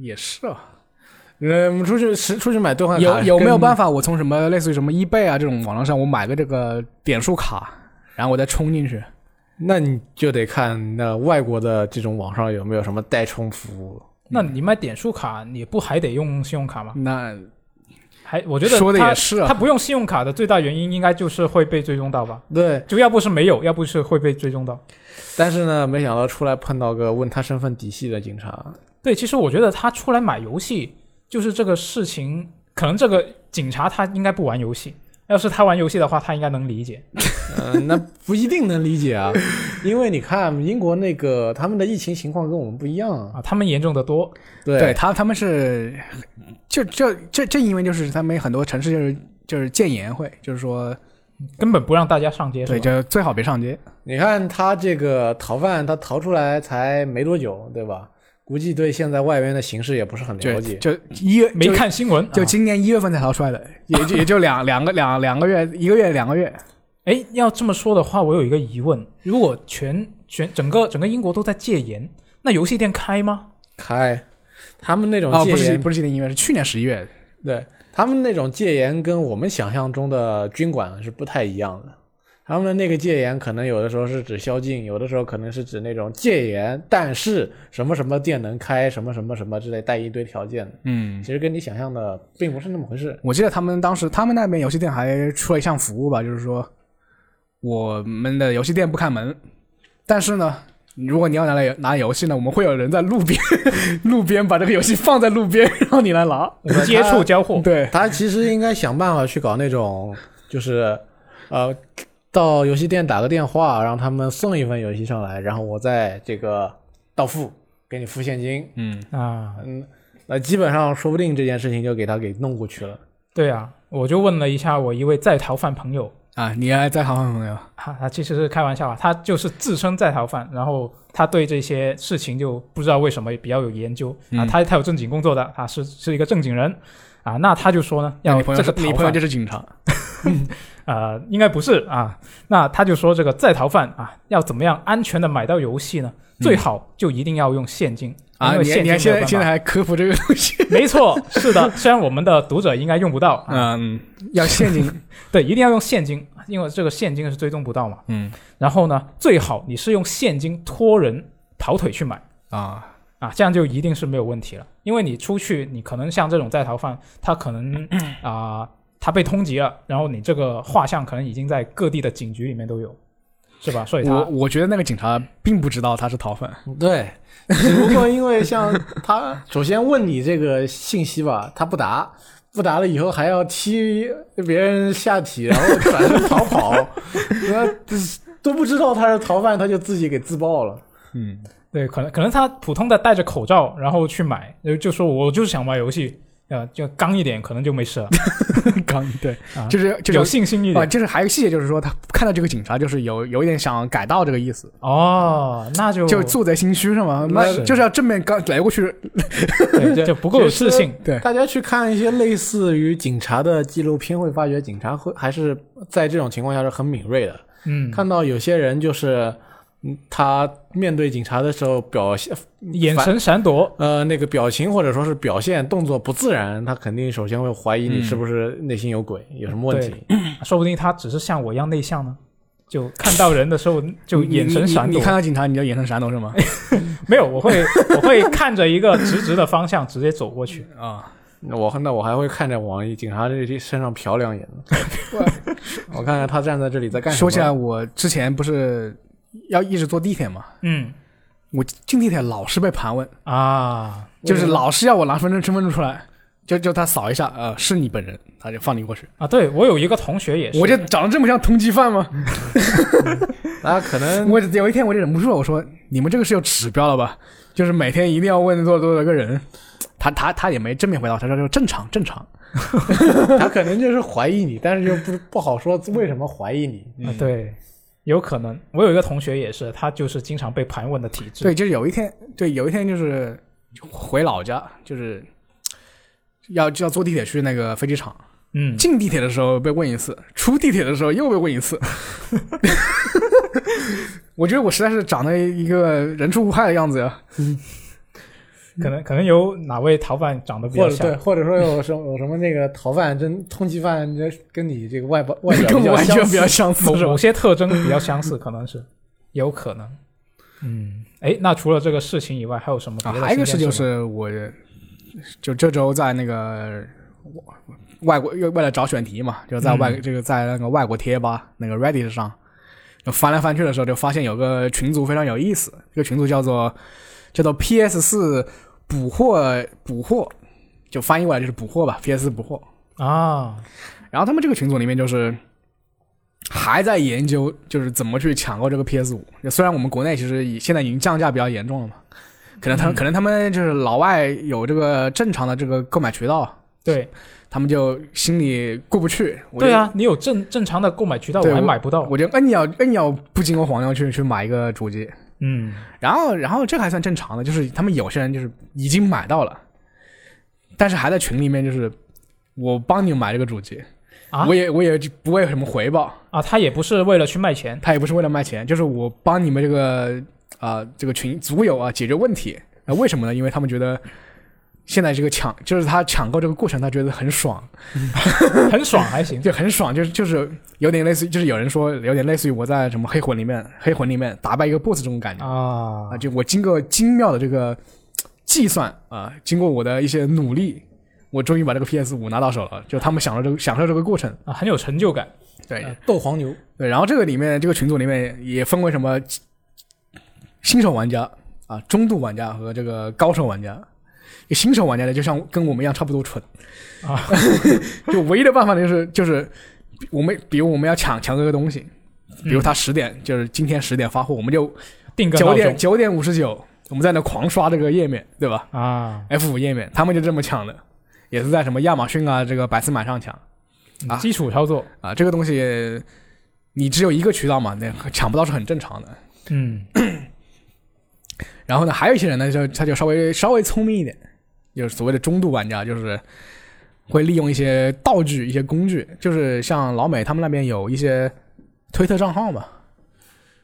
Speaker 2: 也是啊，
Speaker 3: 嗯，出去是出去买兑换卡
Speaker 2: 有有没有办
Speaker 3: 法？
Speaker 2: 法？我从什么类似于什么 eBay 啊这种网络上，我买个这个点数卡，然后我再充进去。
Speaker 3: 那你就得看那外国的这种网上有没有什么代充服务。
Speaker 1: 那你买点数卡，你不还得用信用卡吗？
Speaker 2: 那
Speaker 1: 还我觉得
Speaker 2: 说的
Speaker 1: 他
Speaker 2: 也是啊
Speaker 1: 他不用信用卡的最大原因应该就是会被追踪到吧？
Speaker 3: 对，
Speaker 1: 就要不是没有，要不是会被追踪到。
Speaker 3: 但是呢，没想到出来碰到个问他身份底细的警察，
Speaker 1: 对，其实我觉得他出来买游戏，就是这个事情，可能这个警察他应该不玩游戏，要是他玩游戏的话，他应该能理解。
Speaker 3: 嗯、那不一定能理解啊， 因为你看英国那个他们的疫情情况跟我们不一样啊，
Speaker 1: 啊，他们严重的多。
Speaker 3: 对
Speaker 2: 对他他们是，就就这正因为就是他们很多城市就是就是建言会，就是说
Speaker 1: 根本不让大家上街，
Speaker 2: 对，
Speaker 1: 是吧
Speaker 2: 就最好别上街。
Speaker 3: 你看他这个逃犯，他逃出来才没多久，对吧？估计对现在外边的形势也不是很
Speaker 2: 就
Speaker 3: 了解。
Speaker 2: 就一月
Speaker 1: 没
Speaker 2: 就
Speaker 1: 看新闻。
Speaker 2: 就
Speaker 1: 啊
Speaker 2: 今年一月份才逃出来的，也就也就两两个两两个月，一个月两个月。
Speaker 1: 哎，要这么说的话，我有一个疑问：如果全全整个整个英国都在戒严，那游戏店开吗？
Speaker 3: 开，他们那种
Speaker 2: 哦，
Speaker 3: 戒
Speaker 2: 不是
Speaker 3: 严，
Speaker 2: 不是今年一月，是去年十一月。
Speaker 3: 对他们那种戒严跟我们想象中的军管是不太一样的。他们的那个戒严可能有的时候是指宵禁，有的时候可能是指那种戒严，但是什么什么店能开，什么什么什么之类带一堆条件的，
Speaker 2: 嗯，
Speaker 3: 其实跟你想象的并不是那么回事。
Speaker 2: 我记得他们当时他们那边游戏店还出了一项服务吧，就是说我们的游戏店不开门，但是呢。如果你要拿来拿游戏呢，我们会有人在路边， 路边把这个游戏放在路边，然后你来拿。
Speaker 1: 无接触交互，
Speaker 2: 对，
Speaker 3: 他其实应该想办法去搞那种，就是，呃，到游戏店打个电话，让他们送一份游戏上来，然后我再这个到付，给你付现金。
Speaker 2: 嗯，
Speaker 1: 啊，
Speaker 3: 嗯，那基本上说不定这件事情就给他给弄过去了。
Speaker 1: 对啊，我就问了一下我一位在逃犯朋友，
Speaker 2: 啊，你还在航班朋友？
Speaker 1: 啊，他其实是开玩笑啊，他就是自称在逃犯，然后他对这些事情就不知道为什么比较有研究啊，
Speaker 2: 嗯
Speaker 1: 他他有正经工作的啊，是是一个正经人啊，那他就说呢，要
Speaker 2: 你朋友
Speaker 1: 这
Speaker 2: 是
Speaker 1: 个
Speaker 2: 你
Speaker 1: 逃
Speaker 2: 朋友
Speaker 1: 犯
Speaker 2: 就是警察
Speaker 1: 啊，应该不是啊，那他就说这个在逃犯啊，要怎么样安全的买到游戏呢？最好就一定要用现金
Speaker 2: 嗯啊！
Speaker 1: 因为
Speaker 2: 你还
Speaker 1: 现金没有
Speaker 2: 你还现在
Speaker 1: 办
Speaker 2: 现在
Speaker 1: 法
Speaker 2: 还科普这个东西？
Speaker 1: 没错，是的，虽然我们的读者应该用不到啊，
Speaker 2: 嗯，要现金。
Speaker 1: 对，一定要用现金，因为这个现金是追踪不到嘛。
Speaker 2: 嗯
Speaker 1: 然后呢，最好你是用现金托人跑腿去买。
Speaker 2: 啊，
Speaker 1: 啊，这样就一定是没有问题了，因为你出去，你可能像这种在逃犯，他可 能啊、他被通缉了，然后你这个画像可能已经在各地的警局里面都有，是吧？所以
Speaker 2: 我
Speaker 1: 他
Speaker 2: 我觉得那个警察并不知道他是逃犯。
Speaker 3: 对，只不过因为像 他首先问你这个信息吧，他不答，不答了以后还要踢别人下体，然后转身逃 跑，那都不知道他是逃犯，他就自己给自爆了。
Speaker 2: 嗯，
Speaker 1: 对，可能可能他普通的戴着口罩，然后去买，就就说我就是想玩游戏，呃，就刚一点，可能就没事了，
Speaker 2: 刚对
Speaker 1: 啊，
Speaker 2: 就是就
Speaker 1: 有
Speaker 2: 是
Speaker 1: 信心一
Speaker 2: 啊，
Speaker 1: 点。
Speaker 2: 就是还有个细节，就是说他看到这个警察，就是有有一点想改道这个意思，
Speaker 1: 哦，那就
Speaker 2: 就做贼心虚是吗？
Speaker 3: 那
Speaker 2: 那
Speaker 3: 是
Speaker 2: 就是要正面刚来过去。
Speaker 1: 对就不够 有自信。
Speaker 2: 对
Speaker 3: 大家去看一些类似于警察的纪录片，会发觉警察会还是在这种情况下是很敏锐的。
Speaker 1: 嗯，
Speaker 3: 看到有些人就是，嗯，他面对警察的时候表现
Speaker 1: 眼神闪躲，
Speaker 3: 呃，那个表情或者说是表现动作不自然，他肯定首先会怀疑你是不是内心有鬼，有什么问题？
Speaker 1: 说不定他只是像我一样内向呢。就看到人的时候，就眼神闪躲。
Speaker 2: 你你你看到警察，你就眼神闪躲是吗？
Speaker 1: 没有，我会我会看着一个直直的方向直接走过去。
Speaker 2: 啊，
Speaker 3: 那我那我还会看着往警察这这身上瞟两眼 呢，我看看他站在这里在干什么。
Speaker 2: 说起来，我之前不是要一直坐地铁嘛，
Speaker 1: 嗯
Speaker 2: 我进地铁老是被盘问。
Speaker 1: 啊，
Speaker 2: 就是老是要我拿身份证身份证出来，就就他扫一下，呃，是你本人，他就放你过去。
Speaker 1: 啊，对我有一个同学也是，
Speaker 2: 我就长得这么像通缉犯吗？
Speaker 3: 啊，可能
Speaker 2: 我有一天我就忍不住了，我说你们这个是有指标了吧？就是每天一定要问多少多少个人。他他他也没正面回答我，他说就正常正常。
Speaker 3: 他可能就是怀疑你，但是又不不好说为什么怀疑你。
Speaker 2: 嗯
Speaker 1: 啊对，有可能我有一个同学也是，他就是经常被盘问的体质。
Speaker 2: 对，就是有一天，对，有一天就是回老家，就是要就要坐地铁去那个飞机场。
Speaker 1: 嗯，
Speaker 2: 进地铁的时候被问一次，出地铁的时候又被问一次。 我觉得我实在是长得一个人畜无害的样子呀。
Speaker 1: 可能可能有哪位逃犯长得比
Speaker 3: 或
Speaker 1: 较
Speaker 3: 者对，
Speaker 1: 像，
Speaker 3: 或者说有什么有什么那个逃犯真通缉犯，这跟你这个外表外表
Speaker 2: 跟
Speaker 3: 比
Speaker 2: 我
Speaker 3: 较
Speaker 2: 完
Speaker 3: 相
Speaker 2: 全比
Speaker 3: 似
Speaker 2: 较，相似
Speaker 1: 某
Speaker 2: 是吧
Speaker 1: 某？些特征比较相 似，可能是有可能。嗯，哎，那除了这个事情以外，还有什么别
Speaker 2: 啊，
Speaker 1: 的？
Speaker 2: 还有一个事就是我，就这周在那个外国为为了找选题嘛，就在
Speaker 1: 嗯
Speaker 2: 外、这个在那个外国贴吧那个 Reddit 上，就翻来翻去的时候，就发现有个群组非常有意思，这个群组叫做叫做 PS 四补货补货，就翻译过来就是补货吧，PS 补货。
Speaker 1: 啊，
Speaker 2: 然后他们这个群组里面就是还在研究，就是怎么去抢购这个 PS 五。虽然我们国内其实已现在已经降价比较严重了嘛，可能他
Speaker 1: 嗯
Speaker 2: 们、可能他们就是老外有这个正常的这个购买渠道，
Speaker 1: 对
Speaker 2: 他们就心里过不去。我就
Speaker 1: 对，啊，你有正正常的购买渠道，
Speaker 2: 对
Speaker 1: 我还
Speaker 2: 我
Speaker 1: 买不到。
Speaker 2: 我就摁咬摁咬不经过黄牛去去买一个主机。
Speaker 1: 嗯，
Speaker 2: 然后然后这个还算正常的，就是他们有些人就是已经买到了，但是还在群里面就是我帮你买这个主机。
Speaker 1: 啊
Speaker 2: 我也我也不会有什么回报，
Speaker 1: 啊，他也不是为了去卖 钱，
Speaker 2: 他也不是为了卖钱，就是我帮你们这个啊、呃这个群组友啊解决问题。那、为什么呢？因为他们觉得现在这个抢，就是他抢购这个过程，他觉得很爽，
Speaker 1: 很爽还行。
Speaker 2: 就很爽，就是就是有点类似于，就是有人说有点类似于我在什么黑魂里面黑魂里面打败一个 BOSS 这种感觉
Speaker 1: 啊
Speaker 2: 啊，就我经过精妙的这个计算啊，经过我的一些努力。我终于把这个 PS 五拿到手了，就他们享受这个享受这个过程，
Speaker 1: 啊，很有成就感。
Speaker 2: 对，
Speaker 3: 呃斗黄牛，
Speaker 2: 对，然后这个里面这个群组里面也分为什么新手玩家啊、中度玩家和这个高手玩家。新手玩家呢，就像跟我们一样差不多蠢
Speaker 1: 啊，
Speaker 2: 就唯一的办法就是就是我们比如我们要抢抢这个东西，比如他十点、就是今天十点发货，我们就
Speaker 1: 定嗯个
Speaker 2: 九
Speaker 1: 闹
Speaker 2: 点
Speaker 1: 钟
Speaker 2: 九点五十九，我们在那狂刷这个页面，对吧
Speaker 1: 啊，
Speaker 2: ？F 五页面，他们就这么抢的，也是在什么亚马逊啊这个百思买上抢。啊
Speaker 1: 基础操作。
Speaker 2: 啊，这个东西你只有一个渠道嘛，那抢不到是很正常的。
Speaker 1: 嗯
Speaker 2: 然后呢，还有一些人呢，就他就稍微稍微聪明一点，就是所谓的中度玩家，就是会利用一些道具、一些工具，就是像老美他们那边有一些推特账号嘛，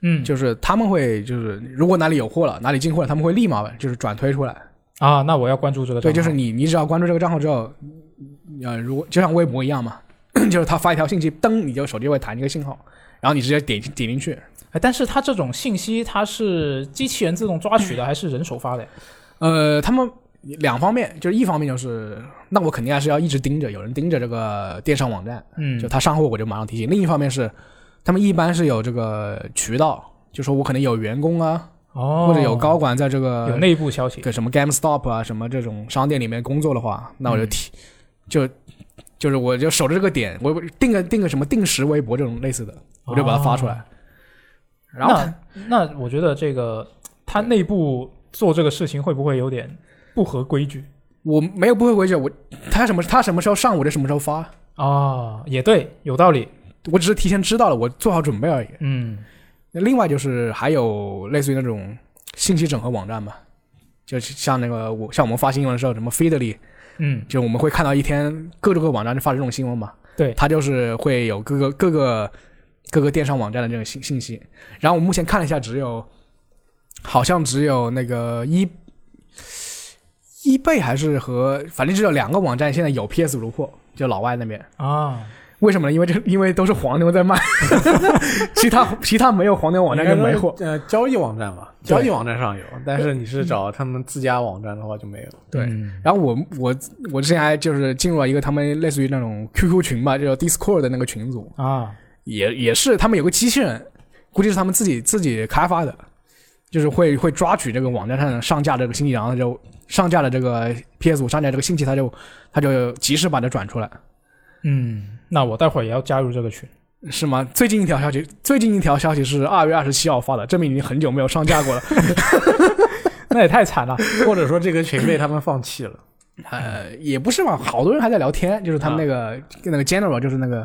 Speaker 1: 嗯，
Speaker 2: 就是他们会就是如果哪里有货了，哪里进货了，他们会立马就是转推出来。
Speaker 1: 啊，那我要关注这个账
Speaker 2: 对，
Speaker 1: 号。
Speaker 2: 就是你你只要关注这个账号之后，呃，如果就像微博一样嘛， 就是他发一条信息，噔，你就手机会弹一个信号，然后你直接点点进去，
Speaker 1: 哎，但是它这种信息它是机器人自动抓 取的，还是人手发的呀？
Speaker 2: 呃，他们两方面，就是一方面就是，那我肯定还是要一直盯着，有人盯着这个电商网站，
Speaker 1: 嗯
Speaker 2: 就他上货我就马上提醒。另一方面是，他们一般是有这个渠道，就说我可能有员工啊，
Speaker 1: 哦，
Speaker 2: 或者有高管在这个
Speaker 1: 有内部消息
Speaker 2: 对什么 GameStop 啊什么这种商店里面工作的话，
Speaker 1: 嗯
Speaker 2: 那我就提、就。就是我就守着这个点，我我定个定个什么定时微博这种类似的，我就把它发出来。
Speaker 1: 哦
Speaker 2: 然后
Speaker 1: 那那我觉得这个它内部做这个事情会不会有点不合规矩
Speaker 2: 我没有不会回去，我他什么他什么时候上我就什么时候发，
Speaker 1: 啊？也对，有道理。
Speaker 2: 我只是提前知道了，我做好准备而已。
Speaker 1: 嗯
Speaker 2: 那另外就是还有类似于那种信息整合网站嘛，就是像那个我像我们发新闻的时候，什么 Feedly，
Speaker 1: 嗯，
Speaker 2: 就我们会看到一天各种各个网站就发这种新闻嘛。
Speaker 1: 对
Speaker 2: 它就是会有各个各个各个电商网站的这种信信息。然后我目前看了一下，只有好像只有那个一。一倍还是和反正只有两个网站现在有 PS 如货，就老外那边，
Speaker 1: 啊，
Speaker 2: 为什么呢？因为这因为都是黄牛在卖， 其他其他没有黄牛网站就没货。
Speaker 3: 呃，交易网站吧，交易网站上有，但是你是找他们自家网站的话就没有。
Speaker 2: 对
Speaker 1: 嗯
Speaker 2: 然后我我我之前还就是进入了一个他们类似于那种 QQ 群吧，叫 Discord 的那个群组，
Speaker 1: 啊，
Speaker 2: 也也是他们有个机器人，估计是他们自己自己开发的，就是会会抓取这个网站上上架这个信息，然后就上架的这个 PS 五上架这个信息，他就他就及时把它转出来，
Speaker 1: 嗯，那我待会儿也要加入这 个群。
Speaker 2: 是吗？最近一条消息，最近一条消息是二月二十七号发的，证明已经很久没有上架过了。
Speaker 1: 那也太惨了。
Speaker 3: 或者说这个群被他们放弃了。
Speaker 2: 呃，也不是嘛，好多人还在聊天，就是他们那个、那个 general，就是那个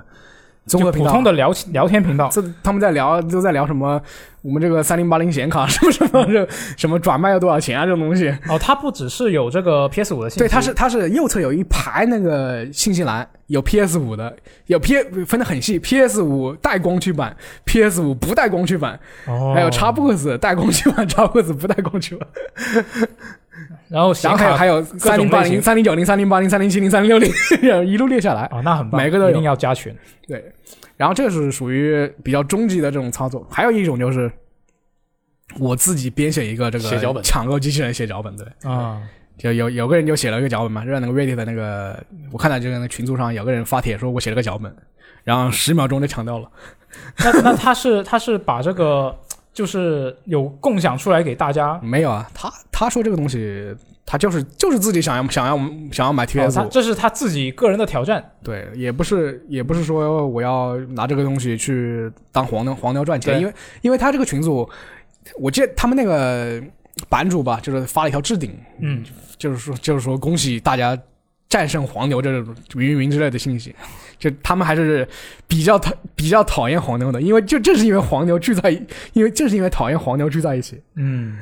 Speaker 2: 综合
Speaker 1: 啊就
Speaker 2: 频
Speaker 1: 普
Speaker 2: 道，
Speaker 1: 通的 聊聊天频道
Speaker 2: 这他们在聊都在聊什么，我们这个三零八零显卡什么什么这什么转卖要多少钱啊这种东西。
Speaker 1: 哦，它不只是有这个 PS 五的信息，
Speaker 2: 对，它是它是右侧有一排那个信息栏，有 PS 五的，有 P 分的很细，PS 五带光驱版，PS 五不带光驱版，
Speaker 1: 哦，
Speaker 2: 还有 Xbox 带光驱版，Xbox 不带光驱版，
Speaker 1: 然后
Speaker 2: 然
Speaker 1: 显
Speaker 2: 后还有
Speaker 1: 卡
Speaker 2: 还有三零八
Speaker 1: 类型
Speaker 2: 零、三零九零、三零八零、三零七零、三零六零， 然后一路列下来。
Speaker 1: 哦，那很棒，
Speaker 2: 每个都有
Speaker 1: 一定要加群。
Speaker 2: 对，然后这是属于比较终极的这种操作。还有一种就是我自己编写一个这个
Speaker 3: 写脚本
Speaker 2: 抢购机器人写脚本，对，
Speaker 1: 啊、
Speaker 2: 就有有个人就写了一个脚本嘛，让那个 Reddit 的那个我看到这个那个群组上有个人发帖说我写了个脚本，然后十秒钟就抢掉了。
Speaker 1: 那那他是他是把这个就是有共享出来给大 家，
Speaker 2: 没有啊，他他说这个东西他就是就是自己想要想要想要买
Speaker 1: 哦
Speaker 2: PS
Speaker 1: 他
Speaker 2: 五、
Speaker 1: 这是他自己个人的挑战，
Speaker 2: 对，也不是也不是说我要拿这个东西去当黄牛黄牛赚钱，
Speaker 1: 对
Speaker 2: 因为因为他这个群组，我记得他们那个版主吧，就是发了一条置顶，
Speaker 1: 嗯，
Speaker 2: 就是说就是说恭喜大家战胜黄牛这种云云云之类的信息，就他们还是比较讨比较讨厌黄牛的，因为就正是因为黄牛聚在一，因为正是因为讨厌黄牛聚在一起，
Speaker 1: 嗯，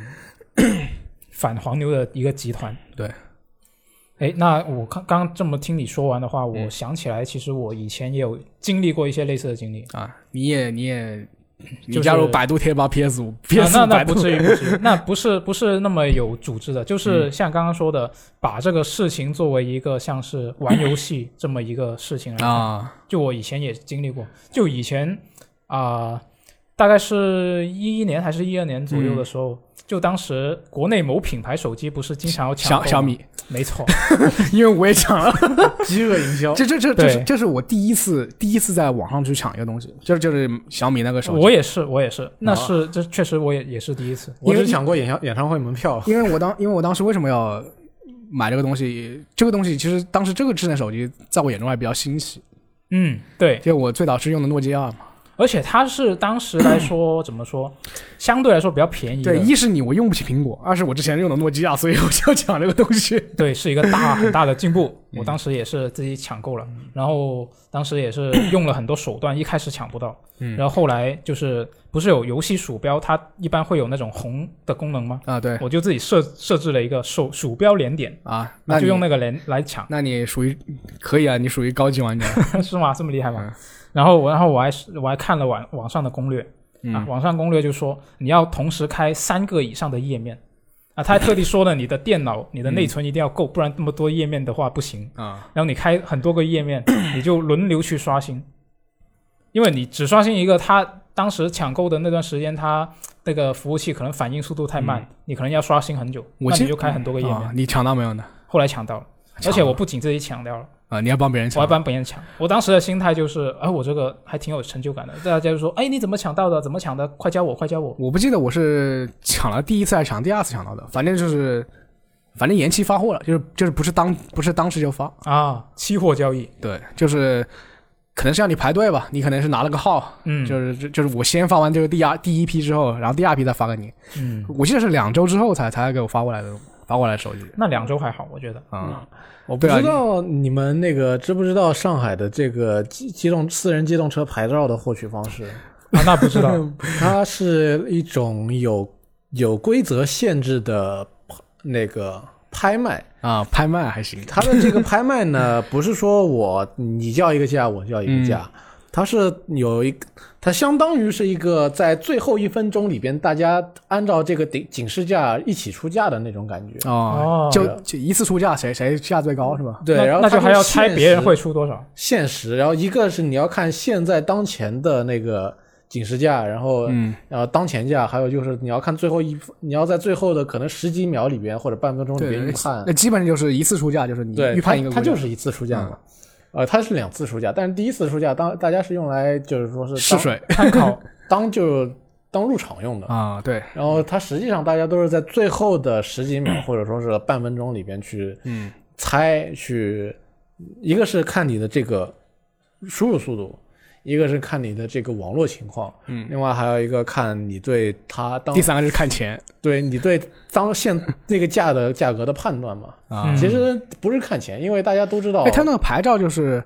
Speaker 1: 反黄牛的一个集团。
Speaker 2: 对。
Speaker 1: 哎，那我刚刚这么听你说完的话，我
Speaker 2: 嗯
Speaker 1: 想起来，其实我以前也有经历过一些类似的经历。
Speaker 2: 啊，你也你也你
Speaker 1: 就是
Speaker 2: 加入百度贴吧 PS 五 PS
Speaker 1: 啊、那
Speaker 2: 五
Speaker 1: 那
Speaker 2: 百
Speaker 1: 不
Speaker 2: 度
Speaker 1: 至于，不至于，那不是不是那么有组织
Speaker 2: 嗯
Speaker 1: 的，就是像刚刚说的，把这个事情作为一个像是玩游戏这么一个事情来看。
Speaker 2: 啊，
Speaker 1: 就我以前也经历过，就以前啊、大概是一一年还是一二年左右
Speaker 2: 嗯
Speaker 1: 的时候，就当时国内某品牌手机不是经常要抢
Speaker 2: 小
Speaker 1: 购
Speaker 2: 小
Speaker 1: 吗，
Speaker 2: 米，
Speaker 1: 没错，
Speaker 2: 因为我也抢了。
Speaker 3: 饥饿营销，
Speaker 2: 这这这这是
Speaker 1: 哦对
Speaker 2: 这是我第一次第一次在网上去抢一个东西，就是就是小米那个手机，哦
Speaker 1: 我也是，我也是，那是、这确实我也也是第一次，
Speaker 3: 我只抢过演唱演唱会门票，
Speaker 2: 因为我当因为我当时为什么要买这个东西？这个东西其实当时这个智能手机在我眼中还比较新奇，
Speaker 1: 嗯，对，
Speaker 2: 因为我最早是用的诺基亚嘛。
Speaker 1: 而且它是当时来说怎么说，相对来说比较便宜的，
Speaker 2: 对，一是你我用不起苹果，二是我之前用的诺基亚，所以我就要抢这个东西。
Speaker 1: 对，是一个大很大的进步。
Speaker 2: 嗯
Speaker 1: 我当时也是自己抢购了，然后当时也是用了很多手段，一开始抢不到，
Speaker 3: 嗯
Speaker 1: 然后后来就是不是有游戏鼠标，它一般会有那种红的功能吗？
Speaker 2: 啊，对
Speaker 1: 我就自己设设置了一个手鼠标连点，
Speaker 2: 啊，那
Speaker 1: 就用
Speaker 2: 那
Speaker 1: 那个连来 抢，
Speaker 2: 那你属于可以啊，你属于高级玩家。
Speaker 1: 是吗？这么厉害吗？
Speaker 2: 嗯
Speaker 1: 然后我然后我还是我还看了网网上的攻略，啊，
Speaker 2: 嗯，
Speaker 1: 网上攻略就说你要同时开三个以上的页面，啊，他还特地说了你的电脑、你的内存一定要够，不然那么多页面的话不行。
Speaker 2: 啊，
Speaker 1: 然后你开很多个页面，你就轮流去刷新，因为你只刷新一个，它当时抢购的那段时间，它那个服务器可能反应速度太慢，你可能要刷新很久，
Speaker 2: 我
Speaker 1: 那
Speaker 2: 记
Speaker 1: 你就开很多个页面。
Speaker 2: 啊你抢到没有呢？
Speaker 1: 后来抢到了，
Speaker 2: 抢
Speaker 1: 而且
Speaker 2: 到
Speaker 1: 我不仅自己抢掉了，
Speaker 2: 啊，你要帮别人
Speaker 1: 我还
Speaker 2: 抢。
Speaker 1: 帮别人抢。我当时的心态就是，哎，我这个还挺有成就感的。大家就说，哎，你怎么抢到的？怎么抢的？快教我，快教我。
Speaker 2: 我不记得我是抢了第一次还是抢第二次抢到的，反正就是，反正延期发货了，就是就是不是当不是当时就发，
Speaker 1: 啊，期货交易，
Speaker 2: 对，就是可能是让你排队吧，你可能是拿了个号，
Speaker 1: 嗯，
Speaker 2: 就是就就是我先发完这个第二第一批之后，然后第二批再发给你，
Speaker 1: 嗯，
Speaker 2: 我记得是两周之后才才给我发过来的，发过来手机
Speaker 1: 那两周还好，我觉得。
Speaker 2: 啊、
Speaker 3: 嗯我不
Speaker 2: 对啊
Speaker 3: 知道你们那个知不知道上海的这个机机动私人机动车牌照的获取方式？
Speaker 1: 啊，那不知道
Speaker 3: 它是一种有有规则限制的那个拍卖。
Speaker 2: 啊，拍卖还行，
Speaker 3: 它的这个拍卖呢， 不是说我你叫一个价，我叫一个价，
Speaker 1: 嗯
Speaker 3: 它是有一个，它相当于是一个在最后一分钟里边，大家按照这个警警示价一起出价的那种感觉。
Speaker 2: 哦
Speaker 1: 哦，
Speaker 2: 就就一次出价谁谁价最高是吧？
Speaker 3: 对，
Speaker 1: 那
Speaker 3: 然后
Speaker 1: 那就
Speaker 3: 它
Speaker 1: 还要猜
Speaker 3: 限
Speaker 1: 别人
Speaker 3: 时
Speaker 1: 会出多少。
Speaker 3: 限时，然后一个是你要看现在当前的那个警示价，然后、
Speaker 2: 嗯
Speaker 3: 然后当前价，还有就是你要看最后一，你要在最后的可能十几秒里边或者半分钟里
Speaker 2: 对
Speaker 3: 边预，判
Speaker 2: 那，基本上就是一次出价，就是你
Speaker 3: 对，
Speaker 2: 预判一个嗯
Speaker 3: 它它
Speaker 2: 规则
Speaker 3: 就是一次出价嘛。呃，它是两次出价，但是第一次出价当大家是用来就是说是
Speaker 2: 试
Speaker 3: 当
Speaker 2: 水
Speaker 1: 参考
Speaker 3: 当就当入场用的，
Speaker 2: 啊，对，
Speaker 3: 然后它实际上大家都是在最后的十几秒或者说是半分钟里边去
Speaker 2: 嗯
Speaker 3: 猜去，一个是看你的这个输入速度，一个是看你的这个网络情况，
Speaker 2: 嗯，
Speaker 3: 另外还有一个看你对它当
Speaker 1: 哦
Speaker 2: 第三个就是看钱
Speaker 3: 对你对当现那个价的价格的判断嘛。
Speaker 2: 啊
Speaker 1: 嗯
Speaker 3: 其实不是看钱，因为大家都知道
Speaker 1: 哦
Speaker 2: 哎，，他那个牌照就是，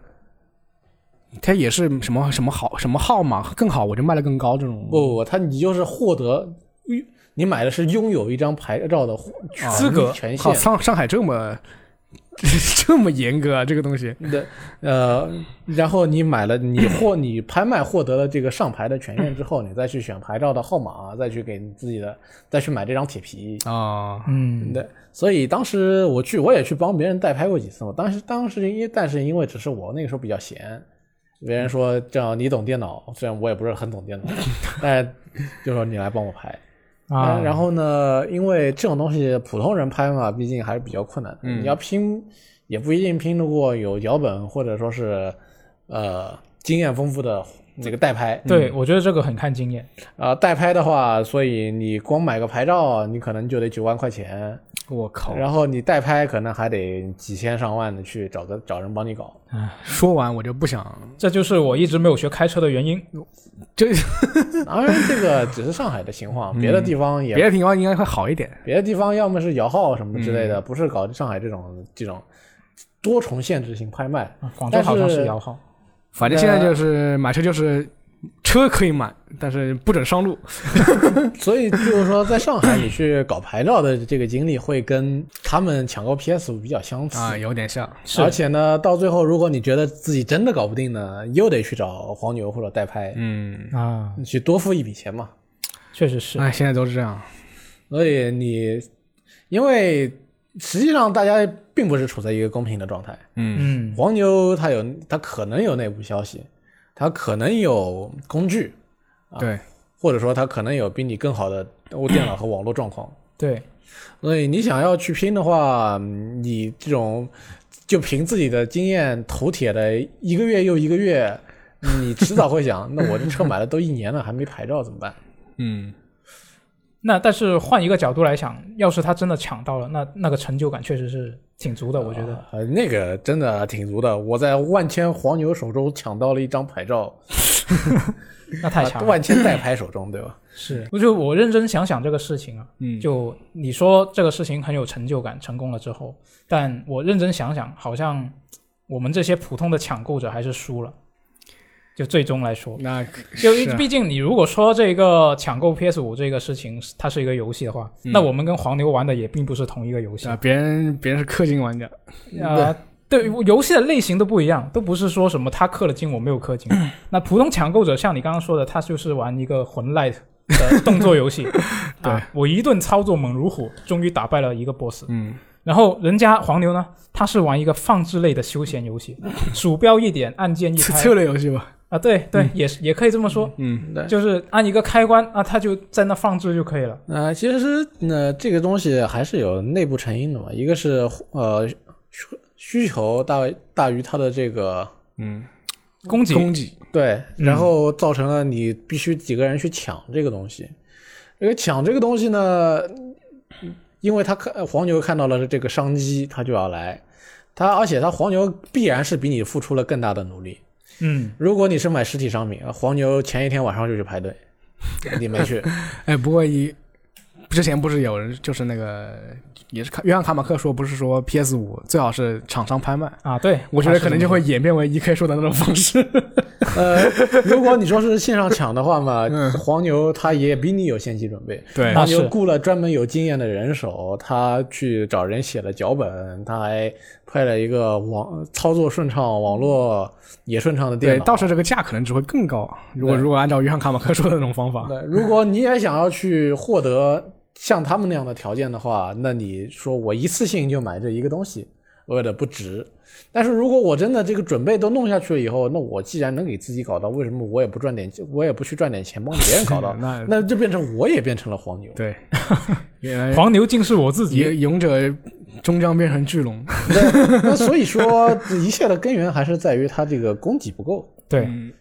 Speaker 2: 他也是什么什么好什么号码更好，我就卖的更高这种。
Speaker 1: 哦
Speaker 3: 不不不，他你就是获得你买的是拥有一张牌照的获权
Speaker 1: 资格
Speaker 3: 权
Speaker 2: 靠，
Speaker 3: 限。
Speaker 2: 啊上上海这么 这么严格啊，这个东西
Speaker 3: 的呃，然后你买了，你获你拍卖获得了这个上牌的权限之后，你再去选牌照的号码，再去给你自己的，再去买这张铁皮。
Speaker 2: 啊，
Speaker 1: 嗯，
Speaker 3: 对，所以当时我去，我也去帮别人代拍过几次嘛。当时当时因但是因为只是我那个时候比较闲，别人 说这样你懂电脑，虽然我也不是很懂电脑，但就说你来帮我拍。
Speaker 1: 啊，
Speaker 3: 嗯然后呢，因为这种东西普通人拍嘛，毕竟还是比较困难的。你要拼，也不一定拼得过有脚本或者说是呃经验丰富的这个代拍。
Speaker 1: 对，我觉得这个很看经验。
Speaker 3: 啊、代拍的话，所以你光买个牌照，你可能就得九万块钱，
Speaker 2: 我靠！
Speaker 3: 然后你代拍可能还得几千上万的去找个找人帮你搞。
Speaker 2: 说完我就不想，
Speaker 1: 这就是我一直没有学开车的原因。
Speaker 2: 这
Speaker 3: 当然，这个只是上海的情况，别的地方也
Speaker 2: 别的地方应该会好一点。
Speaker 3: 别的地方要么是摇号什么之类的，不是搞上海这种这种多重限制性拍卖。
Speaker 1: 啊广州好像
Speaker 3: 嗯但
Speaker 1: 是
Speaker 3: 是
Speaker 1: 摇号，
Speaker 2: 反正现在就是买车就是车可以买，但是不准上路。
Speaker 3: 所以就是说，在上海你去搞牌照的这个经历会跟他们抢购 PS 五比较相似。
Speaker 2: 啊，有点像。
Speaker 1: 是
Speaker 3: 而且呢，到最后如果你觉得自己真的搞不定呢，又得去找黄牛或者代拍，
Speaker 2: 嗯，
Speaker 1: 啊，
Speaker 3: 去多付一笔钱嘛。
Speaker 1: 确实是。
Speaker 2: 哎，现在都是这样。
Speaker 3: 所以你，因为实际上大家并不是处在一个公平的状态。
Speaker 2: 嗯
Speaker 1: 嗯，
Speaker 3: 黄牛它有，它可能有内部消息，它可能有工具，
Speaker 2: 对，
Speaker 3: 或者说它可能有比你更好的电脑和网络状况。
Speaker 1: 对，
Speaker 3: 所以你想要去拼的话，嗯你这种就凭自己的经验头铁的一个月又一个月，你迟早 会想，那我这车买了都一年了，还没牌照怎么办？
Speaker 2: 嗯，
Speaker 1: 那但是换一个角度来想，要是他真的抢到了，那那个成就感确实是挺足的，我 觉得。
Speaker 3: 呃，那个真的挺足的。我在万千黄牛手中抢到了一张牌照，
Speaker 1: 那太强
Speaker 3: 啊
Speaker 1: 了。
Speaker 3: 万千代拍手中，对吧？
Speaker 1: 是，我就我认真想想这个事情啊，
Speaker 2: 嗯
Speaker 1: 就你说这个事情很有成就感，成功了之后，但我认真想想，好像我们这些普通的抢购者还是输了。就最终来说，
Speaker 2: 那
Speaker 1: 就是
Speaker 2: 啊
Speaker 1: 毕竟你如果说这个抢购 PS 五这个事情是它是一个游戏的话，那我们跟黄牛玩的也并不是同一个游戏
Speaker 2: 嗯啊，别人别人是氪金玩家。
Speaker 1: 呃，对，我游戏的类型都不一样，都不是说什么他氪了金，我没有氪 金。那普通抢购者，像你刚刚说的，他就是玩一个魂 light 的动作游戏。
Speaker 2: 对
Speaker 1: 啊，我一顿操作猛如虎，终于打败了一个 boss。
Speaker 2: 嗯，
Speaker 1: 然后人家黄牛呢，他是玩一个放置类的休闲游戏，鼠标一点，按键一
Speaker 2: 策
Speaker 1: 拍
Speaker 2: 策略游戏吧。
Speaker 1: 啊，对对，也是也可以这么说，
Speaker 2: 嗯，
Speaker 3: 对。
Speaker 1: 就是按一个开关啊，他就在那放置就可以了。
Speaker 3: 呃，其实呢，这个东西还是有内部成因的嘛。一个是呃需需求大大于它的这个
Speaker 2: 嗯，
Speaker 1: 攻击
Speaker 2: 供给。
Speaker 3: 对，然后造成了你必须几个人去抢这个东西。因为抢这个东西呢，因为他看黄牛看到了这个商机，他就要来。他而且他黄牛必然是比你付出了更大的努力。
Speaker 1: 嗯，
Speaker 3: 如果你是买实体商品，呃黄牛前一天晚上就去排队，你没去。
Speaker 2: 哎，不过一之前不是有人就是那个也是卡约翰卡马克说，不是说 PS 五最好是厂商拍卖。
Speaker 1: 啊，对，
Speaker 2: 我觉得可能就
Speaker 1: 会
Speaker 2: 会演变为 E K 说的那种方式。
Speaker 3: 呃，如果你说是线上抢的话嘛，黄牛他也比你有先期准备。
Speaker 2: 对
Speaker 3: 黄
Speaker 1: 那是
Speaker 3: 牛雇了专门有经验的人手，他去找人写了脚本，他还配了一个网操作顺畅、网络也顺畅的电
Speaker 2: 对，
Speaker 3: 脑。
Speaker 2: 到时候这个价可能只会更高。如果
Speaker 3: 对
Speaker 2: 如果按照约翰卡马克说的那种方法，
Speaker 3: 对，如果你也想要去获得像他们那样的条件的话，那你说我一次性就买这一个东西，为了不值。但是如果我真的这个准备都弄下去了以后，那我既然能给自己搞到，为什么我也不赚点，我也不去赚点钱帮别人 搞到？
Speaker 2: 那
Speaker 3: 那就变成我也变成了黄牛。
Speaker 2: 对，原来
Speaker 1: 黄牛竟是我自己
Speaker 2: 也勇者终将变成巨龙。
Speaker 3: 那那所以说，一切的根源还是在于它这个供给不够。
Speaker 1: 对。
Speaker 2: 嗯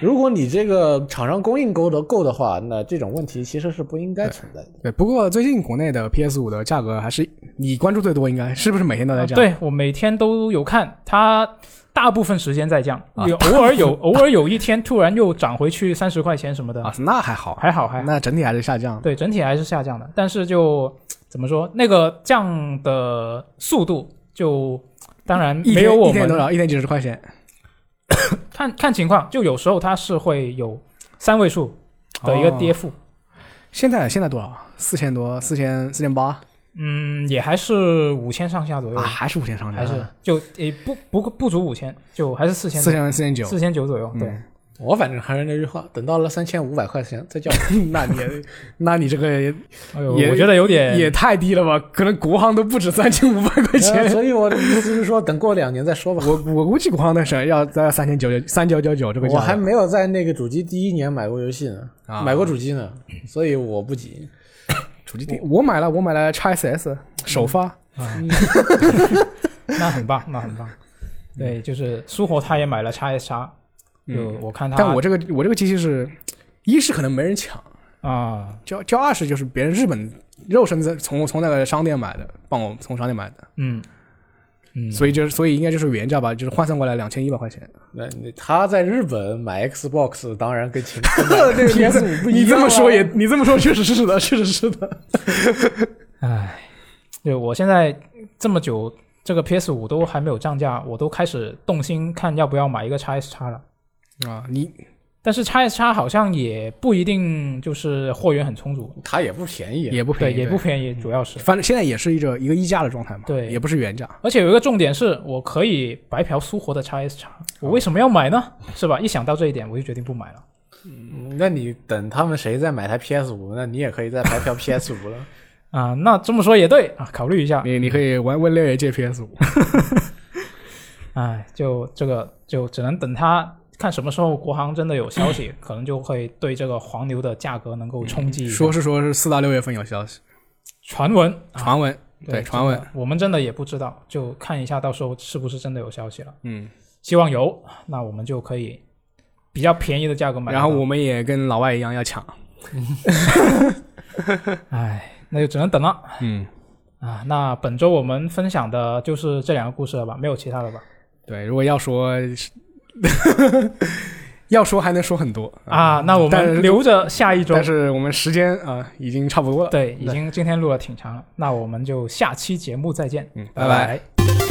Speaker 3: 如果你这个厂商供应够的够的话，那这种问题其实是不应该存在的。
Speaker 2: 对，不过最近国内的 PS 五的价格还是你关注最多，应该是不是每天都在
Speaker 1: 啊
Speaker 2: 涨？，
Speaker 1: 对我每天都有看，它大部分时间在降，
Speaker 2: 啊
Speaker 1: 有偶尔有 偶尔有一天突然又涨回去三十块钱什么的，
Speaker 2: 啊，那还好，
Speaker 1: 还好还好。
Speaker 2: 那整体还是下降。
Speaker 1: 对，整体还是下降的，但是就怎么说，那个降的速度就当然
Speaker 2: 一
Speaker 1: 没
Speaker 2: 天
Speaker 1: 有我
Speaker 2: 一天多
Speaker 1: 们
Speaker 2: 少？一天几十块钱
Speaker 1: 看看情况，就有时候它是会有三位数的一个跌
Speaker 2: 哦
Speaker 1: 幅，
Speaker 2: 现在现在多少？四千多，四千四千八啊，
Speaker 1: 嗯，也还是五千上下左右，
Speaker 2: 还是五千上下，啊
Speaker 1: 还是就也不不不足五千，就还是四千
Speaker 2: 四千四千九。
Speaker 1: 四千九左右，对。
Speaker 2: 嗯
Speaker 3: 我反正还是那句话，等到了三千五百块钱再叫。
Speaker 2: 那 你那你这个也
Speaker 1: 哎呦，
Speaker 2: 也
Speaker 1: 我觉得有点
Speaker 2: 也太低了吧？可能国行都不止三千五百块
Speaker 3: 呃
Speaker 1: 啊
Speaker 2: 钱。
Speaker 3: 所以我的意思是说， 等过两年再说吧。
Speaker 2: 我我估计国行的时候要在三千九九三九九九这个价
Speaker 3: 我
Speaker 2: 格，
Speaker 3: 还没有在那个主机第一年买过游戏呢，
Speaker 2: 啊
Speaker 3: 买过主机呢，所以我不急。
Speaker 2: 主机店我买了，我买了 XSS 首发，
Speaker 1: 哎 那很棒，那很棒。
Speaker 2: 嗯
Speaker 1: 对，就是苏活他也买了 x S x 就我看他，
Speaker 2: 但我这个我这个机器是，一是可能没人抢，
Speaker 1: 啊，
Speaker 2: 交交二是就是别人日本肉身在从从那个商店买的，帮我从商店买的，
Speaker 1: 嗯嗯，
Speaker 2: 所以就是所以应该就是原价吧，就是换算过来两千一百块钱。
Speaker 3: 那你他在日本买 Xbox，当然跟秦
Speaker 2: 对
Speaker 3: 对 PS 五不一样啊
Speaker 2: 你这么说也，你这么说确实是的， 确实是的。
Speaker 1: 唉，对我现在这么久，这个 PS 五都还没有降价，我都开始动心看要不要买一个 x S x 了。
Speaker 2: 啊，你
Speaker 1: 但是 x S x 好像也不一定就是货源很充足，
Speaker 3: 他也不便宜，
Speaker 2: 也不
Speaker 1: 对，
Speaker 2: 便宜，嗯
Speaker 1: 也不便宜，主要是。
Speaker 2: 反正现在也是一个一个溢价的状态嘛，
Speaker 1: 对
Speaker 2: 也不是原价。
Speaker 1: 而且有一个重点是，我可以白嫖苏活的 x S x 我为什么要买呢？是吧？一想到这一点，我就决定不买了。
Speaker 3: 嗯那你等他们谁再买台 PS 五，那你也可以再白嫖 PS 五了。
Speaker 1: 啊，那这么说也对啊，考虑一下。
Speaker 2: 你你可以玩问六爷借 PS 五，
Speaker 1: 唉，哎就这个就只能等他看什么时候国行真的有消 息，可能就会对这个黄牛的价格能够冲击一下。
Speaker 2: 说是说是四到六月份有消息，
Speaker 1: 传闻，
Speaker 2: 传闻啊对
Speaker 1: 对
Speaker 2: 传闻
Speaker 1: 真，的我们真的也不知道，就看一下到时候是不是真的有消息了。
Speaker 2: 嗯。
Speaker 1: 希望有，那我们就可以比较便宜的价格买得
Speaker 2: 然
Speaker 1: 到。
Speaker 2: 后我们也跟老外一样要抢，
Speaker 1: 唉，那就只能等了
Speaker 2: 嗯，
Speaker 1: 啊。那本周我们分享的就是这两个故事了吧？没有其他的吧？
Speaker 2: 对。如果要说， 要说还能说很多，
Speaker 1: 啊，那我
Speaker 2: 呃但是
Speaker 1: 们留着下一周
Speaker 2: 但。是我们时间啊、已经差不多了，
Speaker 1: 对，已经今天录了挺长了，那我们就下期节目再见，
Speaker 2: 嗯，
Speaker 1: 拜
Speaker 2: 拜拜。
Speaker 1: 拜